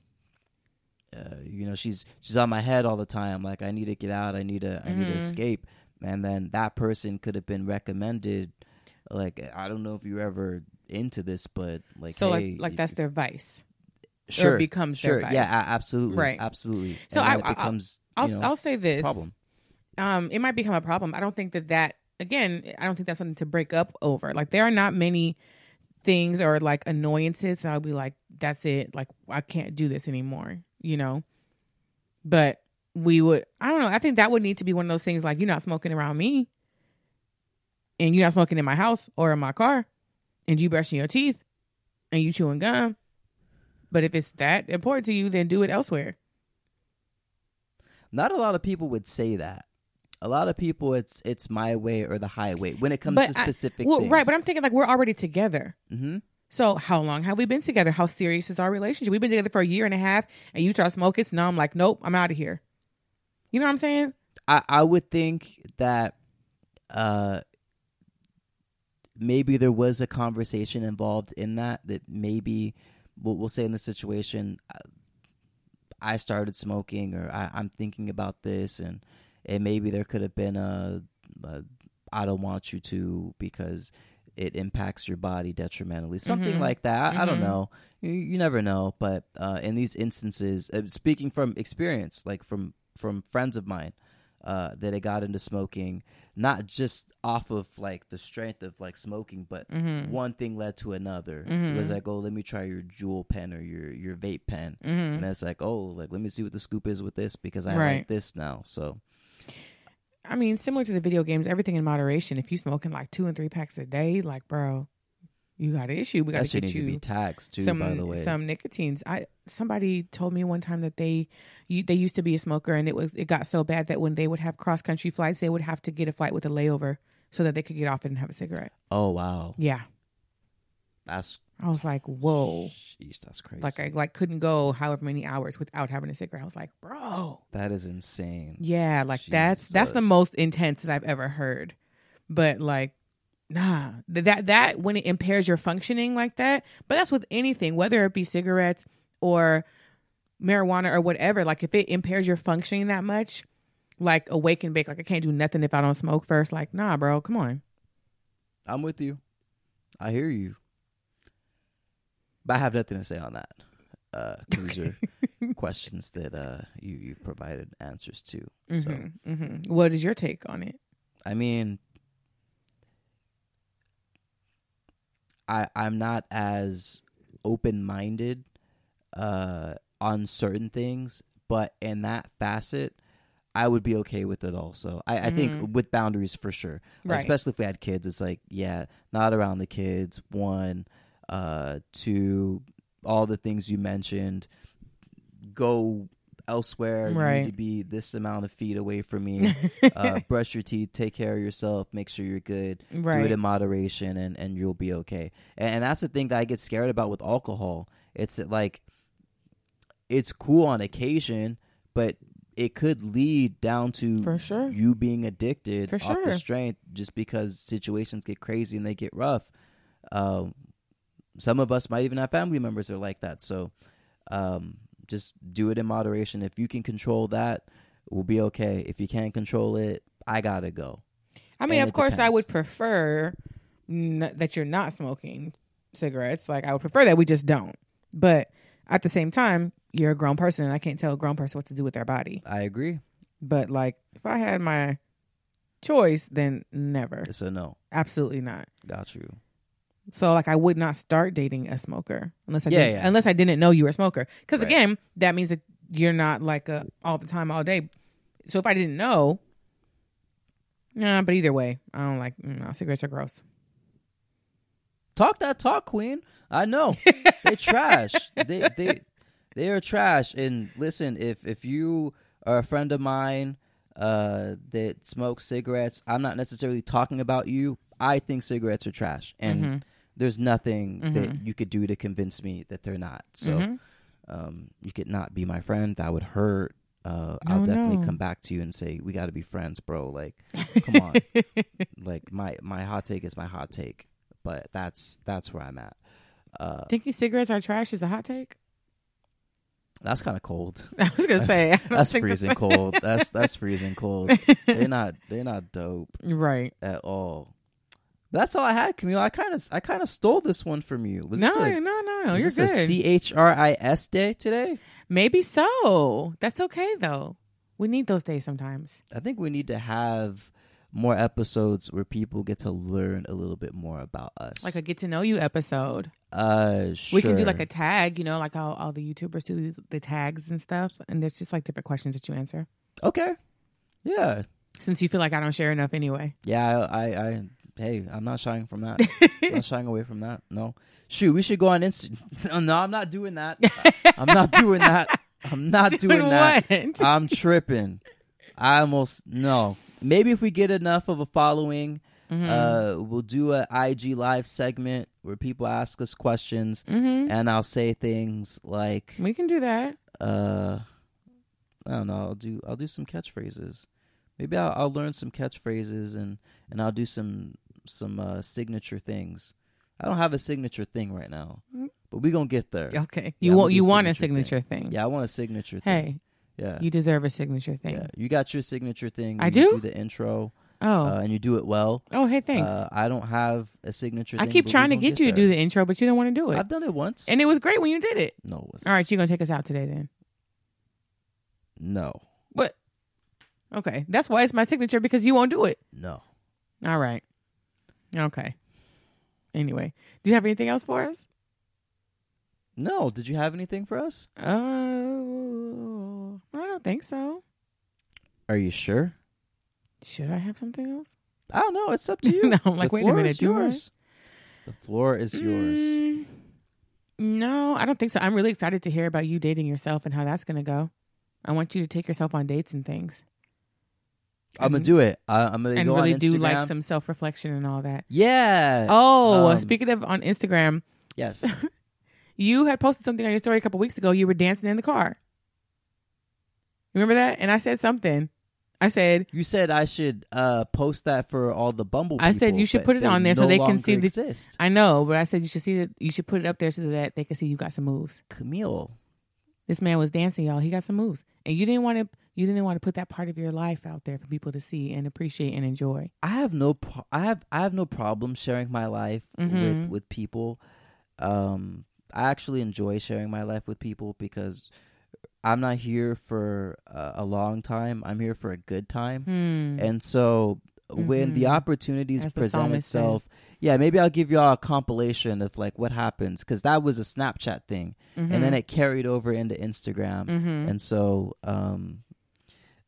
[SPEAKER 2] Uh, you know she's she's on my head all the time like i need to get out i need to i need to escape and then that person could have been recommended like eh, i don't know if you're ever into this but like
[SPEAKER 1] so
[SPEAKER 2] hey,
[SPEAKER 1] like like
[SPEAKER 2] if-
[SPEAKER 1] that's their vice.
[SPEAKER 2] sure
[SPEAKER 1] becomes their
[SPEAKER 2] sure yeah
[SPEAKER 1] vice.
[SPEAKER 2] a- absolutely
[SPEAKER 1] Right.
[SPEAKER 2] absolutely
[SPEAKER 1] So
[SPEAKER 2] And
[SPEAKER 1] I-
[SPEAKER 2] then
[SPEAKER 1] I-
[SPEAKER 2] it becomes
[SPEAKER 1] I'll
[SPEAKER 2] you know,
[SPEAKER 1] I'll say this.
[SPEAKER 2] problem
[SPEAKER 1] um, it might become a problem. I don't think that that again. I don't think that's something to break up over. Like there are not many things or like annoyances that I'll be like, that's it. Like I can't do this anymore. You know, but we would. I don't know. I think that would need to be one of those things. Like you're not smoking around me, and you're not smoking in my house or in my car, and you brushing your teeth, and you chewing gum. But if it's that important to you, then do it elsewhere.
[SPEAKER 2] not a lot of people would say that a lot of people it's it's my way or the highway when it comes to
[SPEAKER 1] I-
[SPEAKER 2] specific
[SPEAKER 1] well,
[SPEAKER 2] things
[SPEAKER 1] right? But I'm thinking like we're already together.
[SPEAKER 2] hmm
[SPEAKER 1] So how long have we been together? How serious is our relationship? We've been together for a year and a half, and you try to smoke it. So now I'm like, nope, I'm out of here. You know what I'm saying?
[SPEAKER 2] I, I would think that uh maybe there was a conversation involved in that that maybe we'll, we'll say in this situation uh, I started smoking or I, I'm thinking about this and and maybe there could have been a, a I don't want you to because it impacts your body detrimentally something
[SPEAKER 1] Mhm.
[SPEAKER 2] like that I, I don't
[SPEAKER 1] Mhm.
[SPEAKER 2] know you, you never know but uh, in these instances uh, speaking from experience like from from friends of mine uh, that had got into smoking not just off of like the strength of like smoking but
[SPEAKER 1] Mhm.
[SPEAKER 2] one thing led to another it
[SPEAKER 1] Mm-hmm.
[SPEAKER 2] was like oh let me try your jewel pen or your your vape pen and that's like oh like let me see what the scoop is with this because i like
[SPEAKER 1] Right.
[SPEAKER 2] this now so
[SPEAKER 1] I mean, similar to the video games, everything in moderation. If you smoking like two and three packs a day, like bro, you got an issue. We got
[SPEAKER 2] that
[SPEAKER 1] to
[SPEAKER 2] shit
[SPEAKER 1] get
[SPEAKER 2] needs to be
[SPEAKER 1] you
[SPEAKER 2] taxed too
[SPEAKER 1] some
[SPEAKER 2] by the way
[SPEAKER 1] some nicotines. I somebody told me one time that they you, they used to be a smoker, and it was it got so bad that when they would have cross country flights, they would have to get a flight with a layover so that they could get off and have a cigarette.
[SPEAKER 2] oh wow
[SPEAKER 1] Yeah,
[SPEAKER 2] that's
[SPEAKER 1] I was like, whoa.
[SPEAKER 2] Jeez, that's crazy
[SPEAKER 1] like I like couldn't go however many hours without having a cigarette. I was like, bro,
[SPEAKER 2] that is insane
[SPEAKER 1] yeah, like that's that's the
[SPEAKER 2] Jesus.
[SPEAKER 1] most intense that I've ever heard. But like, nah, th- that that when it impairs your functioning like that. But that's with anything, whether it be cigarettes or marijuana or whatever. Like if it impairs your functioning that much, like awake and bake, like I can't do nothing if I don't smoke first. Like, nah, bro, come on.
[SPEAKER 2] i'm with you i hear you but i have nothing to say on that because these are questions that uh, you, you've provided answers to so
[SPEAKER 1] Mhm, mhm.
[SPEAKER 2] mm-hmm.
[SPEAKER 1] What is your take on it?
[SPEAKER 2] I mean, I I'm not as open minded uh, on certain things, but in that facet, I would be okay with it. Also, I, I think with boundaries for sure, Like,
[SPEAKER 1] Right.
[SPEAKER 2] especially if we had kids. It's like, yeah, not around the kids. One, uh, two, all the things you mentioned. Go elsewhere. You
[SPEAKER 1] Right.
[SPEAKER 2] need to be this amount of feet away from me uh, brush your teeth, take care of yourself, make sure you're good, do
[SPEAKER 1] Right.
[SPEAKER 2] it in moderation, and, and you'll be okay. And, and that's the thing that I get scared about with alcohol. It's that, like, it's cool on occasion, but it could lead down to
[SPEAKER 1] For sure.
[SPEAKER 2] you being addicted
[SPEAKER 1] For
[SPEAKER 2] off
[SPEAKER 1] sure.
[SPEAKER 2] the strength just because situations get crazy and they get rough. Um, some of us might even have family members that are like that. So um, just do it in moderation. If you can control that, we'll be okay. If you can't control it, I gotta go.
[SPEAKER 1] I mean,
[SPEAKER 2] And
[SPEAKER 1] of
[SPEAKER 2] it
[SPEAKER 1] course, I
[SPEAKER 2] depends.
[SPEAKER 1] would prefer n- that you're not smoking cigarettes. Like, I would prefer that we just don't. But at the same time, you're a grown person, and I can't tell a grown person what to do with their body.
[SPEAKER 2] I agree.
[SPEAKER 1] But like, if I had my choice, then never,
[SPEAKER 2] It's a no.
[SPEAKER 1] absolutely not.
[SPEAKER 2] Got you.
[SPEAKER 1] So like, I would not start dating a smoker unless I
[SPEAKER 2] Yeah,
[SPEAKER 1] didn't,
[SPEAKER 2] yeah.
[SPEAKER 1] unless I didn't know you were a smoker. Because
[SPEAKER 2] Right.
[SPEAKER 1] again, that means that you're not like a all the time, all day. So if I didn't know, nah. But either way, I don't like mm, no, cigarettes are gross.
[SPEAKER 2] Talk that talk, Queen. I know they trash. They they they are trash. And listen, if if you are a friend of mine, uh, that smoke cigarettes. I'm not necessarily talking about you. I think cigarettes are trash, and there's nothing that you could do to convince me that they're not. So um, you could not be my friend. That would hurt. Uh, I'll
[SPEAKER 1] No,
[SPEAKER 2] definitely
[SPEAKER 1] no.
[SPEAKER 2] come back to you and say we got to be friends, bro. Like, come on. like my my hot take is my hot take, but that's that's where I'm at. Uh,
[SPEAKER 1] Thinking cigarettes are trash is a hot take.
[SPEAKER 2] that's kind of cold.
[SPEAKER 1] I was gonna
[SPEAKER 2] That's-
[SPEAKER 1] say I don't
[SPEAKER 2] That's
[SPEAKER 1] think
[SPEAKER 2] freezing cold. That's that's freezing cold. They're not they're not dope
[SPEAKER 1] Right?
[SPEAKER 2] at all. That's all I had, Camille. I kind of I kind of stole this one from you. Was
[SPEAKER 1] No,
[SPEAKER 2] this a,
[SPEAKER 1] no, no.
[SPEAKER 2] was
[SPEAKER 1] You're
[SPEAKER 2] this
[SPEAKER 1] good.
[SPEAKER 2] a C H R I S day today?
[SPEAKER 1] Maybe so. That's okay though. We need those days sometimes.
[SPEAKER 2] I think we need to have more episodes where people get to learn a little bit more about us.
[SPEAKER 1] Like a get to know you episode.
[SPEAKER 2] uh,
[SPEAKER 1] We can do like
[SPEAKER 2] sure.
[SPEAKER 1] a tag, you know, like how all the YouTubers do the- the tags and stuff. And there's just like different questions that you answer.
[SPEAKER 2] okay, yeah,
[SPEAKER 1] Since you feel like I don't share enough anyway.
[SPEAKER 2] yeah. I, I, I hey, I'm not shying from that. I'm not shying away from that. No, shoot, we should go on Insta. no, I'm not doing that. I'm not doing that. I'm not Uh, doing, that.
[SPEAKER 1] what?
[SPEAKER 2] I'm tripping. I almost no. Maybe if we get enough of a following,
[SPEAKER 1] Hmm. Mm-hmm.
[SPEAKER 2] uh, we'll do a IG live segment where people ask us questions,
[SPEAKER 1] Mhm.
[SPEAKER 2] and I'll say things like,
[SPEAKER 1] we can do that.
[SPEAKER 2] uh, I don't know. I'll do I'll do some catchphrases. Maybe I'll, I'll learn some catchphrases and and I'll do some some uh, signature things. I don't have a signature thing right now,
[SPEAKER 1] Mm-hmm.
[SPEAKER 2] but we gonna get there.
[SPEAKER 1] Okay.
[SPEAKER 2] Yeah,
[SPEAKER 1] You
[SPEAKER 2] I'm
[SPEAKER 1] want
[SPEAKER 2] gonna
[SPEAKER 1] you
[SPEAKER 2] do
[SPEAKER 1] want a
[SPEAKER 2] signature
[SPEAKER 1] signature thing.
[SPEAKER 2] Yeah, I want a signature. thing.
[SPEAKER 1] Hey,
[SPEAKER 2] yeah,
[SPEAKER 1] you deserve a signature thing.
[SPEAKER 2] yeah. You got your signature thing.
[SPEAKER 1] I
[SPEAKER 2] when you
[SPEAKER 1] do?
[SPEAKER 2] the intro,
[SPEAKER 1] Oh.
[SPEAKER 2] uh, and you do it well.
[SPEAKER 1] oh, hey, thanks.
[SPEAKER 2] Uh, I don't have a signature.
[SPEAKER 1] I
[SPEAKER 2] thing,
[SPEAKER 1] keep
[SPEAKER 2] but we
[SPEAKER 1] trying to
[SPEAKER 2] gonna
[SPEAKER 1] get, you to do
[SPEAKER 2] there.
[SPEAKER 1] the intro, but you don't want to do it.
[SPEAKER 2] I've done it once.
[SPEAKER 1] and it was great when you did it.
[SPEAKER 2] no, it was
[SPEAKER 1] All right, you're going to take us out today then.
[SPEAKER 2] no,
[SPEAKER 1] But okay, that's why it's my signature because you won't do it.
[SPEAKER 2] no.
[SPEAKER 1] All right. Okay. Anyway, do you have anything else for us?
[SPEAKER 2] No, did you have anything for us?
[SPEAKER 1] Oh, I Uh, don't think so.
[SPEAKER 2] Are you sure?
[SPEAKER 1] Should I have something else?
[SPEAKER 2] I don't know. It's up to you.
[SPEAKER 1] No, I'm like,
[SPEAKER 2] the
[SPEAKER 1] wait a
[SPEAKER 2] floor
[SPEAKER 1] minute,
[SPEAKER 2] is
[SPEAKER 1] do I?
[SPEAKER 2] yours. The floor is yours.
[SPEAKER 1] Mm, no, I don't think so. I'm really excited to hear about you dating yourself and how that's going to go. I want you to take yourself on dates and things
[SPEAKER 2] I'm gonna
[SPEAKER 1] and-
[SPEAKER 2] do it. I, I'm gonna
[SPEAKER 1] and
[SPEAKER 2] go
[SPEAKER 1] really
[SPEAKER 2] on Instagram.
[SPEAKER 1] do like some self reflection and all that.
[SPEAKER 2] yeah.
[SPEAKER 1] Oh,
[SPEAKER 2] um,
[SPEAKER 1] speaking of on Instagram,
[SPEAKER 2] Yes.
[SPEAKER 1] you had posted something on your story a couple weeks ago. You were dancing in the car. Remember that? And I said something. I said,
[SPEAKER 2] You said I should uh, post that for all the Bumble.
[SPEAKER 1] I said
[SPEAKER 2] people,
[SPEAKER 1] you should
[SPEAKER 2] but
[SPEAKER 1] put it
[SPEAKER 2] they
[SPEAKER 1] on there so
[SPEAKER 2] no
[SPEAKER 1] they can
[SPEAKER 2] longer
[SPEAKER 1] see that-
[SPEAKER 2] exist.
[SPEAKER 1] I know, but I said you should see that you should put it up there so that they can see you got some moves.
[SPEAKER 2] Camille.
[SPEAKER 1] This man was dancing, y'all. He got some moves, and you didn't want to. You didn't want to put that part of your life out there for people to see and appreciate and enjoy.
[SPEAKER 2] I have no pro- I have I have no problem sharing my life with
[SPEAKER 1] Mhm.
[SPEAKER 2] with people. Um I actually enjoy sharing my life with people because I'm not here for uh, a long time. I'm here for a good time.
[SPEAKER 1] Hmm.
[SPEAKER 2] And so uh, when the
[SPEAKER 1] Mhm.
[SPEAKER 2] opportunities
[SPEAKER 1] As the
[SPEAKER 2] present
[SPEAKER 1] psalmist says.
[SPEAKER 2] itself, yeah, maybe I'll give y'all a compilation of like what happens cuz that was a Snapchat thing
[SPEAKER 1] Mm-hmm.
[SPEAKER 2] and then it carried over into Instagram.
[SPEAKER 1] Mhm.
[SPEAKER 2] And so, um,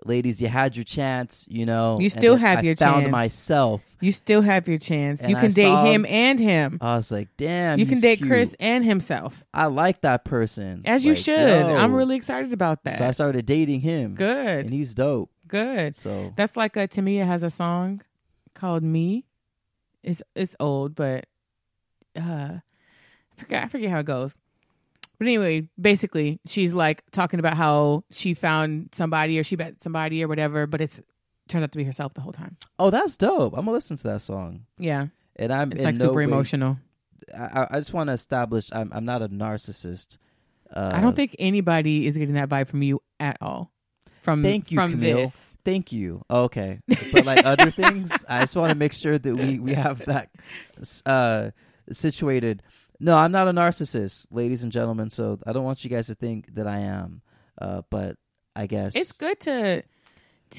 [SPEAKER 2] ladies, you had your chance, you know.
[SPEAKER 1] You
[SPEAKER 2] and
[SPEAKER 1] still
[SPEAKER 2] then
[SPEAKER 1] have
[SPEAKER 2] I
[SPEAKER 1] your
[SPEAKER 2] found
[SPEAKER 1] chance.
[SPEAKER 2] myself.
[SPEAKER 1] you still have your chance.
[SPEAKER 2] And
[SPEAKER 1] You
[SPEAKER 2] I
[SPEAKER 1] can date
[SPEAKER 2] saw-
[SPEAKER 1] him and him.
[SPEAKER 2] I was like, damn.
[SPEAKER 1] you can
[SPEAKER 2] he's
[SPEAKER 1] date
[SPEAKER 2] cute.
[SPEAKER 1] Chris and himself,
[SPEAKER 2] I like that person.
[SPEAKER 1] as you
[SPEAKER 2] Like,
[SPEAKER 1] should.
[SPEAKER 2] yo.
[SPEAKER 1] I'm really excited about that.
[SPEAKER 2] So I started dating him.
[SPEAKER 1] good,
[SPEAKER 2] And he's dope.
[SPEAKER 1] good.
[SPEAKER 2] So
[SPEAKER 1] That's like uh Tamia has a song called Me. It's it's old, but uh I forget I forget how it goes. But anyway, basically she's like talking about how she found somebody or she met somebody or whatever, but it's turns out to be herself the whole time.
[SPEAKER 2] oh, that's dope. I'm gonna listen to that song.
[SPEAKER 1] Yeah.
[SPEAKER 2] And I'm
[SPEAKER 1] It's
[SPEAKER 2] in
[SPEAKER 1] like
[SPEAKER 2] no
[SPEAKER 1] super
[SPEAKER 2] way-
[SPEAKER 1] emotional.
[SPEAKER 2] I, I- I just want to establish I'm I'm not a narcissist. Uh,
[SPEAKER 1] I don't think anybody is getting that vibe from you at all. From
[SPEAKER 2] Thank you,
[SPEAKER 1] from
[SPEAKER 2] Camille.
[SPEAKER 1] this.
[SPEAKER 2] Uh, Thank you. Okay, but like other things, I just want to make sure that we we have that uh, situated. No, I'm not a narcissist, ladies and gentlemen. So I don't want you guys to think that I am. Uh, but I guess
[SPEAKER 1] It's good to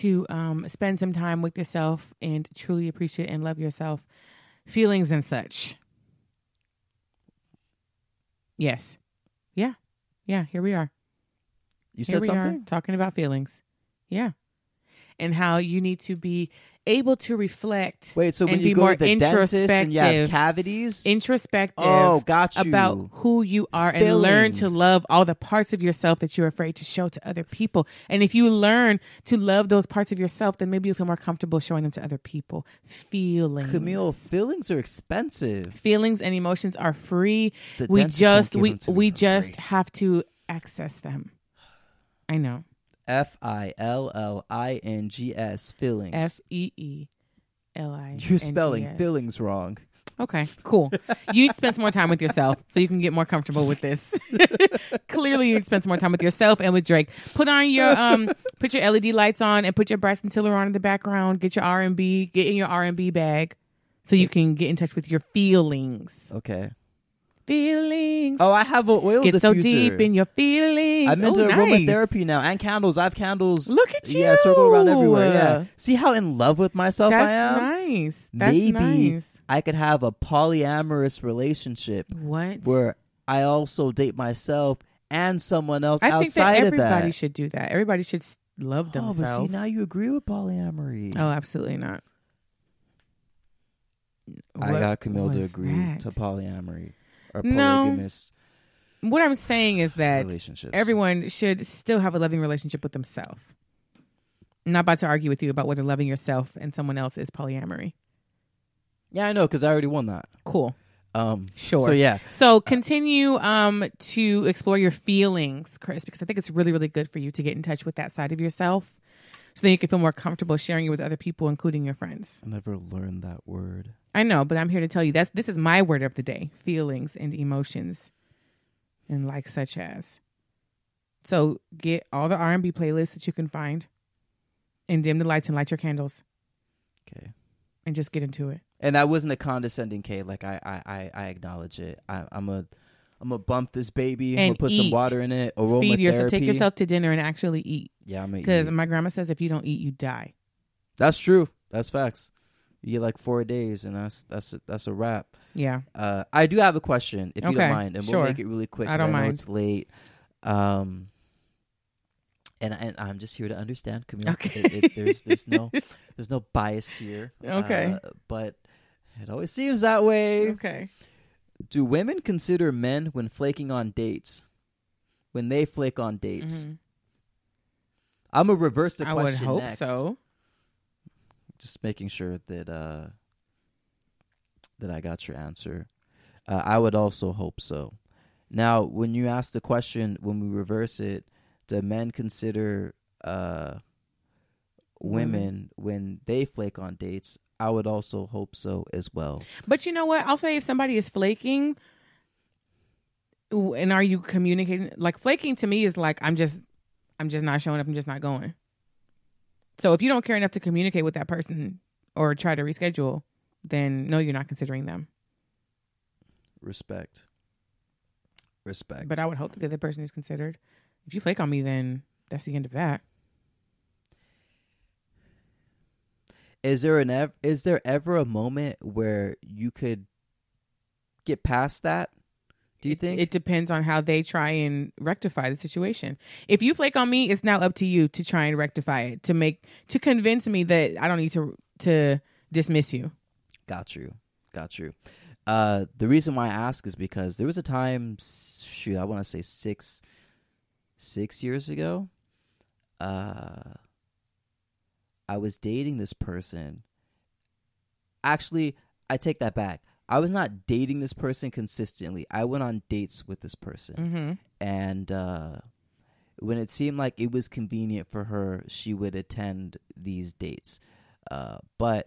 [SPEAKER 1] to um spend some time with yourself and truly appreciate and love yourself feelings and such. Yes. Yeah. Yeah, here we are.
[SPEAKER 2] You
[SPEAKER 1] Here
[SPEAKER 2] said
[SPEAKER 1] we
[SPEAKER 2] something.
[SPEAKER 1] are talking about feelings. Yeah. and how you need to be able to reflect.
[SPEAKER 2] Wait, so
[SPEAKER 1] and
[SPEAKER 2] when
[SPEAKER 1] be
[SPEAKER 2] you go
[SPEAKER 1] more
[SPEAKER 2] to the dentist and you have
[SPEAKER 1] introspective,
[SPEAKER 2] cavities,
[SPEAKER 1] introspective.
[SPEAKER 2] Oh, got you.
[SPEAKER 1] About who you are and learn to
[SPEAKER 2] Feelings.
[SPEAKER 1] love all the parts of yourself that you're afraid to show to other people. And if you learn to love those parts of yourself, then maybe you'll feel more comfortable showing them to other people. Feelings.
[SPEAKER 2] Camille, feelings are expensive.
[SPEAKER 1] Feelings and emotions are free.
[SPEAKER 2] The
[SPEAKER 1] we
[SPEAKER 2] dentist won't
[SPEAKER 1] just
[SPEAKER 2] give
[SPEAKER 1] we
[SPEAKER 2] them to me
[SPEAKER 1] we
[SPEAKER 2] for
[SPEAKER 1] just
[SPEAKER 2] free.
[SPEAKER 1] have to access them. I know.
[SPEAKER 2] F I L L I N G S feelings.
[SPEAKER 1] F E E L I.
[SPEAKER 2] You're spelling
[SPEAKER 1] N G S.
[SPEAKER 2] feelings wrong.
[SPEAKER 1] Okay, cool. You need to spend some more time with yourself so you can get more comfortable with this. Clearly, you need to spend some more time with yourself and with Drake. Put on your um, put your LED lights on and put your Bryson Tiller on in the background. Get your R and B, get in your R and B bag, so you can get in touch with your feelings.
[SPEAKER 2] Okay.
[SPEAKER 1] Feelings.
[SPEAKER 2] Oh, I have an oil
[SPEAKER 1] get
[SPEAKER 2] diffuser.
[SPEAKER 1] so deep in your feelings.
[SPEAKER 2] I'm into
[SPEAKER 1] oh, nice.
[SPEAKER 2] aromatherapy now and candles. I have candles.
[SPEAKER 1] Look at
[SPEAKER 2] Yeah, circle around
[SPEAKER 1] you.
[SPEAKER 2] everywhere. Yeah. See how in love with myself
[SPEAKER 1] That's
[SPEAKER 2] I am?
[SPEAKER 1] nice. That's
[SPEAKER 2] Maybe
[SPEAKER 1] nice.
[SPEAKER 2] I could have a polyamorous relationship
[SPEAKER 1] What?
[SPEAKER 2] where I also date myself and someone else
[SPEAKER 1] I think that
[SPEAKER 2] outside of
[SPEAKER 1] everybody
[SPEAKER 2] that.
[SPEAKER 1] should do that. Everybody should s- love
[SPEAKER 2] oh,
[SPEAKER 1] themselves.
[SPEAKER 2] but see, now you agree with polyamory.
[SPEAKER 1] Oh, absolutely not.
[SPEAKER 2] I
[SPEAKER 1] What
[SPEAKER 2] got Camille to
[SPEAKER 1] was
[SPEAKER 2] agree
[SPEAKER 1] that?
[SPEAKER 2] to polyamory or
[SPEAKER 1] No.
[SPEAKER 2] polygamous
[SPEAKER 1] what I'm saying is that
[SPEAKER 2] relationships.
[SPEAKER 1] everyone should still have a loving relationship with themselves. I'm not about to argue with you about whether loving yourself and someone else is polyamory.
[SPEAKER 2] yeah, I know because I already won that.
[SPEAKER 1] Cool.
[SPEAKER 2] Um,
[SPEAKER 1] Sure.
[SPEAKER 2] So yeah,
[SPEAKER 1] So continue um, to explore your feelings, Chris, because I think it's really, really good for you to get in touch with that side of yourself so then you can feel more comfortable sharing it with other people, including your friends.
[SPEAKER 2] I never learned that word.
[SPEAKER 1] I know, but I'm here to tell you that's this is my word of the day: feelings and emotions, and like such as. So get all the R and B playlists that you can find, and dim the lights and light your candles,
[SPEAKER 2] Okay.
[SPEAKER 1] and just get into it.
[SPEAKER 2] And that wasn't a condescending K. Like I, I, I, I acknowledge it. I, I'm a, I'm a bump this baby. I'm
[SPEAKER 1] And
[SPEAKER 2] gonna put
[SPEAKER 1] eat.
[SPEAKER 2] some water in it. Aromatherapy.
[SPEAKER 1] Feed yourself. Take yourself to dinner and actually eat.
[SPEAKER 2] Yeah, I'm
[SPEAKER 1] Because
[SPEAKER 2] eat.
[SPEAKER 1] my grandma says if you don't eat, you die.
[SPEAKER 2] That's true. That's facts. You get like four days, and that's that's a, that's a wrap.
[SPEAKER 1] Yeah.
[SPEAKER 2] Uh, I do have a question, if you
[SPEAKER 1] Okay,
[SPEAKER 2] don't mind, and
[SPEAKER 1] sure.
[SPEAKER 2] we'll make it really quick.
[SPEAKER 1] I
[SPEAKER 2] 'cause
[SPEAKER 1] don't
[SPEAKER 2] know
[SPEAKER 1] mind.
[SPEAKER 2] It's late, um, and, I, and I'm just here to understand, Camille.
[SPEAKER 1] Okay.
[SPEAKER 2] It- it- there's there's no there's no bias here.
[SPEAKER 1] Okay.
[SPEAKER 2] uh, but it always seems that way.
[SPEAKER 1] Okay.
[SPEAKER 2] Do women consider men when flaking on dates? When they flake on dates,
[SPEAKER 1] Mhm.
[SPEAKER 2] I'm gonna reverse the
[SPEAKER 1] I
[SPEAKER 2] question.
[SPEAKER 1] would hope
[SPEAKER 2] next.
[SPEAKER 1] so.
[SPEAKER 2] just making sure that uh that I got your answer. Uh, I would also hope so. Now, when you ask the question, when we reverse it, do men consider uh women, when they flake on dates? I would also hope so as well.
[SPEAKER 1] But you know what? I'll say if somebody is flaking, w- and are you communicating? Like flaking to me is like I'm just, I'm just not showing up. I'm just not going. So if you don't care enough to communicate with that person or try to reschedule, then no, you're not considering them.
[SPEAKER 2] Respect. Respect.
[SPEAKER 1] But I would hope that the other person is considered. If you flake on me, then that's the end of that.
[SPEAKER 2] is there an ev- is there ever a moment where you could get past that? Do you think
[SPEAKER 1] It depends on how they try and rectify the situation. If you flake on me, it's now up to you to try and rectify it to make to convince me that I don't need to to dismiss you.
[SPEAKER 2] Got you. Got you. Uh, the reason why I ask is because there was a time, s- shoot, I want to say six, six years ago. Uh, I was dating this person. Actually, I take that back. I was not dating this person consistently. I went on dates with this person
[SPEAKER 1] Mm-hmm.
[SPEAKER 2] and uh, when it seemed like it was convenient for her, she would attend these dates. Uh, but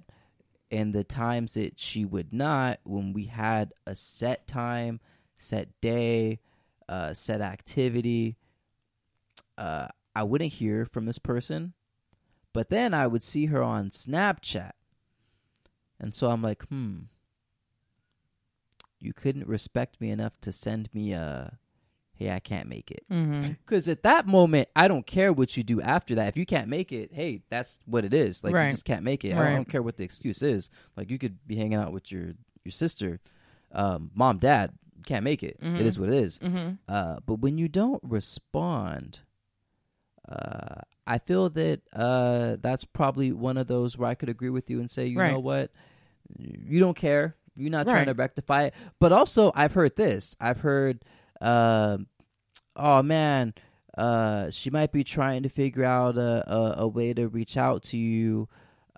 [SPEAKER 2] in the times that she would not, when we had a set time, set day, uh, set activity, uh, I wouldn't hear from this person. But then I would see her on Snapchat. And so I'm like, hmm, you couldn't respect me enough to send me a, hey, I can't make it.
[SPEAKER 1] Mm-hmm.
[SPEAKER 2] Because at that moment, I don't care what you do after that. If you can't make it, hey, that's what it is. Like
[SPEAKER 1] Right.
[SPEAKER 2] you just can't make it. I, don't, I
[SPEAKER 1] Right.
[SPEAKER 2] don't care what the excuse is. Like you could be hanging out with your your sister, um, mom, dad. You can't make it. It
[SPEAKER 1] Mhm.
[SPEAKER 2] is what it is.
[SPEAKER 1] Mm-hmm.
[SPEAKER 2] Uh, but when you don't respond, uh, I feel that uh, that's probably one of those where I could agree with you and say, you
[SPEAKER 1] Right.
[SPEAKER 2] know what, you don't care. You're not trying
[SPEAKER 1] Right.
[SPEAKER 2] to rectify it. But also, I've heard this. I've heard, um oh man, uh, she might be trying to figure out a, a, a way to reach out to you,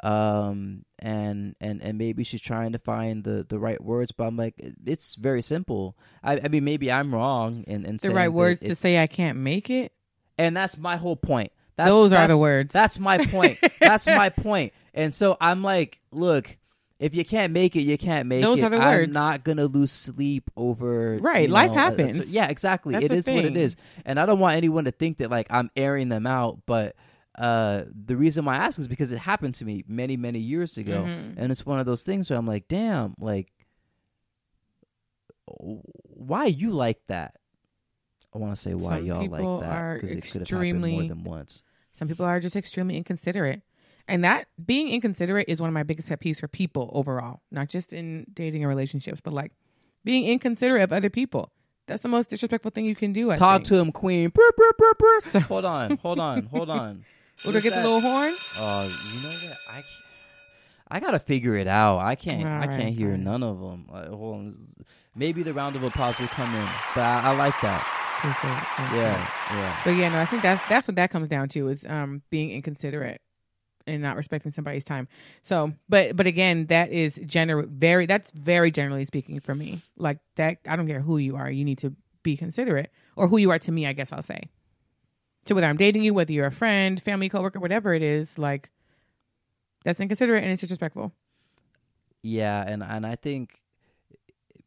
[SPEAKER 2] um, and and and maybe she's trying to find the, the right words. But I'm like, it's very simple. I, I mean, maybe I'm wrong in, in
[SPEAKER 1] The
[SPEAKER 2] saying
[SPEAKER 1] right
[SPEAKER 2] that
[SPEAKER 1] words to
[SPEAKER 2] it's-
[SPEAKER 1] say I can't make it.
[SPEAKER 2] and that's my whole point. That's,
[SPEAKER 1] Those are the
[SPEAKER 2] that's-
[SPEAKER 1] words.
[SPEAKER 2] That's my point. that's my point. And so I'm like, look, if you can't make it, you can't make
[SPEAKER 1] Those
[SPEAKER 2] it.
[SPEAKER 1] are the
[SPEAKER 2] I'm
[SPEAKER 1] words.
[SPEAKER 2] not gonna lose sleep over
[SPEAKER 1] Right,
[SPEAKER 2] you know,
[SPEAKER 1] life
[SPEAKER 2] a- a cer-
[SPEAKER 1] happens.
[SPEAKER 2] yeah, exactly.
[SPEAKER 1] That's
[SPEAKER 2] it
[SPEAKER 1] the
[SPEAKER 2] is what it
[SPEAKER 1] thing.
[SPEAKER 2] is. And I don't want anyone to think that like I'm airing them out, but uh the reason why I ask is because it happened to me many, many years ago.
[SPEAKER 1] Mhm.
[SPEAKER 2] And it's one of those things where I'm like, damn, like why you like that? I want to say why
[SPEAKER 1] Some
[SPEAKER 2] y'all
[SPEAKER 1] people
[SPEAKER 2] like that
[SPEAKER 1] are
[SPEAKER 2] because it could have happened more
[SPEAKER 1] extremely-
[SPEAKER 2] than once.
[SPEAKER 1] Some people are just extremely inconsiderate. And that being inconsiderate is one of my biggest pet peeves for people overall, not just in dating and relationships, but like being inconsiderate of other people. That's the most disrespectful thing you can do. I
[SPEAKER 2] Talk
[SPEAKER 1] think.
[SPEAKER 2] to him, Queen. Brr, brr, brr, brr. hold on, hold on, hold on.
[SPEAKER 1] Or to get the
[SPEAKER 2] that?
[SPEAKER 1] little horn.
[SPEAKER 2] Oh, you know what? I, c- I gotta figure it out. I can't. I
[SPEAKER 1] All
[SPEAKER 2] can't
[SPEAKER 1] right,
[SPEAKER 2] hear
[SPEAKER 1] fine.
[SPEAKER 2] none of them. hold on. Maybe the round of applause will come in, but I, I like that.
[SPEAKER 1] Appreciate it. Thank you.
[SPEAKER 2] Yeah, yeah.
[SPEAKER 1] um, But yeah, no, I think that's that's what that comes down to is um being inconsiderate and not respecting somebody's time. So, but but again, that is gener very that's very generally speaking for me. Like that, I don't care who you are, you need to be considerate or who you are to me. I guess I'll say. So whether I'm dating you, whether you're a friend, family, coworker, whatever it is, like that's inconsiderate and it's disrespectful.
[SPEAKER 2] Yeah, and and I think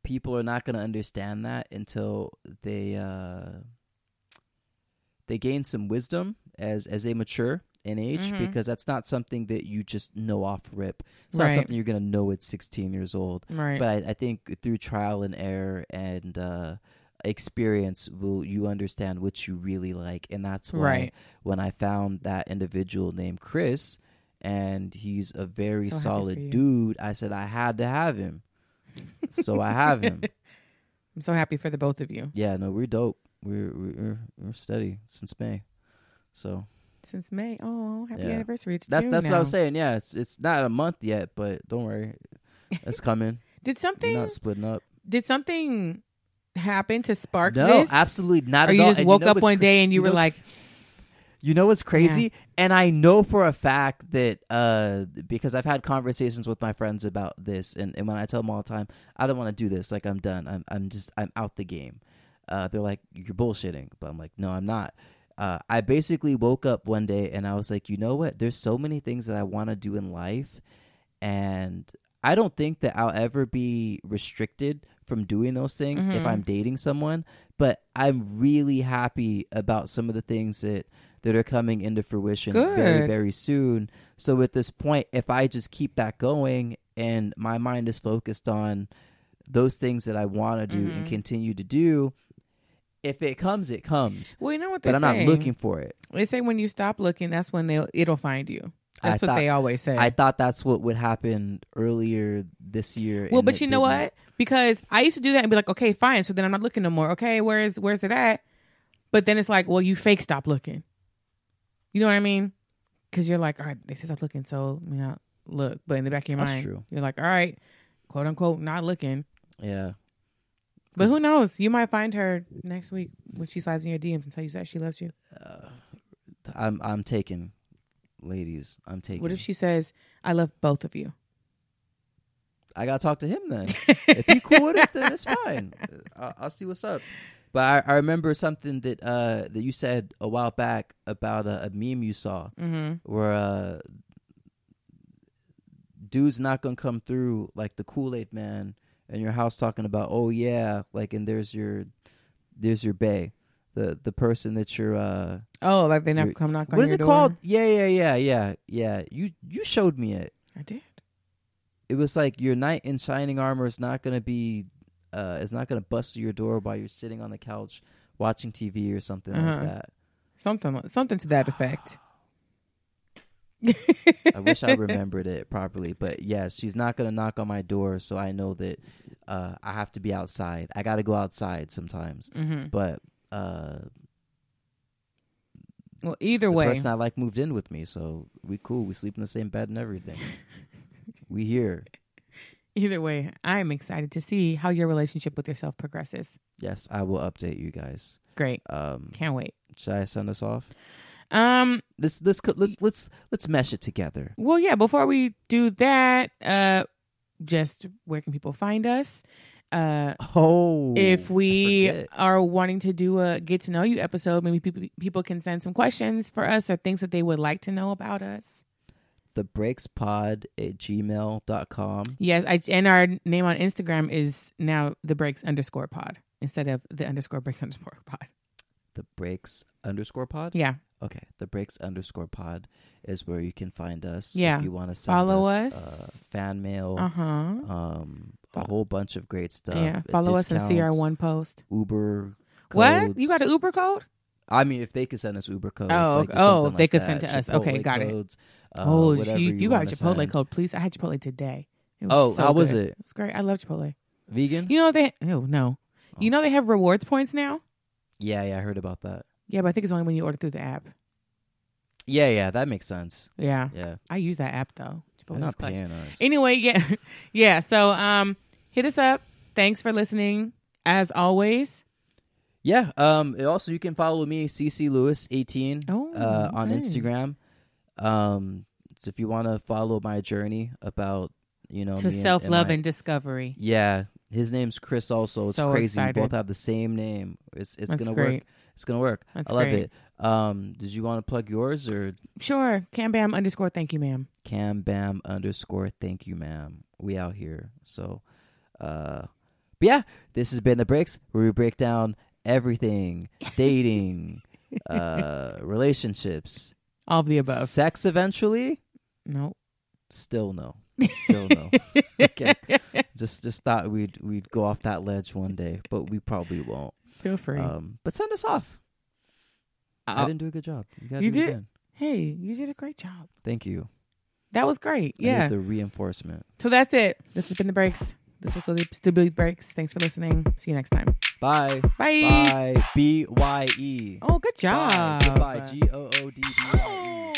[SPEAKER 2] people are not going to understand that until they uh they gain some wisdom as as they mature in age
[SPEAKER 1] Mhm.
[SPEAKER 2] because that's not something that you just know off rip. It's not
[SPEAKER 1] Right.
[SPEAKER 2] something you're going to know at 16 years old.
[SPEAKER 1] Right.
[SPEAKER 2] But I, I think through trial and error and uh experience will you understand what you really like and that's why
[SPEAKER 1] Right.
[SPEAKER 2] when I found that individual named Chris and he's a
[SPEAKER 1] So happy
[SPEAKER 2] very
[SPEAKER 1] for
[SPEAKER 2] solid
[SPEAKER 1] you.
[SPEAKER 2] dude, I said I had to have him. so I have him.
[SPEAKER 1] I'm so happy for the both of you.
[SPEAKER 2] Yeah, no, we're dope. We're we're, we're steady since May. So
[SPEAKER 1] Since May. Oh, happy
[SPEAKER 2] Yeah.
[SPEAKER 1] anniversary. It's
[SPEAKER 2] that's
[SPEAKER 1] June
[SPEAKER 2] that's what I was
[SPEAKER 1] now.
[SPEAKER 2] saying. Yeah, it's it's not a month yet, but don't worry, it's coming.
[SPEAKER 1] Did
[SPEAKER 2] You're
[SPEAKER 1] something
[SPEAKER 2] not splitting up.
[SPEAKER 1] did something happen to spark
[SPEAKER 2] no,
[SPEAKER 1] this?
[SPEAKER 2] absolutely not.
[SPEAKER 1] Or
[SPEAKER 2] at
[SPEAKER 1] you
[SPEAKER 2] all.
[SPEAKER 1] just
[SPEAKER 2] And
[SPEAKER 1] woke
[SPEAKER 2] know
[SPEAKER 1] up
[SPEAKER 2] what's
[SPEAKER 1] one
[SPEAKER 2] cra-
[SPEAKER 1] day and you,
[SPEAKER 2] know
[SPEAKER 1] were
[SPEAKER 2] what's
[SPEAKER 1] like,
[SPEAKER 2] You know what's crazy? And I know for a fact that uh because I've had conversations with my friends about this and, and when I tell them all the time, I don't want to do this, like I'm done. I'm I'm just I'm out the game. Uh they're like, You're bullshitting but I'm like, No, I'm not. Uh, I basically woke up one day and I was like, you know what? There's so many things that I want to do in life, and I don't think that I'll ever be restricted from doing those things if
[SPEAKER 1] Mhm.
[SPEAKER 2] I'm dating someone. But I'm really happy about some of the things that that are coming into fruition very
[SPEAKER 1] Good.
[SPEAKER 2] very soon. So at this point, if I just keep that going and my mind is focused on those things that I want to do and
[SPEAKER 1] Mhm.
[SPEAKER 2] continue to do, if it comes, it comes.
[SPEAKER 1] "Well, you know what they
[SPEAKER 2] But I'm
[SPEAKER 1] say.
[SPEAKER 2] not looking for it.
[SPEAKER 1] They say when you stop looking, that's when they will it'll find you.
[SPEAKER 2] I
[SPEAKER 1] That's what
[SPEAKER 2] thought-
[SPEAKER 1] they always say.
[SPEAKER 2] I thought that's what would happen earlier this year.
[SPEAKER 1] well,
[SPEAKER 2] and
[SPEAKER 1] but
[SPEAKER 2] it
[SPEAKER 1] you know
[SPEAKER 2] didn't.
[SPEAKER 1] what? Because I used to do that and be like, "Okay, fine." So then I'm not looking no more. Okay, where is where's it at? But then it's like, well, you fake stop looking. You know what I mean? Because you're like, all right, they said stop looking, so you know, look. But in the back of your
[SPEAKER 2] That's
[SPEAKER 1] mind,
[SPEAKER 2] true.
[SPEAKER 1] you're like, all right, quote unquote, not looking.
[SPEAKER 2] Yeah.
[SPEAKER 1] But who knows? You might find her next week when she slides in your DMs and tell you that she loves you.
[SPEAKER 2] Uh, I'm I'm taking ladies. I'm taking.
[SPEAKER 1] What if she says, "I love both of you"?
[SPEAKER 2] I gotta talk to him then. if he cool with it, then it's fine. I'll, I'll see what's up. But I, I remember something that uh, that you said a while back about a, a meme you saw
[SPEAKER 1] Mm-hmm.
[SPEAKER 2] where uh, dude's not gonna come through like the Kool Aid man in your house talking about oh yeah like and there's your there's your bay the the person that you're uh
[SPEAKER 1] Oh, like they never
[SPEAKER 2] Your-
[SPEAKER 1] come knock on
[SPEAKER 2] what is
[SPEAKER 1] your
[SPEAKER 2] it
[SPEAKER 1] door.
[SPEAKER 2] called yeah yeah yeah yeah yeah you you showed me it
[SPEAKER 1] I did.
[SPEAKER 2] it was like your knight in shining armor is not gonna be uh is not gonna bust through your door while you're sitting on the couch watching TV or something
[SPEAKER 1] Uh-huh.
[SPEAKER 2] like that.
[SPEAKER 1] Something, something to that effect.
[SPEAKER 2] I wish I remembered it properly, but yeah, she's not gonna knock on my door, so I know that uh, I have to be outside. I gotta go outside sometimes,
[SPEAKER 1] Mm-hmm.
[SPEAKER 2] but uh,
[SPEAKER 1] Well, either
[SPEAKER 2] the
[SPEAKER 1] way,
[SPEAKER 2] person I like moved in with me, so we cool. We sleep in the same bed and everything. we here.
[SPEAKER 1] either way, I am excited to see how your relationship with yourself progresses.
[SPEAKER 2] Yes, I will update you guys.
[SPEAKER 1] Great.
[SPEAKER 2] Um,
[SPEAKER 1] Can't wait.
[SPEAKER 2] should I send us off?
[SPEAKER 1] Um,
[SPEAKER 2] This this co- let's let's let's mesh it together.
[SPEAKER 1] well, yeah, before we do that, uh just where can people find us? Uh
[SPEAKER 2] Oh,
[SPEAKER 1] if
[SPEAKER 2] I
[SPEAKER 1] we
[SPEAKER 2] forget.
[SPEAKER 1] are wanting to do a get to know you episode, maybe people people can send some questions for us or things that they would like to know about us.
[SPEAKER 2] the breaks pod at gmail.com.
[SPEAKER 1] Yes, I and our name on Instagram is now the breaks underscore pod instead of the underscore breaks underscore pod.
[SPEAKER 2] The breaks underscore pod.
[SPEAKER 1] Yeah,
[SPEAKER 2] Okay, the breaks underscore pod is where you can find us.
[SPEAKER 1] Yeah.
[SPEAKER 2] if you want to send
[SPEAKER 1] Follow
[SPEAKER 2] us,
[SPEAKER 1] us.
[SPEAKER 2] uh, fan mail,
[SPEAKER 1] uh huh.
[SPEAKER 2] um,
[SPEAKER 1] Fo-
[SPEAKER 2] a whole bunch of great stuff.
[SPEAKER 1] Yeah,
[SPEAKER 2] uh,
[SPEAKER 1] follow us and see our
[SPEAKER 2] discounts,
[SPEAKER 1] one post.
[SPEAKER 2] Uber.
[SPEAKER 1] What you got an
[SPEAKER 2] codes.
[SPEAKER 1] Uber code?
[SPEAKER 2] I mean, if they could send us Uber codes.
[SPEAKER 1] Oh,
[SPEAKER 2] like,
[SPEAKER 1] okay.
[SPEAKER 2] or
[SPEAKER 1] Oh,
[SPEAKER 2] something
[SPEAKER 1] if they
[SPEAKER 2] like
[SPEAKER 1] could send
[SPEAKER 2] that,
[SPEAKER 1] to us. Okay,
[SPEAKER 2] Chipotle
[SPEAKER 1] got it.
[SPEAKER 2] codes, uh,
[SPEAKER 1] oh,
[SPEAKER 2] whatever
[SPEAKER 1] you, you got a
[SPEAKER 2] wanna
[SPEAKER 1] Chipotle
[SPEAKER 2] send.
[SPEAKER 1] code, please. I had Chipotle today. It
[SPEAKER 2] Oh,
[SPEAKER 1] so
[SPEAKER 2] how was
[SPEAKER 1] good.
[SPEAKER 2] it?
[SPEAKER 1] It's great. I love Chipotle.
[SPEAKER 2] Vegan?
[SPEAKER 1] You know they? Oh no, you
[SPEAKER 2] Oh.
[SPEAKER 1] know they have rewards points now.
[SPEAKER 2] yeah, yeah, I heard about that.
[SPEAKER 1] Yeah, but I think it's only when you order through the app.
[SPEAKER 2] Yeah, yeah, that makes sense.
[SPEAKER 1] Yeah,
[SPEAKER 2] Yeah,
[SPEAKER 1] I use that app though.
[SPEAKER 2] they're
[SPEAKER 1] Chipotle's
[SPEAKER 2] not
[SPEAKER 1] clutch.
[SPEAKER 2] paying us.
[SPEAKER 1] anyway yeah yeah so um hit us up thanks for listening as always
[SPEAKER 2] yeah. Um. and Also, you can follow me, CC Lewis eighteen,
[SPEAKER 1] Oh,
[SPEAKER 2] uh, on
[SPEAKER 1] okay.
[SPEAKER 2] Instagram. Um. So if you want to follow my journey about you know me
[SPEAKER 1] to
[SPEAKER 2] and- and
[SPEAKER 1] self-love
[SPEAKER 2] my-
[SPEAKER 1] and discovery
[SPEAKER 2] yeah, his name's Chris. Also, it's
[SPEAKER 1] So
[SPEAKER 2] crazy.
[SPEAKER 1] excited.
[SPEAKER 2] We both have the same name. It's it's
[SPEAKER 1] That's
[SPEAKER 2] gonna work.
[SPEAKER 1] great.
[SPEAKER 2] It's gonna work.
[SPEAKER 1] That's
[SPEAKER 2] I love
[SPEAKER 1] great.
[SPEAKER 2] it. Um. Did you want to plug yours or?
[SPEAKER 1] sure cam bam underscore thank you ma'am
[SPEAKER 2] Cam Bam underscore thank you, ma'am. We out here. So uh but yeah, this has been the breaks where we break down everything. Dating, uh relationships,
[SPEAKER 1] all of the above
[SPEAKER 2] sex eventually.
[SPEAKER 1] no
[SPEAKER 2] Still no. Still no. okay. Just just thought we'd we'd go off that ledge one day, but we probably won't.
[SPEAKER 1] feel free
[SPEAKER 2] Um but send us off. I
[SPEAKER 1] Oh,
[SPEAKER 2] didn't do a good job. You, gotta
[SPEAKER 1] You
[SPEAKER 2] do it
[SPEAKER 1] did?
[SPEAKER 2] again.
[SPEAKER 1] hey you did a great job
[SPEAKER 2] Thank you.
[SPEAKER 1] that was great
[SPEAKER 2] I
[SPEAKER 1] yeah
[SPEAKER 2] need the reinforcement.
[SPEAKER 1] so that's it this has been the breaks this was the stability breaks thanks for listening see you next time
[SPEAKER 2] Bye.
[SPEAKER 1] bye,
[SPEAKER 2] Bye. B Y E.
[SPEAKER 1] oh good job
[SPEAKER 2] Bye. Goodbye. G O O D B Y E.